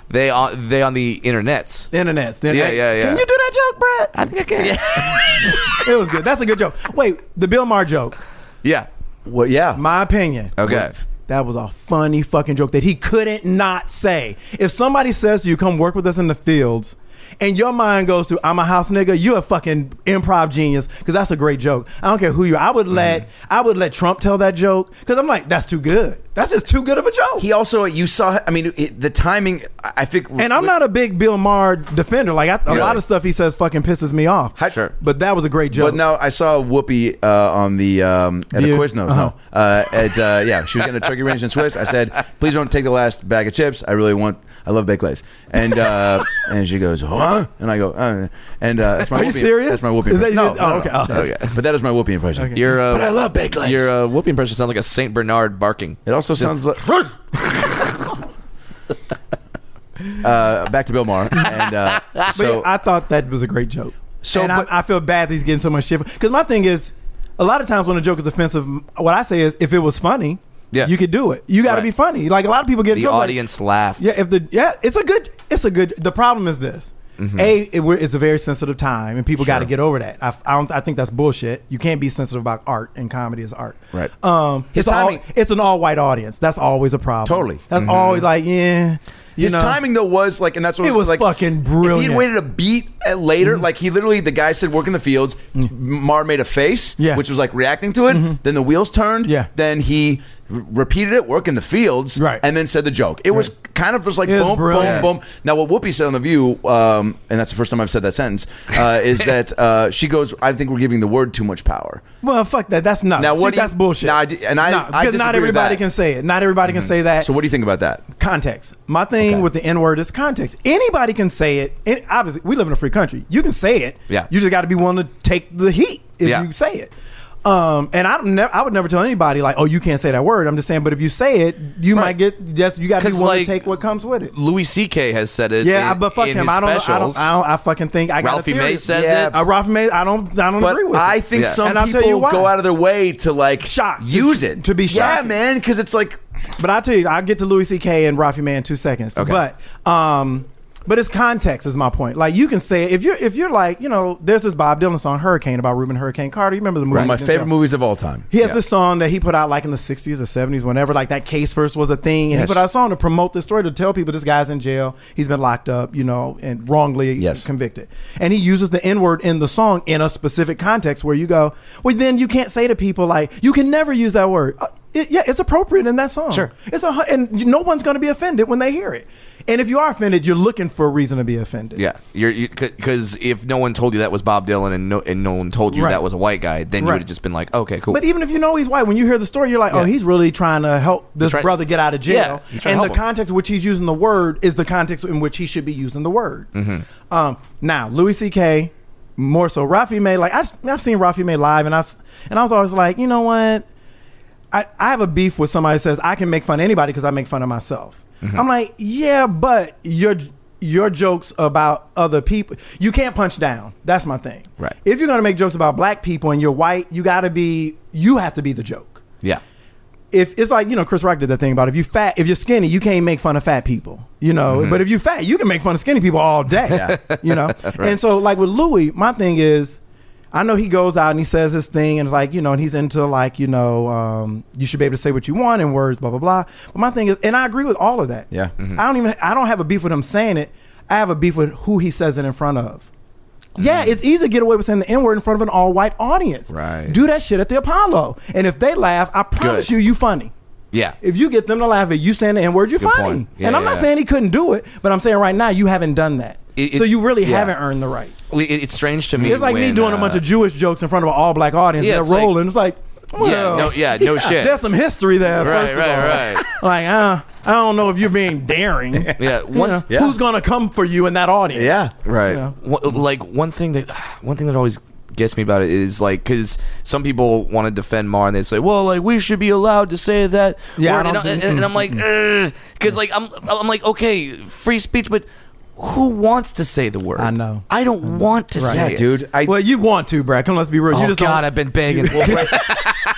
[SPEAKER 6] They on they on the internets.
[SPEAKER 5] Internets. Then,
[SPEAKER 6] Yeah, yeah, yeah.
[SPEAKER 5] Can you do that joke, Brad?
[SPEAKER 6] I think I can.
[SPEAKER 5] It was good. That's a good joke. Wait, the Bill Maher joke.
[SPEAKER 6] Yeah.
[SPEAKER 9] Well, yeah.
[SPEAKER 5] My opinion.
[SPEAKER 6] Okay.
[SPEAKER 5] That was a funny fucking joke that he couldn't not say. If somebody says to you, come work with us in the fields, and your mind goes to, I'm a house nigga, you're a fucking improv genius, because that's a great joke. I don't care who you are. I would let
[SPEAKER 6] Mm-hmm.
[SPEAKER 5] I would let Trump tell that joke. Cause I'm like, that's too good. That's just too good of a joke.
[SPEAKER 9] He also, you saw, I mean, it, the timing, I I think.
[SPEAKER 5] and I'm not a big Bill Maher defender. Like I, a lot of stuff he says fucking pisses me off.
[SPEAKER 6] Sure.
[SPEAKER 5] But that was a great joke.
[SPEAKER 8] But no, I saw Whoopi uh, on the um, at the
[SPEAKER 5] View.
[SPEAKER 8] Quiznos.
[SPEAKER 5] Uh-huh.
[SPEAKER 8] No, uh, at uh, yeah, she was getting a turkey ranch and Swiss. I said, "Please don't take the last bag of chips. I really want. I love baked lace." And uh, and she goes, "Huh?" And I go, uh, "And uh, that's my
[SPEAKER 5] Uh-huh. Are you
[SPEAKER 8] Whoopi-
[SPEAKER 5] serious?
[SPEAKER 8] That's my Whoopi.
[SPEAKER 5] Is that
[SPEAKER 8] impression. no,
[SPEAKER 5] you did-
[SPEAKER 8] no,
[SPEAKER 5] oh,
[SPEAKER 8] no,
[SPEAKER 5] okay.
[SPEAKER 8] no,
[SPEAKER 5] Oh,
[SPEAKER 8] that's-
[SPEAKER 5] okay.
[SPEAKER 8] But that is my Whoopi impression.
[SPEAKER 6] Your uh,
[SPEAKER 8] But I love baked lace.
[SPEAKER 6] Your uh, whoopee impression sounds like a Saint Bernard barking.
[SPEAKER 8] It also sounds like. uh, back to Bill Maher. And uh,
[SPEAKER 5] But
[SPEAKER 8] so
[SPEAKER 5] yeah, I thought that was a great joke.
[SPEAKER 8] So,
[SPEAKER 5] and
[SPEAKER 8] but-
[SPEAKER 5] I, I feel bad that he's getting so much shit. Because my thing is, a lot of times when a joke is offensive, what I say is, if it was funny,
[SPEAKER 6] Yeah.
[SPEAKER 5] you could do it. You got to
[SPEAKER 6] Right.
[SPEAKER 5] be funny. Like a lot of people get
[SPEAKER 6] The
[SPEAKER 5] jokes like-
[SPEAKER 6] audience laughed.
[SPEAKER 5] yeah, if the yeah, it's a good, it's a good. The problem is this.
[SPEAKER 8] Mm-hmm.
[SPEAKER 5] A, it, we're, it's a very sensitive time, and people got to get over that. I, I don't. I think that's bullshit. You can't be sensitive about art, and comedy is art.
[SPEAKER 8] Right.
[SPEAKER 5] Um. it's
[SPEAKER 9] His
[SPEAKER 5] all-
[SPEAKER 9] timing-
[SPEAKER 5] It's an all-white audience. That's always a problem.
[SPEAKER 8] Totally. Mm-hmm.
[SPEAKER 5] That's always like yeah. You
[SPEAKER 8] His
[SPEAKER 5] know,
[SPEAKER 8] timing though was like, and that's what
[SPEAKER 5] It was
[SPEAKER 8] like,
[SPEAKER 5] fucking
[SPEAKER 8] If
[SPEAKER 5] brilliant. Mm-hmm.
[SPEAKER 8] he'd waited a beat uh, later, like he literally, the guy said, "Work in the fields." Mar made a face,
[SPEAKER 5] Mm. Yeah. Mm-hmm.
[SPEAKER 8] which was like reacting to it. Then the wheels turned.
[SPEAKER 5] Yeah.
[SPEAKER 8] Then he r- repeated it, "Work in the fields,"
[SPEAKER 5] Right.
[SPEAKER 8] and then said the joke. It was kind of just like
[SPEAKER 5] It was
[SPEAKER 8] boom, boom,
[SPEAKER 5] brilliant.
[SPEAKER 8] boom. Now what Whoopi said on the View, um, and that's the first time I've said that sentence, uh, is that uh, she goes, "I think we're giving the word too much power."
[SPEAKER 5] Well, fuck that. That's not.
[SPEAKER 8] Now, what do you-
[SPEAKER 5] that's bullshit.
[SPEAKER 8] Now, I d- and I-
[SPEAKER 5] Nah,
[SPEAKER 8] I
[SPEAKER 5] because
[SPEAKER 8] disagree with
[SPEAKER 5] not everybody
[SPEAKER 8] that. Mm-hmm.
[SPEAKER 5] can say it. Not everybody can say that.
[SPEAKER 8] So what do you think about that?
[SPEAKER 5] context. My thing
[SPEAKER 8] Okay.
[SPEAKER 5] with the N word is context. Anybody can say it. And obviously, we live in a free country. You can say it.
[SPEAKER 6] Yeah.
[SPEAKER 5] You just got to be willing to take the heat if
[SPEAKER 6] Yeah.
[SPEAKER 5] you say it. Um, and I never, I would never tell anybody like, oh, you can't say that word. I'm just saying, but if you say it, you might get just you got to be
[SPEAKER 6] 'Cause,
[SPEAKER 5] willing
[SPEAKER 6] like,
[SPEAKER 5] to take what comes with it.
[SPEAKER 6] Louis C.K. has said it.
[SPEAKER 5] Yeah,
[SPEAKER 6] in-
[SPEAKER 5] but fuck
[SPEAKER 6] in
[SPEAKER 5] him.
[SPEAKER 6] his
[SPEAKER 5] I don't, I don't. I
[SPEAKER 6] specials.
[SPEAKER 5] don't. I fucking think. I got a
[SPEAKER 6] Ralphie
[SPEAKER 5] theory.
[SPEAKER 6] May says
[SPEAKER 8] Yeah,
[SPEAKER 6] it.
[SPEAKER 5] Uh, Ralphie May. I don't. I don't
[SPEAKER 8] But
[SPEAKER 5] agree with.
[SPEAKER 8] I
[SPEAKER 5] it.
[SPEAKER 8] think
[SPEAKER 6] Yeah.
[SPEAKER 8] some
[SPEAKER 5] And I'll tell
[SPEAKER 8] people
[SPEAKER 5] you why.
[SPEAKER 8] go out of their way to like
[SPEAKER 5] Shocked, to-
[SPEAKER 8] use it
[SPEAKER 5] to be
[SPEAKER 8] Yeah,
[SPEAKER 5] shocking.
[SPEAKER 8] man, because it's like
[SPEAKER 5] But I'll tell you, I'll get to Louis C.K. and Rafi May in two seconds. But um, but it's context is my point. Like you can say if you're if you're like you know, there's this Bob Dylan song Hurricane about Reuben Hurricane Carter. You remember the movie?
[SPEAKER 8] one of my
[SPEAKER 5] Denzel.
[SPEAKER 8] favorite movies of all time.
[SPEAKER 5] He has this song that he put out like in the 60s or 70s, whenever like that case first was a thing. And he
[SPEAKER 8] Yes.
[SPEAKER 5] put out a song to promote this story to tell people this guy's in jail. He's been locked up, you know, and wrongly
[SPEAKER 8] Yes.
[SPEAKER 5] convicted. And he uses the N word in the song in a specific context where you go, well, then you can't say to people like, you can never use that word. Uh, it- yeah, it's appropriate in that song. Sure. It's a, hu- and you- no one's going to be offended when they hear it. And if you are offended, you're looking for a reason to be offended.
[SPEAKER 6] Yeah, you're because if no one told you that was Bob Dylan and no and no one told you
[SPEAKER 5] Right.
[SPEAKER 6] that was a white guy, then you
[SPEAKER 5] Right.
[SPEAKER 6] would have just been like, okay, cool.
[SPEAKER 5] But even if you know he's white, when you hear the story, you're like, oh,
[SPEAKER 6] Yeah.
[SPEAKER 5] he's really trying to help this
[SPEAKER 6] That's right.
[SPEAKER 5] brother get out of jail.
[SPEAKER 6] Yeah, he's trying
[SPEAKER 5] and
[SPEAKER 6] to
[SPEAKER 5] the
[SPEAKER 6] help him.
[SPEAKER 5] context in which he's using the word is the context in which he should be using the word.
[SPEAKER 6] Mm-hmm.
[SPEAKER 5] Um, now, Louis C.K., more so Rafi May, like, I, I've seen Rafi May live, and I, s- and I was always like, you know what? I, I have a beef with somebody that says I can make fun of anybody because I make fun of myself. I'm like, yeah, but your your jokes about other people, you can't punch down. That's my thing.
[SPEAKER 6] Right.
[SPEAKER 5] If you're gonna make jokes about black people and you're white, you gotta be you have to be the joke.
[SPEAKER 6] yeah,
[SPEAKER 5] If it's like you know, Chris Rock did that thing about if you fat, if you're skinny, you can't make fun of fat people. You know, but if you fat, you can make fun of skinny people all day. You know, and so like with Louis, my thing is. I know he goes out and he says his thing and it's like, you know, and he's into like, you know, um, you should be able to say what you want in words, blah, blah, blah. But my thing is, and I agree with all of that.
[SPEAKER 8] Yeah.
[SPEAKER 5] I don't even, I don't have a beef with him saying it. I have a beef with who he says it in front of. Yeah, it's easy to get away with saying the N word in front of an all white audience.
[SPEAKER 6] Right.
[SPEAKER 5] Do that shit at the Apollo. And if they laugh, I promise
[SPEAKER 6] Good.
[SPEAKER 5] you, you funny.
[SPEAKER 6] yeah,
[SPEAKER 5] If you get them to laugh at you saying the N word, you're
[SPEAKER 6] Good
[SPEAKER 5] funny.
[SPEAKER 6] point. Yeah,
[SPEAKER 5] and I'm not
[SPEAKER 6] yeah.
[SPEAKER 5] saying he couldn't do it, but I'm saying right now, you haven't done that.
[SPEAKER 6] It- it-
[SPEAKER 5] so you really
[SPEAKER 6] yeah.
[SPEAKER 5] haven't earned the right.
[SPEAKER 6] Well, it- it's strange to me.
[SPEAKER 5] It's like me
[SPEAKER 6] when,
[SPEAKER 5] doing a
[SPEAKER 6] uh,
[SPEAKER 5] bunch of Jewish jokes in front of an all black audience.
[SPEAKER 6] Yeah,
[SPEAKER 5] and
[SPEAKER 6] it's
[SPEAKER 5] they're
[SPEAKER 6] like-
[SPEAKER 5] rolling. it's like, well,
[SPEAKER 6] no- yeah, no shit.
[SPEAKER 5] There's some history there.
[SPEAKER 6] Right,
[SPEAKER 5] first
[SPEAKER 6] right,
[SPEAKER 5] of all.
[SPEAKER 6] right.
[SPEAKER 5] Like, uh, I don't know if you're being daring.
[SPEAKER 6] yeah,
[SPEAKER 5] You
[SPEAKER 6] one,
[SPEAKER 5] know,
[SPEAKER 8] Yeah.
[SPEAKER 5] Who's gonna come for you in that audience?
[SPEAKER 8] Yeah.
[SPEAKER 6] right
[SPEAKER 5] You know?
[SPEAKER 6] One- like one thing that one thing that always gets me about it is like because some people want to defend Mar and they say well like we should be allowed to say that
[SPEAKER 5] Yeah, I
[SPEAKER 6] word," and,
[SPEAKER 5] don't
[SPEAKER 6] and,
[SPEAKER 5] think-
[SPEAKER 6] and I'm like because like I'm I'm like okay free speech but who wants to say the word
[SPEAKER 5] I know.
[SPEAKER 6] I don't want to say
[SPEAKER 8] Yeah,
[SPEAKER 6] it.
[SPEAKER 8] dude. I
[SPEAKER 5] Well, you want to, Brad. Come, let's be real.
[SPEAKER 6] oh
[SPEAKER 5] you just
[SPEAKER 6] God
[SPEAKER 5] don't,
[SPEAKER 6] I've been begging
[SPEAKER 8] well, Brad,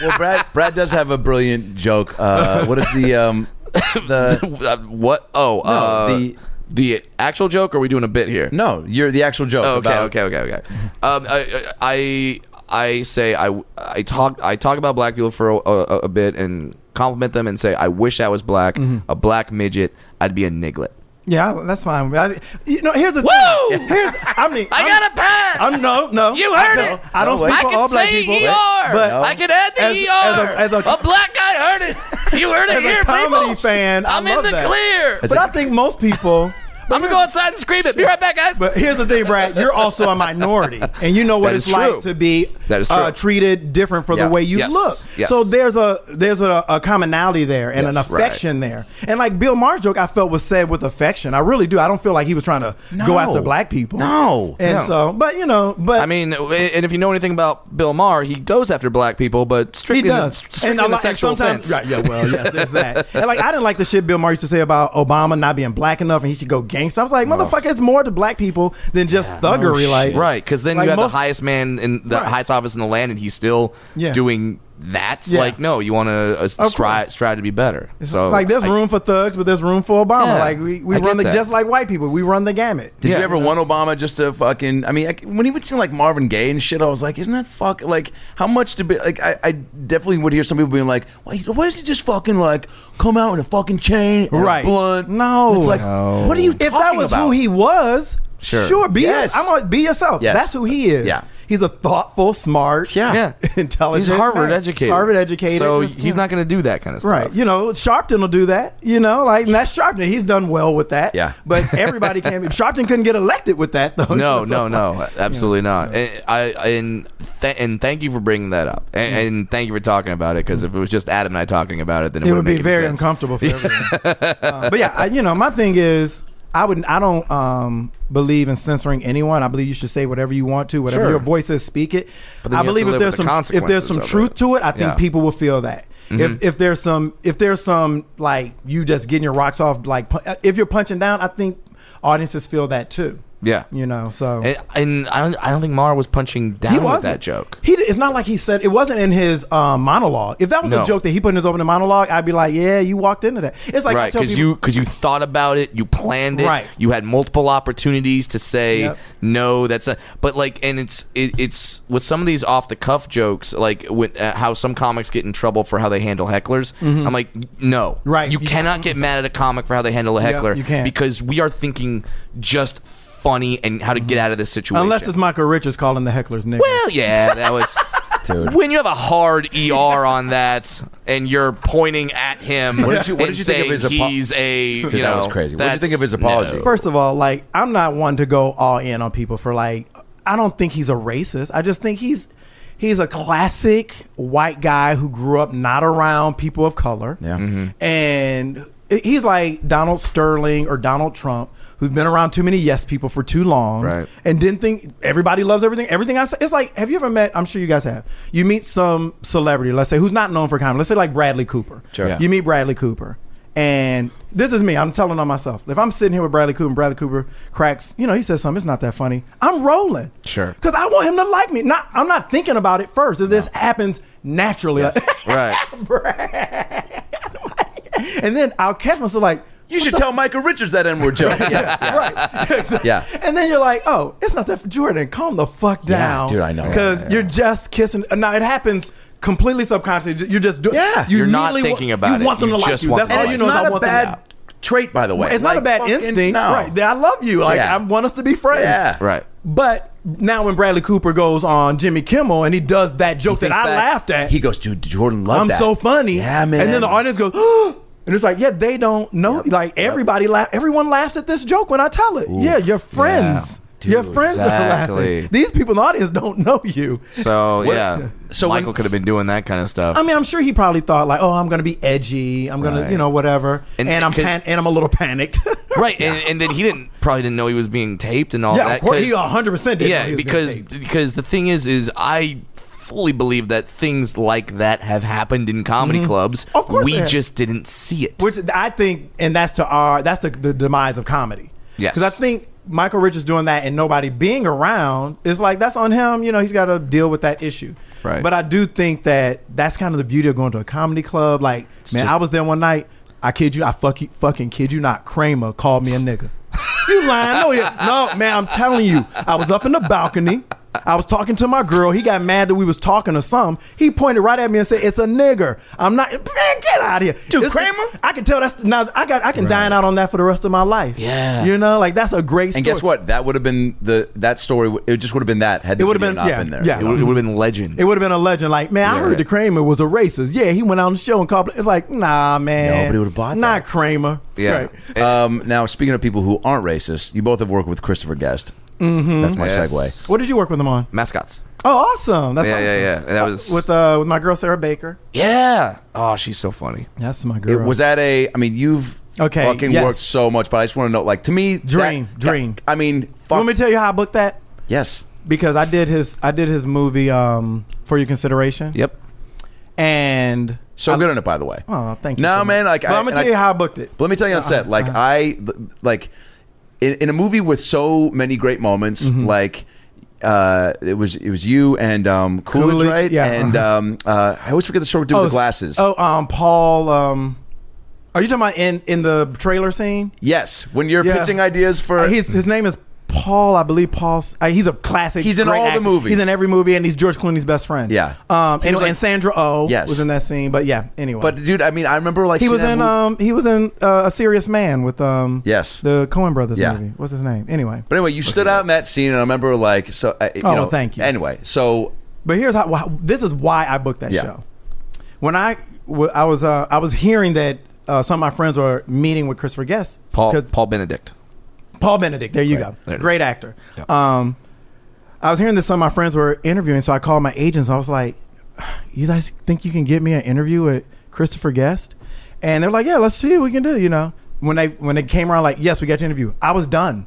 [SPEAKER 8] well, Brad, Brad does have a brilliant joke. Uh, what is the um,
[SPEAKER 9] The
[SPEAKER 6] what? Oh, uh, the
[SPEAKER 9] the-
[SPEAKER 6] actual joke. Or are we doing a bit here?
[SPEAKER 3] No, you're the actual joke.
[SPEAKER 6] Oh, okay,
[SPEAKER 3] about-
[SPEAKER 6] okay, okay, okay. Um, I, I I say I I talk I talk about black people for a, a, a bit and compliment them and say I wish I was black,
[SPEAKER 5] Mm-hmm.
[SPEAKER 6] a black midget. I'd be a niglet.
[SPEAKER 5] Yeah, I- that's fine. I, you know, here's the
[SPEAKER 6] Woo!
[SPEAKER 5] thing. Here's, I mean,
[SPEAKER 6] I
[SPEAKER 5] I'm-
[SPEAKER 6] got a pass.
[SPEAKER 5] I'm no, no.
[SPEAKER 6] You heard
[SPEAKER 5] I
[SPEAKER 6] it.
[SPEAKER 5] don't- I don't
[SPEAKER 6] I
[SPEAKER 5] speak for
[SPEAKER 6] can
[SPEAKER 5] all black
[SPEAKER 6] say
[SPEAKER 5] people.
[SPEAKER 6] ER.
[SPEAKER 5] But
[SPEAKER 6] I can add the
[SPEAKER 5] as-
[SPEAKER 6] ER.
[SPEAKER 5] as a- as a-
[SPEAKER 6] black guy heard it. You heard it
[SPEAKER 5] As a
[SPEAKER 6] here,
[SPEAKER 5] comedy
[SPEAKER 6] people.
[SPEAKER 5] fan, I
[SPEAKER 6] I'm in
[SPEAKER 5] love
[SPEAKER 6] the
[SPEAKER 5] that.
[SPEAKER 6] clear.
[SPEAKER 5] But I think most people.
[SPEAKER 6] I'm gonna go outside and scream it. Be right back, guys.
[SPEAKER 5] But here's the thing, Brad. You're also a minority, and you know what
[SPEAKER 6] That
[SPEAKER 5] it's
[SPEAKER 6] is true.
[SPEAKER 5] like to be
[SPEAKER 6] That is
[SPEAKER 5] Uh,
[SPEAKER 6] true.
[SPEAKER 5] treated different for
[SPEAKER 6] Yeah.
[SPEAKER 5] the way you
[SPEAKER 6] Yes.
[SPEAKER 5] look.
[SPEAKER 6] Yes.
[SPEAKER 5] So there's a there's a, a commonality there and
[SPEAKER 6] Yes,
[SPEAKER 5] an
[SPEAKER 6] right.
[SPEAKER 5] affection there. And like Bill Maher's joke, I felt was said with affection. I really do. I don't feel like he was trying to go after black people.
[SPEAKER 3] No.
[SPEAKER 5] And
[SPEAKER 6] No.
[SPEAKER 5] so, but you know, but
[SPEAKER 6] I mean, and if you know anything about Bill Maher, he goes after black people, but
[SPEAKER 5] He
[SPEAKER 6] strictly,
[SPEAKER 5] does,
[SPEAKER 6] In, the, strictly in
[SPEAKER 5] a
[SPEAKER 6] the
[SPEAKER 5] lot-
[SPEAKER 6] sexual
[SPEAKER 5] sometimes-
[SPEAKER 6] sense.
[SPEAKER 5] Right, yeah, well, yeah, there's that. And like, I didn't like the shit Bill Maher used to say about Obama not being black enough, and he should go gangster. I was like, motherfucker, it's more to black people than just thuggery. like,
[SPEAKER 6] Right, because then
[SPEAKER 5] Like
[SPEAKER 6] you have
[SPEAKER 5] most-
[SPEAKER 6] the highest man in the
[SPEAKER 5] Right.
[SPEAKER 6] highest office in the land, and he's still
[SPEAKER 5] Yeah.
[SPEAKER 6] doing that.
[SPEAKER 5] Yeah.
[SPEAKER 6] Like, no, you want to uh,
[SPEAKER 5] course.
[SPEAKER 6] strive strive to be better. so,
[SPEAKER 5] like, there's
[SPEAKER 6] I-
[SPEAKER 5] room for thugs, but there's room for Obama.
[SPEAKER 6] Yeah,
[SPEAKER 5] like, we,
[SPEAKER 6] I
[SPEAKER 5] we
[SPEAKER 6] get
[SPEAKER 5] run the
[SPEAKER 6] that.
[SPEAKER 5] just like white people, we run the gamut.
[SPEAKER 8] Did
[SPEAKER 6] Yeah.
[SPEAKER 8] you ever want Obama just to fucking? I mean, I, when he would sing like Marvin Gaye and shit, I was like, isn't that fuck? Like, how much to be? Like, I, I definitely would hear some people being like, why, why doesn't he just fucking like come out in a fucking chain, and a
[SPEAKER 5] Right.
[SPEAKER 8] Blunt?
[SPEAKER 5] No.
[SPEAKER 8] it's like, what are you?
[SPEAKER 5] If that
[SPEAKER 8] talking
[SPEAKER 5] was
[SPEAKER 8] about?
[SPEAKER 5] who he was,
[SPEAKER 6] Sure.
[SPEAKER 5] sure, be
[SPEAKER 8] Yes.
[SPEAKER 5] yes. I'm gonna be yourself.
[SPEAKER 8] Yes.
[SPEAKER 5] That's who he is.
[SPEAKER 8] Yeah.
[SPEAKER 5] he's a thoughtful, smart,
[SPEAKER 6] yeah,
[SPEAKER 5] intelligent.
[SPEAKER 6] He's Harvard
[SPEAKER 5] man.
[SPEAKER 6] educated.
[SPEAKER 5] Harvard educated.
[SPEAKER 6] So
[SPEAKER 5] Just,
[SPEAKER 6] he's
[SPEAKER 5] yeah.
[SPEAKER 6] not going to do that kind of stuff.
[SPEAKER 5] Right. You know, Sharpton will do that. You know, like and that's Sharpton. He's done well with that.
[SPEAKER 8] Yeah.
[SPEAKER 5] But everybody can not Sharpton couldn't get elected with that though.
[SPEAKER 6] no, no,
[SPEAKER 5] So it's
[SPEAKER 6] no,
[SPEAKER 5] like-
[SPEAKER 6] absolutely not. And I and th- and thank you for bringing that up, and, and thank you for talking about it. Because if it was just Adam and I talking about it, then it,
[SPEAKER 5] It
[SPEAKER 6] wouldn't
[SPEAKER 5] would be
[SPEAKER 6] make any
[SPEAKER 5] very
[SPEAKER 6] sense.
[SPEAKER 5] uncomfortable for everyone. Uh, but yeah, I, you know, my thing is I would I don't um, believe in censoring anyone. I believe you should say whatever you want to, whatever
[SPEAKER 6] Sure.
[SPEAKER 5] your voice is, speak it.
[SPEAKER 6] But then
[SPEAKER 5] I
[SPEAKER 6] you have
[SPEAKER 5] believe
[SPEAKER 6] to
[SPEAKER 5] if
[SPEAKER 6] live
[SPEAKER 5] there's
[SPEAKER 6] with the
[SPEAKER 5] some if there's
[SPEAKER 6] consequences
[SPEAKER 5] some
[SPEAKER 6] of
[SPEAKER 5] truth
[SPEAKER 6] it.
[SPEAKER 5] to it, I think
[SPEAKER 6] Yeah. Mm-hmm.
[SPEAKER 5] people will feel that. If, if there's some if there's some like you just getting your rocks off like pu- if you're punching down, I think audiences feel that too.
[SPEAKER 6] Yeah.
[SPEAKER 5] You know, so
[SPEAKER 6] And, and I don't, I don't think Mar was punching down
[SPEAKER 5] he
[SPEAKER 6] with
[SPEAKER 5] wasn't
[SPEAKER 6] that joke.
[SPEAKER 5] He it's not like he said it wasn't in his um, monologue. If that was
[SPEAKER 6] No.
[SPEAKER 5] a joke that he put in his opening monologue, I'd be like, yeah, you walked into that. It's like I
[SPEAKER 6] right,
[SPEAKER 5] tell
[SPEAKER 6] because
[SPEAKER 5] people,
[SPEAKER 6] you because you thought about it, you planned it,
[SPEAKER 5] Right.
[SPEAKER 6] you had multiple opportunities to say
[SPEAKER 5] Yep.
[SPEAKER 6] no. That's a but like, and it's it, it's with some of these off the cuff jokes, like with uh, how some comics get in trouble for how they handle hecklers. I'm like, no,
[SPEAKER 5] Mm-hmm. Right.
[SPEAKER 6] You
[SPEAKER 5] You-
[SPEAKER 6] cannot get mad at a comic for how they handle a heckler
[SPEAKER 5] you can't.
[SPEAKER 6] because we are thinking just funny and how to get out of this situation.
[SPEAKER 5] Mm-hmm. unless it's Michael Richards calling the hecklers niggas.
[SPEAKER 6] Well, yeah, that was. Dude. When you have a hard ER on that, and you're pointing at him,
[SPEAKER 3] What did you- what
[SPEAKER 6] and
[SPEAKER 3] did you think of
[SPEAKER 6] saying
[SPEAKER 3] his apo-
[SPEAKER 6] He's a you
[SPEAKER 3] Dude,
[SPEAKER 6] know,
[SPEAKER 3] that was crazy. What did you
[SPEAKER 6] that's-
[SPEAKER 3] think of his apology?
[SPEAKER 5] First of all, like I'm not one to go all in on people for like I don't think he's a racist. I just think he's he's a classic white guy who grew up not around people of color. Yeah. And he's like Donald Sterling or Donald Trump who's been around too many yes people for too long
[SPEAKER 6] Right.
[SPEAKER 5] and didn't think everybody loves everything. Everything I say, it's like, have you ever met? I'm sure you guys have. You meet some celebrity, let's say, who's not known for comedy. Let's say like Bradley Cooper. Sure.
[SPEAKER 6] Yeah.
[SPEAKER 5] You meet Bradley Cooper, and this is me. I'm telling on myself. If I'm sitting here with Bradley Cooper, and Bradley Cooper cracks, you know, he says something. It's not that funny. I'm rolling.
[SPEAKER 6] Sure.
[SPEAKER 5] Because I want him to like me. Not, I'm not thinking about it first. It just happens naturally.
[SPEAKER 6] Right.
[SPEAKER 5] and then I'll catch myself like.
[SPEAKER 8] You should tell Michael Richards that N word joke.
[SPEAKER 5] right.
[SPEAKER 3] Yeah.
[SPEAKER 5] And then you're like, oh, it's not that Jordan. Calm the fuck down,
[SPEAKER 3] dude, I know.
[SPEAKER 5] Because you're just kissing. uh, Now it happens completely subconsciously. You're just doing.
[SPEAKER 3] Yeah.
[SPEAKER 5] you
[SPEAKER 6] You're not
[SPEAKER 5] immediately
[SPEAKER 6] thinking about
[SPEAKER 5] you
[SPEAKER 6] it.
[SPEAKER 5] want them
[SPEAKER 6] You
[SPEAKER 5] to like
[SPEAKER 6] just
[SPEAKER 5] you.
[SPEAKER 6] want
[SPEAKER 5] That's
[SPEAKER 6] them
[SPEAKER 5] all
[SPEAKER 6] to
[SPEAKER 5] you
[SPEAKER 6] like
[SPEAKER 5] know.
[SPEAKER 8] It's
[SPEAKER 6] you.
[SPEAKER 5] Is I
[SPEAKER 8] not a
[SPEAKER 5] want them
[SPEAKER 8] bad
[SPEAKER 5] out.
[SPEAKER 8] trait, by the way.
[SPEAKER 5] It's not a
[SPEAKER 8] Like,
[SPEAKER 5] bad
[SPEAKER 8] fucking
[SPEAKER 5] instinct,
[SPEAKER 8] no.
[SPEAKER 5] right? that I love you. Like
[SPEAKER 8] Yeah.
[SPEAKER 5] I want us to be friends.
[SPEAKER 8] Yeah.
[SPEAKER 6] Right.
[SPEAKER 5] But now when Bradley Cooper goes on Jimmy Kimmel and he does that joke that
[SPEAKER 3] thinks
[SPEAKER 5] I
[SPEAKER 3] back.
[SPEAKER 5] laughed at,
[SPEAKER 3] He goes, dude, Jordan loved
[SPEAKER 5] I'm
[SPEAKER 3] that.
[SPEAKER 5] so funny.
[SPEAKER 3] Yeah, man.
[SPEAKER 5] And then the audience goes, and it's like, yeah, they don't know. Like everybody laugh. Everyone laughs at this joke when I tell it. Yeah, your friends.
[SPEAKER 3] Dude,
[SPEAKER 5] your friends are
[SPEAKER 6] exactly.
[SPEAKER 5] laughing. These people in the audience don't know you.
[SPEAKER 6] So yeah. So
[SPEAKER 3] So
[SPEAKER 6] Michael
[SPEAKER 3] when-
[SPEAKER 6] could have been doing that kind of stuff.
[SPEAKER 5] I mean, I'm sure he probably thought like, oh, I'm gonna be edgy. I'm gonna,
[SPEAKER 6] Right.
[SPEAKER 5] you know, whatever.
[SPEAKER 6] And-
[SPEAKER 5] And, I'm
[SPEAKER 6] could-
[SPEAKER 5] pan- and I'm a little panicked.
[SPEAKER 6] right, and, and then he didn't probably didn't know he was being taped and all
[SPEAKER 5] yeah,
[SPEAKER 6] that.
[SPEAKER 5] of course,
[SPEAKER 6] 'cause-
[SPEAKER 5] he 100 percent did.
[SPEAKER 6] yeah, because because the thing is, is I fully believe that things like that have happened in comedy
[SPEAKER 3] Mm-hmm.
[SPEAKER 6] clubs.
[SPEAKER 5] Of course
[SPEAKER 6] we
[SPEAKER 5] they have.
[SPEAKER 6] just didn't see it.
[SPEAKER 5] which I think, and that's to our that's the, the demise of comedy.
[SPEAKER 6] Yes.
[SPEAKER 5] because I think Michael Richards doing that and nobody being around is like that's on him. You know, he's got to deal with that issue.
[SPEAKER 6] Right.
[SPEAKER 5] But I do think that that's kind of the beauty of going to a comedy club. Like, man,
[SPEAKER 6] just-
[SPEAKER 5] I was there one night. I kid you, I fuck you, fucking kid you not. Kramer called me a nigga. You lying? No, yeah. no, man. I'm telling you, I was up in the balcony. I was talking to my girl. He got mad that we was talking to some. He pointed right at me and said, "It's a nigger." I'm not. Man, get out of here,
[SPEAKER 6] Dude,
[SPEAKER 5] This-
[SPEAKER 6] Kramer?
[SPEAKER 5] I can tell that's now. I got. I can dine out on that for the rest of my life.
[SPEAKER 6] Yeah.
[SPEAKER 5] you know, like that's a great.
[SPEAKER 3] And
[SPEAKER 5] story.
[SPEAKER 3] guess what? That would have been the that story. w- It just would have been that had the
[SPEAKER 5] It would
[SPEAKER 3] video
[SPEAKER 5] have been
[SPEAKER 3] not
[SPEAKER 5] yeah,
[SPEAKER 3] been there.
[SPEAKER 5] yeah.
[SPEAKER 6] It would, it would have been legend.
[SPEAKER 5] It would have been a legend. Like, man, I heard the Kramer was a racist. Yeah, he went on the show and called. It's like, nah, man.
[SPEAKER 3] Nobody would've bought
[SPEAKER 5] Not
[SPEAKER 3] that.
[SPEAKER 5] Kramer.
[SPEAKER 6] yeah.
[SPEAKER 5] Right.
[SPEAKER 3] Um, now, speaking of people who aren't racist, you both have worked with Christopher Guest. Mm-hmm. That's my
[SPEAKER 6] Yes.
[SPEAKER 3] segue.
[SPEAKER 5] What did you work with him on?
[SPEAKER 6] Mascots.
[SPEAKER 5] Oh, awesome. That's
[SPEAKER 6] Yeah,
[SPEAKER 5] awesome.
[SPEAKER 6] yeah, yeah. That
[SPEAKER 5] Uh,
[SPEAKER 6] was-
[SPEAKER 5] with uh with my girl Sarah Baker.
[SPEAKER 6] Yeah. Oh, she's so funny.
[SPEAKER 5] That's my
[SPEAKER 3] It
[SPEAKER 5] girl.
[SPEAKER 3] was that a? I mean, you've
[SPEAKER 5] Okay,
[SPEAKER 3] fucking
[SPEAKER 5] yes.
[SPEAKER 3] worked so much, but I just want to know, like, to me, that-
[SPEAKER 5] Dream, dream.
[SPEAKER 3] that- I mean,
[SPEAKER 5] You
[SPEAKER 3] fuck.
[SPEAKER 5] want me to tell you how I booked that?
[SPEAKER 3] yes.
[SPEAKER 5] Because I did his I did his movie um for your consideration.
[SPEAKER 6] Yep.
[SPEAKER 5] And
[SPEAKER 3] So good in it, by the way.
[SPEAKER 5] oh, thank you.
[SPEAKER 3] No,
[SPEAKER 5] so much.
[SPEAKER 3] man, like,
[SPEAKER 5] but
[SPEAKER 3] I-
[SPEAKER 5] I, am gonna
[SPEAKER 3] and
[SPEAKER 5] tell
[SPEAKER 3] I-
[SPEAKER 5] you how I booked it.
[SPEAKER 3] But let me tell you on set, like
[SPEAKER 5] Uh-huh.
[SPEAKER 3] I like in, in a movie with so many great moments,
[SPEAKER 5] Mm-hmm.
[SPEAKER 3] like uh it was it was you and um Coolidge,
[SPEAKER 5] Coolidge,
[SPEAKER 3] right?
[SPEAKER 5] yeah,
[SPEAKER 3] and
[SPEAKER 5] uh-huh.
[SPEAKER 3] um uh I always forget the short dude with the glasses.
[SPEAKER 5] Oh, um, Paul. Um, are you talking about in in the trailer scene?
[SPEAKER 3] Yes. When you're
[SPEAKER 5] Yeah.
[SPEAKER 3] pitching ideas for
[SPEAKER 5] Uh, his his name is Paul, I believe. Paul. S- Uh, he's a classic.
[SPEAKER 3] He's in
[SPEAKER 5] great
[SPEAKER 3] all the
[SPEAKER 5] actor.
[SPEAKER 3] movies.
[SPEAKER 5] He's in every movie, and he's George Clooney's best friend.
[SPEAKER 3] Yeah.
[SPEAKER 5] Um.
[SPEAKER 3] was
[SPEAKER 5] And,
[SPEAKER 3] like-
[SPEAKER 5] and Sandra Oh
[SPEAKER 3] Yes.
[SPEAKER 5] was in that scene. But yeah. Anyway.
[SPEAKER 3] But dude, I mean I remember like
[SPEAKER 5] he
[SPEAKER 3] seeing
[SPEAKER 5] was
[SPEAKER 3] that
[SPEAKER 5] in
[SPEAKER 3] movie-
[SPEAKER 5] um he was in uh, a serious man with um
[SPEAKER 3] Yes.
[SPEAKER 5] the Coen Brothers
[SPEAKER 3] Yeah.
[SPEAKER 5] movie. What's his name? Anyway.
[SPEAKER 3] But anyway, you stood out in that scene and I remember like so uh, you
[SPEAKER 5] Oh,
[SPEAKER 3] know,
[SPEAKER 5] thank you.
[SPEAKER 3] Anyway, so
[SPEAKER 5] But here's how. why- This is why I booked that
[SPEAKER 3] Yeah.
[SPEAKER 5] show. When I w- I was uh, I was hearing that uh, some of my friends were meeting with Christopher Guest.
[SPEAKER 6] Paul
[SPEAKER 5] 'cause-
[SPEAKER 6] Paul Benedict.
[SPEAKER 5] Paul Benedict. There you
[SPEAKER 6] Right.
[SPEAKER 5] go.
[SPEAKER 6] There it is.
[SPEAKER 5] Great actor.
[SPEAKER 6] Yeah.
[SPEAKER 5] Um, I was hearing that some of my friends were interviewing, so I called my agents. I was like, "You guys think you can get me an interview with Christopher Guest?" And they're like, "Yeah, let's see what we can do." You know, when they when they came around, like, "Yes, we got your interview." I was done.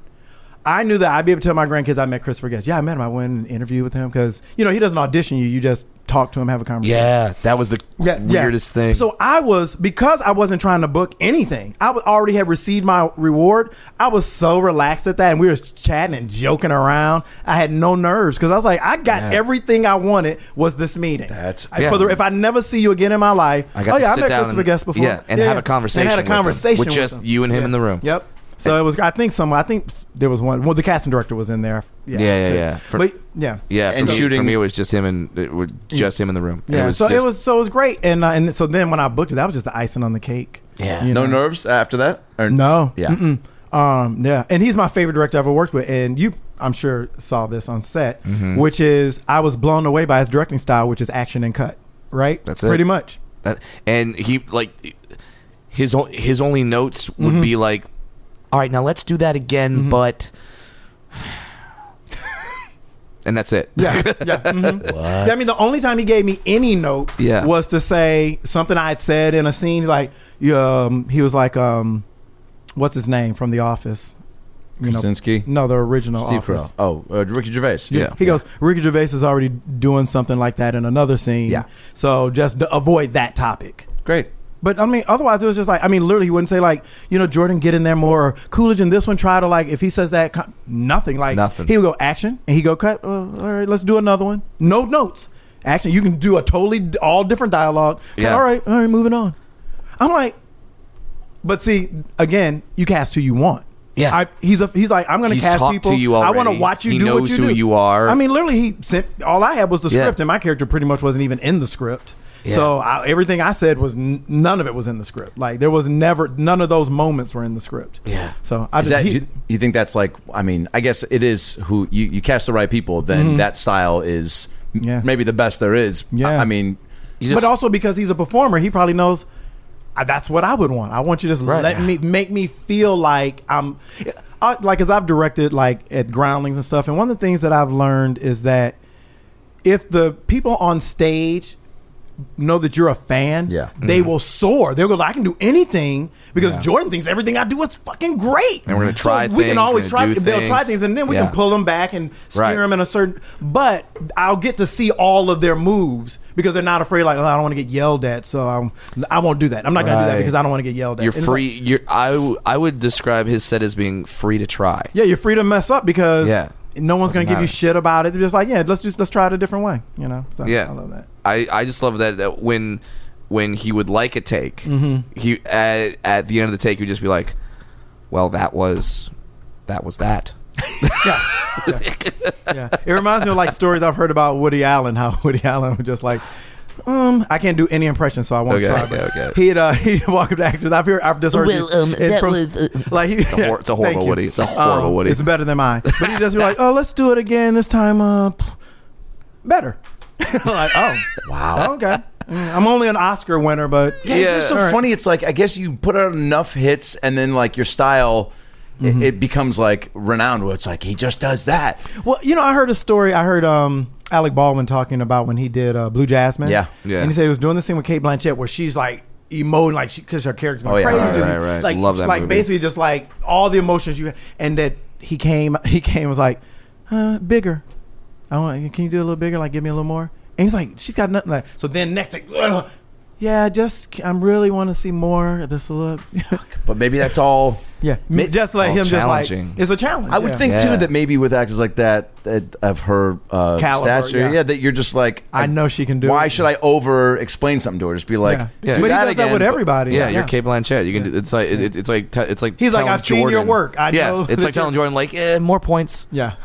[SPEAKER 5] I knew that I'd be able to tell my grandkids I met Christopher Guest. Yeah, I met him. I went and interviewed with him because you know he doesn't audition you. You just talk to him, have a conversation.
[SPEAKER 6] Yeah, that was the
[SPEAKER 5] Yeah, yeah.
[SPEAKER 6] weirdest thing.
[SPEAKER 5] So I was because I wasn't trying to book anything. I was, already had received my reward. I was so relaxed at that, and we were chatting and joking around. I had no nerves because I was like, I got
[SPEAKER 6] Yeah.
[SPEAKER 5] everything I wanted was this meeting.
[SPEAKER 3] That's-
[SPEAKER 5] I-
[SPEAKER 6] Yeah.
[SPEAKER 5] for the, if I never see you again in my life.
[SPEAKER 6] I got
[SPEAKER 5] oh
[SPEAKER 6] to
[SPEAKER 5] yeah,
[SPEAKER 6] sit
[SPEAKER 5] I met
[SPEAKER 6] down
[SPEAKER 5] Christopher
[SPEAKER 6] and-
[SPEAKER 5] Guest before.
[SPEAKER 6] yeah, and have a conversation
[SPEAKER 5] And had
[SPEAKER 6] with
[SPEAKER 5] a
[SPEAKER 6] him,
[SPEAKER 5] conversation
[SPEAKER 6] with just
[SPEAKER 5] him.
[SPEAKER 6] you and him in the room.
[SPEAKER 5] Yep. So it was. I think some. I think there was one. Well, the casting director was in there. Yeah,
[SPEAKER 6] Yeah, yeah,
[SPEAKER 5] too.
[SPEAKER 6] yeah. For-
[SPEAKER 5] but yeah,
[SPEAKER 6] yeah,
[SPEAKER 3] and
[SPEAKER 6] for me,
[SPEAKER 3] shooting-
[SPEAKER 6] for me it was just him and it was just him in the room.
[SPEAKER 5] Yeah,
[SPEAKER 6] it was
[SPEAKER 5] so it
[SPEAKER 6] just-
[SPEAKER 5] was so it was great, and uh, and so then when I booked it, that was just the icing on the cake.
[SPEAKER 6] Yeah.
[SPEAKER 5] You
[SPEAKER 3] no
[SPEAKER 5] know?
[SPEAKER 3] nerves after that? Or,
[SPEAKER 5] No.
[SPEAKER 3] Yeah.
[SPEAKER 5] Mm-mm. Um, yeah. And he's my favorite director I've ever worked with. And you, I'm sure, saw this on set,
[SPEAKER 6] Mm-hmm.
[SPEAKER 5] which is I was blown away by his directing style, which is action and cut, right?
[SPEAKER 6] That's it.
[SPEAKER 5] Pretty much.
[SPEAKER 6] That, and he like his o- his only notes would
[SPEAKER 5] Mm-hmm.
[SPEAKER 6] be like, "All right, now let's do that again," but and that's it.
[SPEAKER 5] Yeah. Yeah. mhm. Yeah, I mean, the only time he gave me any note
[SPEAKER 6] Yeah.
[SPEAKER 5] was to say something I had said in a scene. Like, you, um, he was like, um, what's his name from The Office? You know,
[SPEAKER 3] Krasinski?
[SPEAKER 5] no, the original
[SPEAKER 3] Steve
[SPEAKER 5] Office.
[SPEAKER 3] Carell. Oh, uh, Ricky Gervais.
[SPEAKER 6] Yeah.
[SPEAKER 5] He goes, Ricky Gervais is already doing something like that in another scene.
[SPEAKER 3] Yeah.
[SPEAKER 5] So just d- avoid that topic.
[SPEAKER 3] Great.
[SPEAKER 5] But I mean, otherwise it was just like I mean, literally he wouldn't say like you know Jordan get in there more or Coolidge in this one try to like if he says that con- nothing like
[SPEAKER 6] Nothing.
[SPEAKER 5] he would go action and he go cut uh, all right let's do another one no notes action you can do a totally d- all different dialogue
[SPEAKER 6] Yeah.
[SPEAKER 5] all right all right moving on I'm like but see again you cast who you want
[SPEAKER 6] Yeah.
[SPEAKER 5] I, he's a, he's like I'm gonna
[SPEAKER 6] He's
[SPEAKER 5] cast
[SPEAKER 6] talked
[SPEAKER 5] people
[SPEAKER 6] to you
[SPEAKER 5] I want to
[SPEAKER 6] already.
[SPEAKER 5] watch you
[SPEAKER 6] He
[SPEAKER 5] do
[SPEAKER 6] knows
[SPEAKER 5] what you
[SPEAKER 6] who
[SPEAKER 5] do
[SPEAKER 6] you are.
[SPEAKER 5] I mean literally he sent all I had was the
[SPEAKER 6] Yeah.
[SPEAKER 5] script and my character pretty much wasn't even in the script
[SPEAKER 6] Yeah.
[SPEAKER 5] so I, everything I said was n- none of it was in the script. Like there was never none of those moments were in the script.
[SPEAKER 6] Yeah.
[SPEAKER 5] So I
[SPEAKER 3] Is
[SPEAKER 5] just
[SPEAKER 3] that
[SPEAKER 5] he-
[SPEAKER 3] you, you think that's like? I mean, I guess it is. Who you, you cast the right people, then
[SPEAKER 9] Mm-hmm.
[SPEAKER 3] that style is m-
[SPEAKER 5] Yeah.
[SPEAKER 3] maybe the best there is. I-
[SPEAKER 5] Yeah.
[SPEAKER 3] I, mean,
[SPEAKER 6] You just-
[SPEAKER 5] but also because he's a performer, he probably knows "I- that's what I would want. I want you to just
[SPEAKER 6] Right.
[SPEAKER 5] let me make me feel like I'm I, like as I've directed like at groundlings and stuff. And one of the things that I've learned is that if the people on stage know that you're a fan,
[SPEAKER 3] Yeah.
[SPEAKER 6] Mm-hmm.
[SPEAKER 5] they will soar. They'll go, I can do anything because Jordan thinks everything I do is fucking great.
[SPEAKER 6] And we're gonna
[SPEAKER 5] So
[SPEAKER 6] try
[SPEAKER 5] We
[SPEAKER 6] things,
[SPEAKER 5] can always
[SPEAKER 6] we're gonna
[SPEAKER 5] try.
[SPEAKER 6] do
[SPEAKER 5] They'll try
[SPEAKER 6] things.
[SPEAKER 5] things, and then we
[SPEAKER 6] Yeah.
[SPEAKER 5] can pull them back and steer
[SPEAKER 6] Right.
[SPEAKER 5] them in a certain. But I'll get to see all of their moves because they're not afraid. Like, oh, I don't want to get yelled at, so I'm, I won't do that. I'm not gonna do that
[SPEAKER 6] Right.
[SPEAKER 5] because I don't want to get yelled at.
[SPEAKER 6] You're
[SPEAKER 5] And it's like-
[SPEAKER 6] free. You're I. w- I would describe his set as being free to try.
[SPEAKER 5] yeah, you're free to mess up because
[SPEAKER 6] Yeah.
[SPEAKER 5] no one's
[SPEAKER 6] Doesn't
[SPEAKER 5] gonna give you
[SPEAKER 6] matter.
[SPEAKER 5] shit about it. They're just like, yeah, let's just let's try it a different way. You know. So,
[SPEAKER 6] Yeah,
[SPEAKER 5] I love that.
[SPEAKER 6] I, I just love that, that when when he would like a take,
[SPEAKER 5] Mm-hmm.
[SPEAKER 6] he at, at the end of the take, he'd just be like, "Well, that was that was that."
[SPEAKER 5] Yeah. yeah. Yeah. It reminds me of like stories I've heard about Woody Allen, how Woody Allen was just like, um, I can't do any impression, so I won't
[SPEAKER 6] Okay,
[SPEAKER 5] try.
[SPEAKER 6] okay,
[SPEAKER 5] but
[SPEAKER 6] okay.
[SPEAKER 5] He'd uh, he'd walk up to actors. I've heard I've just heard
[SPEAKER 10] Well,
[SPEAKER 5] this.
[SPEAKER 10] um,
[SPEAKER 5] It's
[SPEAKER 10] that
[SPEAKER 5] pro-
[SPEAKER 10] was, uh,
[SPEAKER 5] like he, it's
[SPEAKER 6] a hor- it's a horrible Woody. It's a horrible Woody.
[SPEAKER 5] It's better than mine, but he'd just be like, oh, let's do it again this time. Uh, p- better. like, oh, wow, okay. Mm, I'm only an Oscar winner, but
[SPEAKER 9] Yeah, it's just so
[SPEAKER 5] All right.
[SPEAKER 9] funny. It's like I guess you put out enough hits, and then like your style, i-
[SPEAKER 3] Mm-hmm.
[SPEAKER 9] it, becomes like renowned. Where it's like he just does that.
[SPEAKER 5] Well, you know, I heard a story. I heard um, Alec Baldwin talking about when he did uh, Blue Jasmine.
[SPEAKER 9] Yeah.
[SPEAKER 6] Yeah.
[SPEAKER 5] And he said he was doing this thing with Kate Blanchett where she's like emoting like because her character's going
[SPEAKER 9] Oh, yeah,
[SPEAKER 5] crazy.
[SPEAKER 9] right,
[SPEAKER 5] and,
[SPEAKER 6] right, right.
[SPEAKER 5] Like,
[SPEAKER 6] Love that
[SPEAKER 5] Like
[SPEAKER 6] movie.
[SPEAKER 5] basically just like all the emotions you and that he came he came and was like uh, bigger. I want. Can you do a little bigger? Like give me a little more. And he's like, she's got nothing. Like so. Then next, like, ugh, yeah, just I'm really want to see more. Just a little.
[SPEAKER 9] But maybe that's all.
[SPEAKER 5] yeah,
[SPEAKER 9] Ma-
[SPEAKER 5] just like
[SPEAKER 6] Well,
[SPEAKER 5] him. Just like
[SPEAKER 6] challenging.
[SPEAKER 5] it's a challenge.
[SPEAKER 9] oh, I would
[SPEAKER 5] yeah.
[SPEAKER 9] think
[SPEAKER 6] Yeah.
[SPEAKER 9] too that maybe with actors like that, that of her uh,
[SPEAKER 5] Caliber,
[SPEAKER 9] stature,
[SPEAKER 5] yeah.
[SPEAKER 9] yeah. that you're just like
[SPEAKER 5] I know she can do
[SPEAKER 9] Why
[SPEAKER 5] it.
[SPEAKER 9] should I over explain something to her? Just be like,
[SPEAKER 5] Yeah.
[SPEAKER 6] Yeah.
[SPEAKER 9] do
[SPEAKER 6] But
[SPEAKER 5] he
[SPEAKER 9] that
[SPEAKER 5] does that
[SPEAKER 9] again,
[SPEAKER 5] with
[SPEAKER 9] but-
[SPEAKER 5] everybody.
[SPEAKER 6] Yeah,
[SPEAKER 5] yeah.
[SPEAKER 6] you're Kate Blanchett. You can. do It's like it, it's like te- it's like
[SPEAKER 5] He's like,
[SPEAKER 6] telling
[SPEAKER 5] "I've seen your
[SPEAKER 6] Jordan-
[SPEAKER 5] work. I
[SPEAKER 6] yeah,
[SPEAKER 5] know."
[SPEAKER 6] it's like telling Jordan like eh, more points.
[SPEAKER 5] Yeah.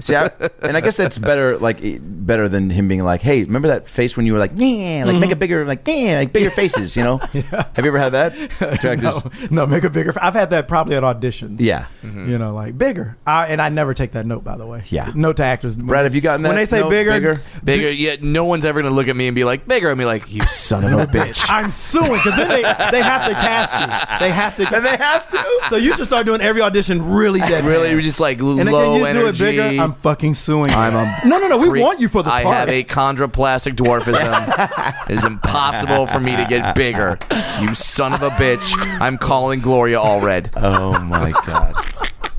[SPEAKER 9] See, I, and I guess that's better, like it- better than him being like, "Hey, remember that face when you were like, yeah, like make
[SPEAKER 5] Mm-hmm.
[SPEAKER 9] a bigger, like, yeah, like bigger faces," you know? Have you ever had that? Directors-
[SPEAKER 5] no, no, make a bigger. I've had that probably at auditions.
[SPEAKER 9] Yeah.
[SPEAKER 5] You know, like bigger. I, and I never take that note, by the way.
[SPEAKER 9] Yeah.
[SPEAKER 5] Note to actors.
[SPEAKER 9] Brad, have you gotten that?
[SPEAKER 5] When they say
[SPEAKER 9] note?
[SPEAKER 5] bigger,
[SPEAKER 6] Bigger, yet no one's ever gonna look at me and be like bigger. and be like, you son of a bitch.
[SPEAKER 5] I'm suing because then they, they have to cast you. They have to. they have to. So you should start doing every audition really dead.
[SPEAKER 6] really,
[SPEAKER 5] man.
[SPEAKER 6] we just like
[SPEAKER 5] And then
[SPEAKER 6] low
[SPEAKER 5] can you
[SPEAKER 6] energy.
[SPEAKER 5] do it bigger? I'm fucking suing. you.
[SPEAKER 6] I'm a
[SPEAKER 5] no, no, no. We
[SPEAKER 6] freak.
[SPEAKER 5] want you for the
[SPEAKER 6] I
[SPEAKER 5] part.
[SPEAKER 6] have a chondroplastic dwarfism. it is impossible for me to get bigger. You son of a bitch. I'm calling Gloria Allred.
[SPEAKER 9] Oh my god,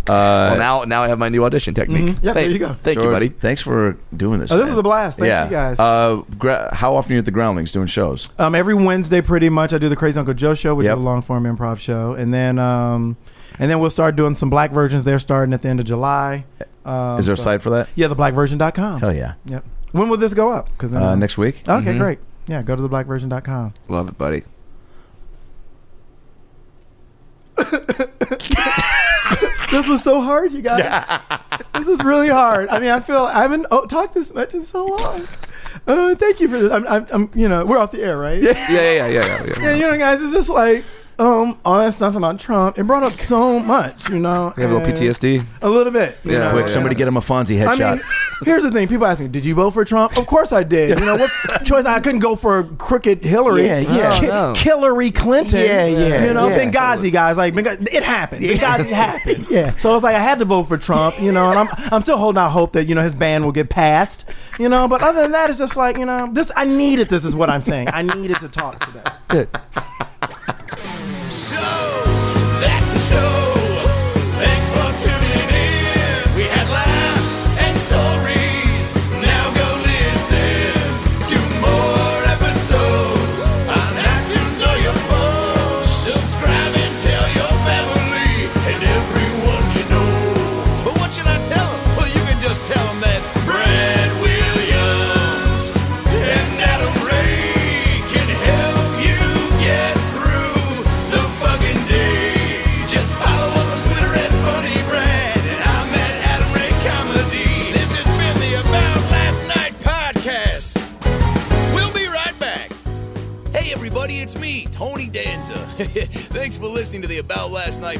[SPEAKER 6] well, now now I have my new audition technique.
[SPEAKER 5] Mm-hmm. Yeah, there
[SPEAKER 6] Thank-
[SPEAKER 5] you go.
[SPEAKER 6] Thank you,
[SPEAKER 9] George,
[SPEAKER 6] buddy.
[SPEAKER 9] Thanks for doing this.
[SPEAKER 5] Oh, this
[SPEAKER 9] man.
[SPEAKER 5] was a blast. Thank
[SPEAKER 9] yeah,
[SPEAKER 5] you guys.
[SPEAKER 9] Uh, gra- how often are you at the Groundlings doing shows?
[SPEAKER 5] Um, every Wednesday, pretty much, I do the Crazy Uncle Joe show, which
[SPEAKER 9] Yep.
[SPEAKER 5] is a long form improv show, and then um, and then we'll start doing some black versions. They're starting at the end of July. Um,
[SPEAKER 9] Is there a
[SPEAKER 5] so-
[SPEAKER 9] site for that?
[SPEAKER 5] Yeah, theblackversion.com.
[SPEAKER 9] Hell yeah.
[SPEAKER 5] Yep. When will this go up? Because
[SPEAKER 9] Uh, next week.
[SPEAKER 5] Okay,
[SPEAKER 6] Mhm.
[SPEAKER 5] great. Yeah, go to theblackversion.com.
[SPEAKER 6] Love it, buddy.
[SPEAKER 5] This was so hard, you guys. this was really hard. I mean, I feel I haven't oh, talked this much in so long. Uh, thank you for this. I'm, I'm, I'm, you know, we're off the air, right?
[SPEAKER 6] Yeah, yeah, yeah, yeah. yeah,
[SPEAKER 5] Yeah, you know, guys, it's just like um, all that stuff about Trump. It brought up so much, you know.
[SPEAKER 6] You have a little
[SPEAKER 5] and-
[SPEAKER 6] PTSD.
[SPEAKER 5] A little bit. you
[SPEAKER 6] Yeah,
[SPEAKER 5] know,
[SPEAKER 9] Quick,
[SPEAKER 5] yeah.
[SPEAKER 9] somebody get him a Fonzie
[SPEAKER 5] I
[SPEAKER 9] headshot.
[SPEAKER 5] mean, here's the thing. People ask me, "Did you vote for Trump?" Of course I did. You know what choice? I couldn't go for crooked Hillary.
[SPEAKER 11] Yeah, yeah. Oh,
[SPEAKER 5] Ki-
[SPEAKER 6] No, no.
[SPEAKER 5] Hillary Clinton.
[SPEAKER 11] Yeah, yeah,
[SPEAKER 5] You know,
[SPEAKER 11] yeah.
[SPEAKER 5] Benghazi guys. Like Benghazi, it happened. Benghazi happened. Yeah. So it's like I had to vote for Trump. You know, and I'm I'm still holding out hope that you know his ban will get passed. You know, but other than that, it's just like you know this. I needed this. Is what I'm saying. I needed to talk today.
[SPEAKER 3] So that's the show. Thanks for tuning in. We had laughs and stories. Now go listen to more episodes on iTunes or your phone. Subscribe and tell your family and everyone you know. But what should I tell 'em? Well, you can just tell 'em that Brad Williams and Adam Ray can help you get through the fucking day. Just follow us on Twitter at Funny Brad, and I'm at Adam Ray Comedy. This has been the About Last Night podcast. We'll be right back. Hey, everybody, it's me, Tony Danza. Thanks for listening to the About Last Night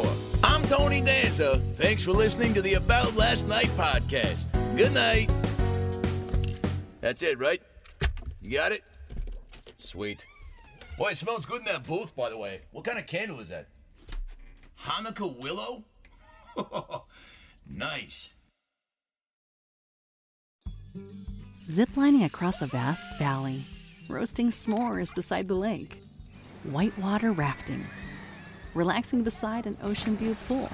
[SPEAKER 3] I'm Tony Danza. Thanks for listening to the About Last Night podcast. Good night. That's it, right? You got it? Sweet.
[SPEAKER 9] Boy, it smells good in that booth, by the way. What kind of candle is that? Hanukkah willow? nice.
[SPEAKER 12] ziplining across a vast valley, roasting s'mores beside the lake, whitewater rafting, relaxing beside an ocean view pool.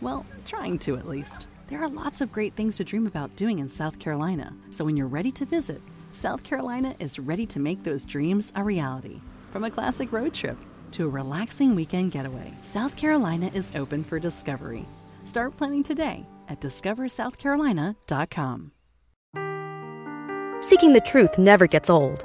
[SPEAKER 12] Well, trying to at least. There are lots of great things to dream about doing in South Carolina, so when you're ready to visit, South Carolina is ready to make those dreams a reality. From a classic road trip to a relaxing weekend getaway, South Carolina is open for discovery. Start planning today at discoversouthcarolina.com.
[SPEAKER 2] Seeking the truth never gets old.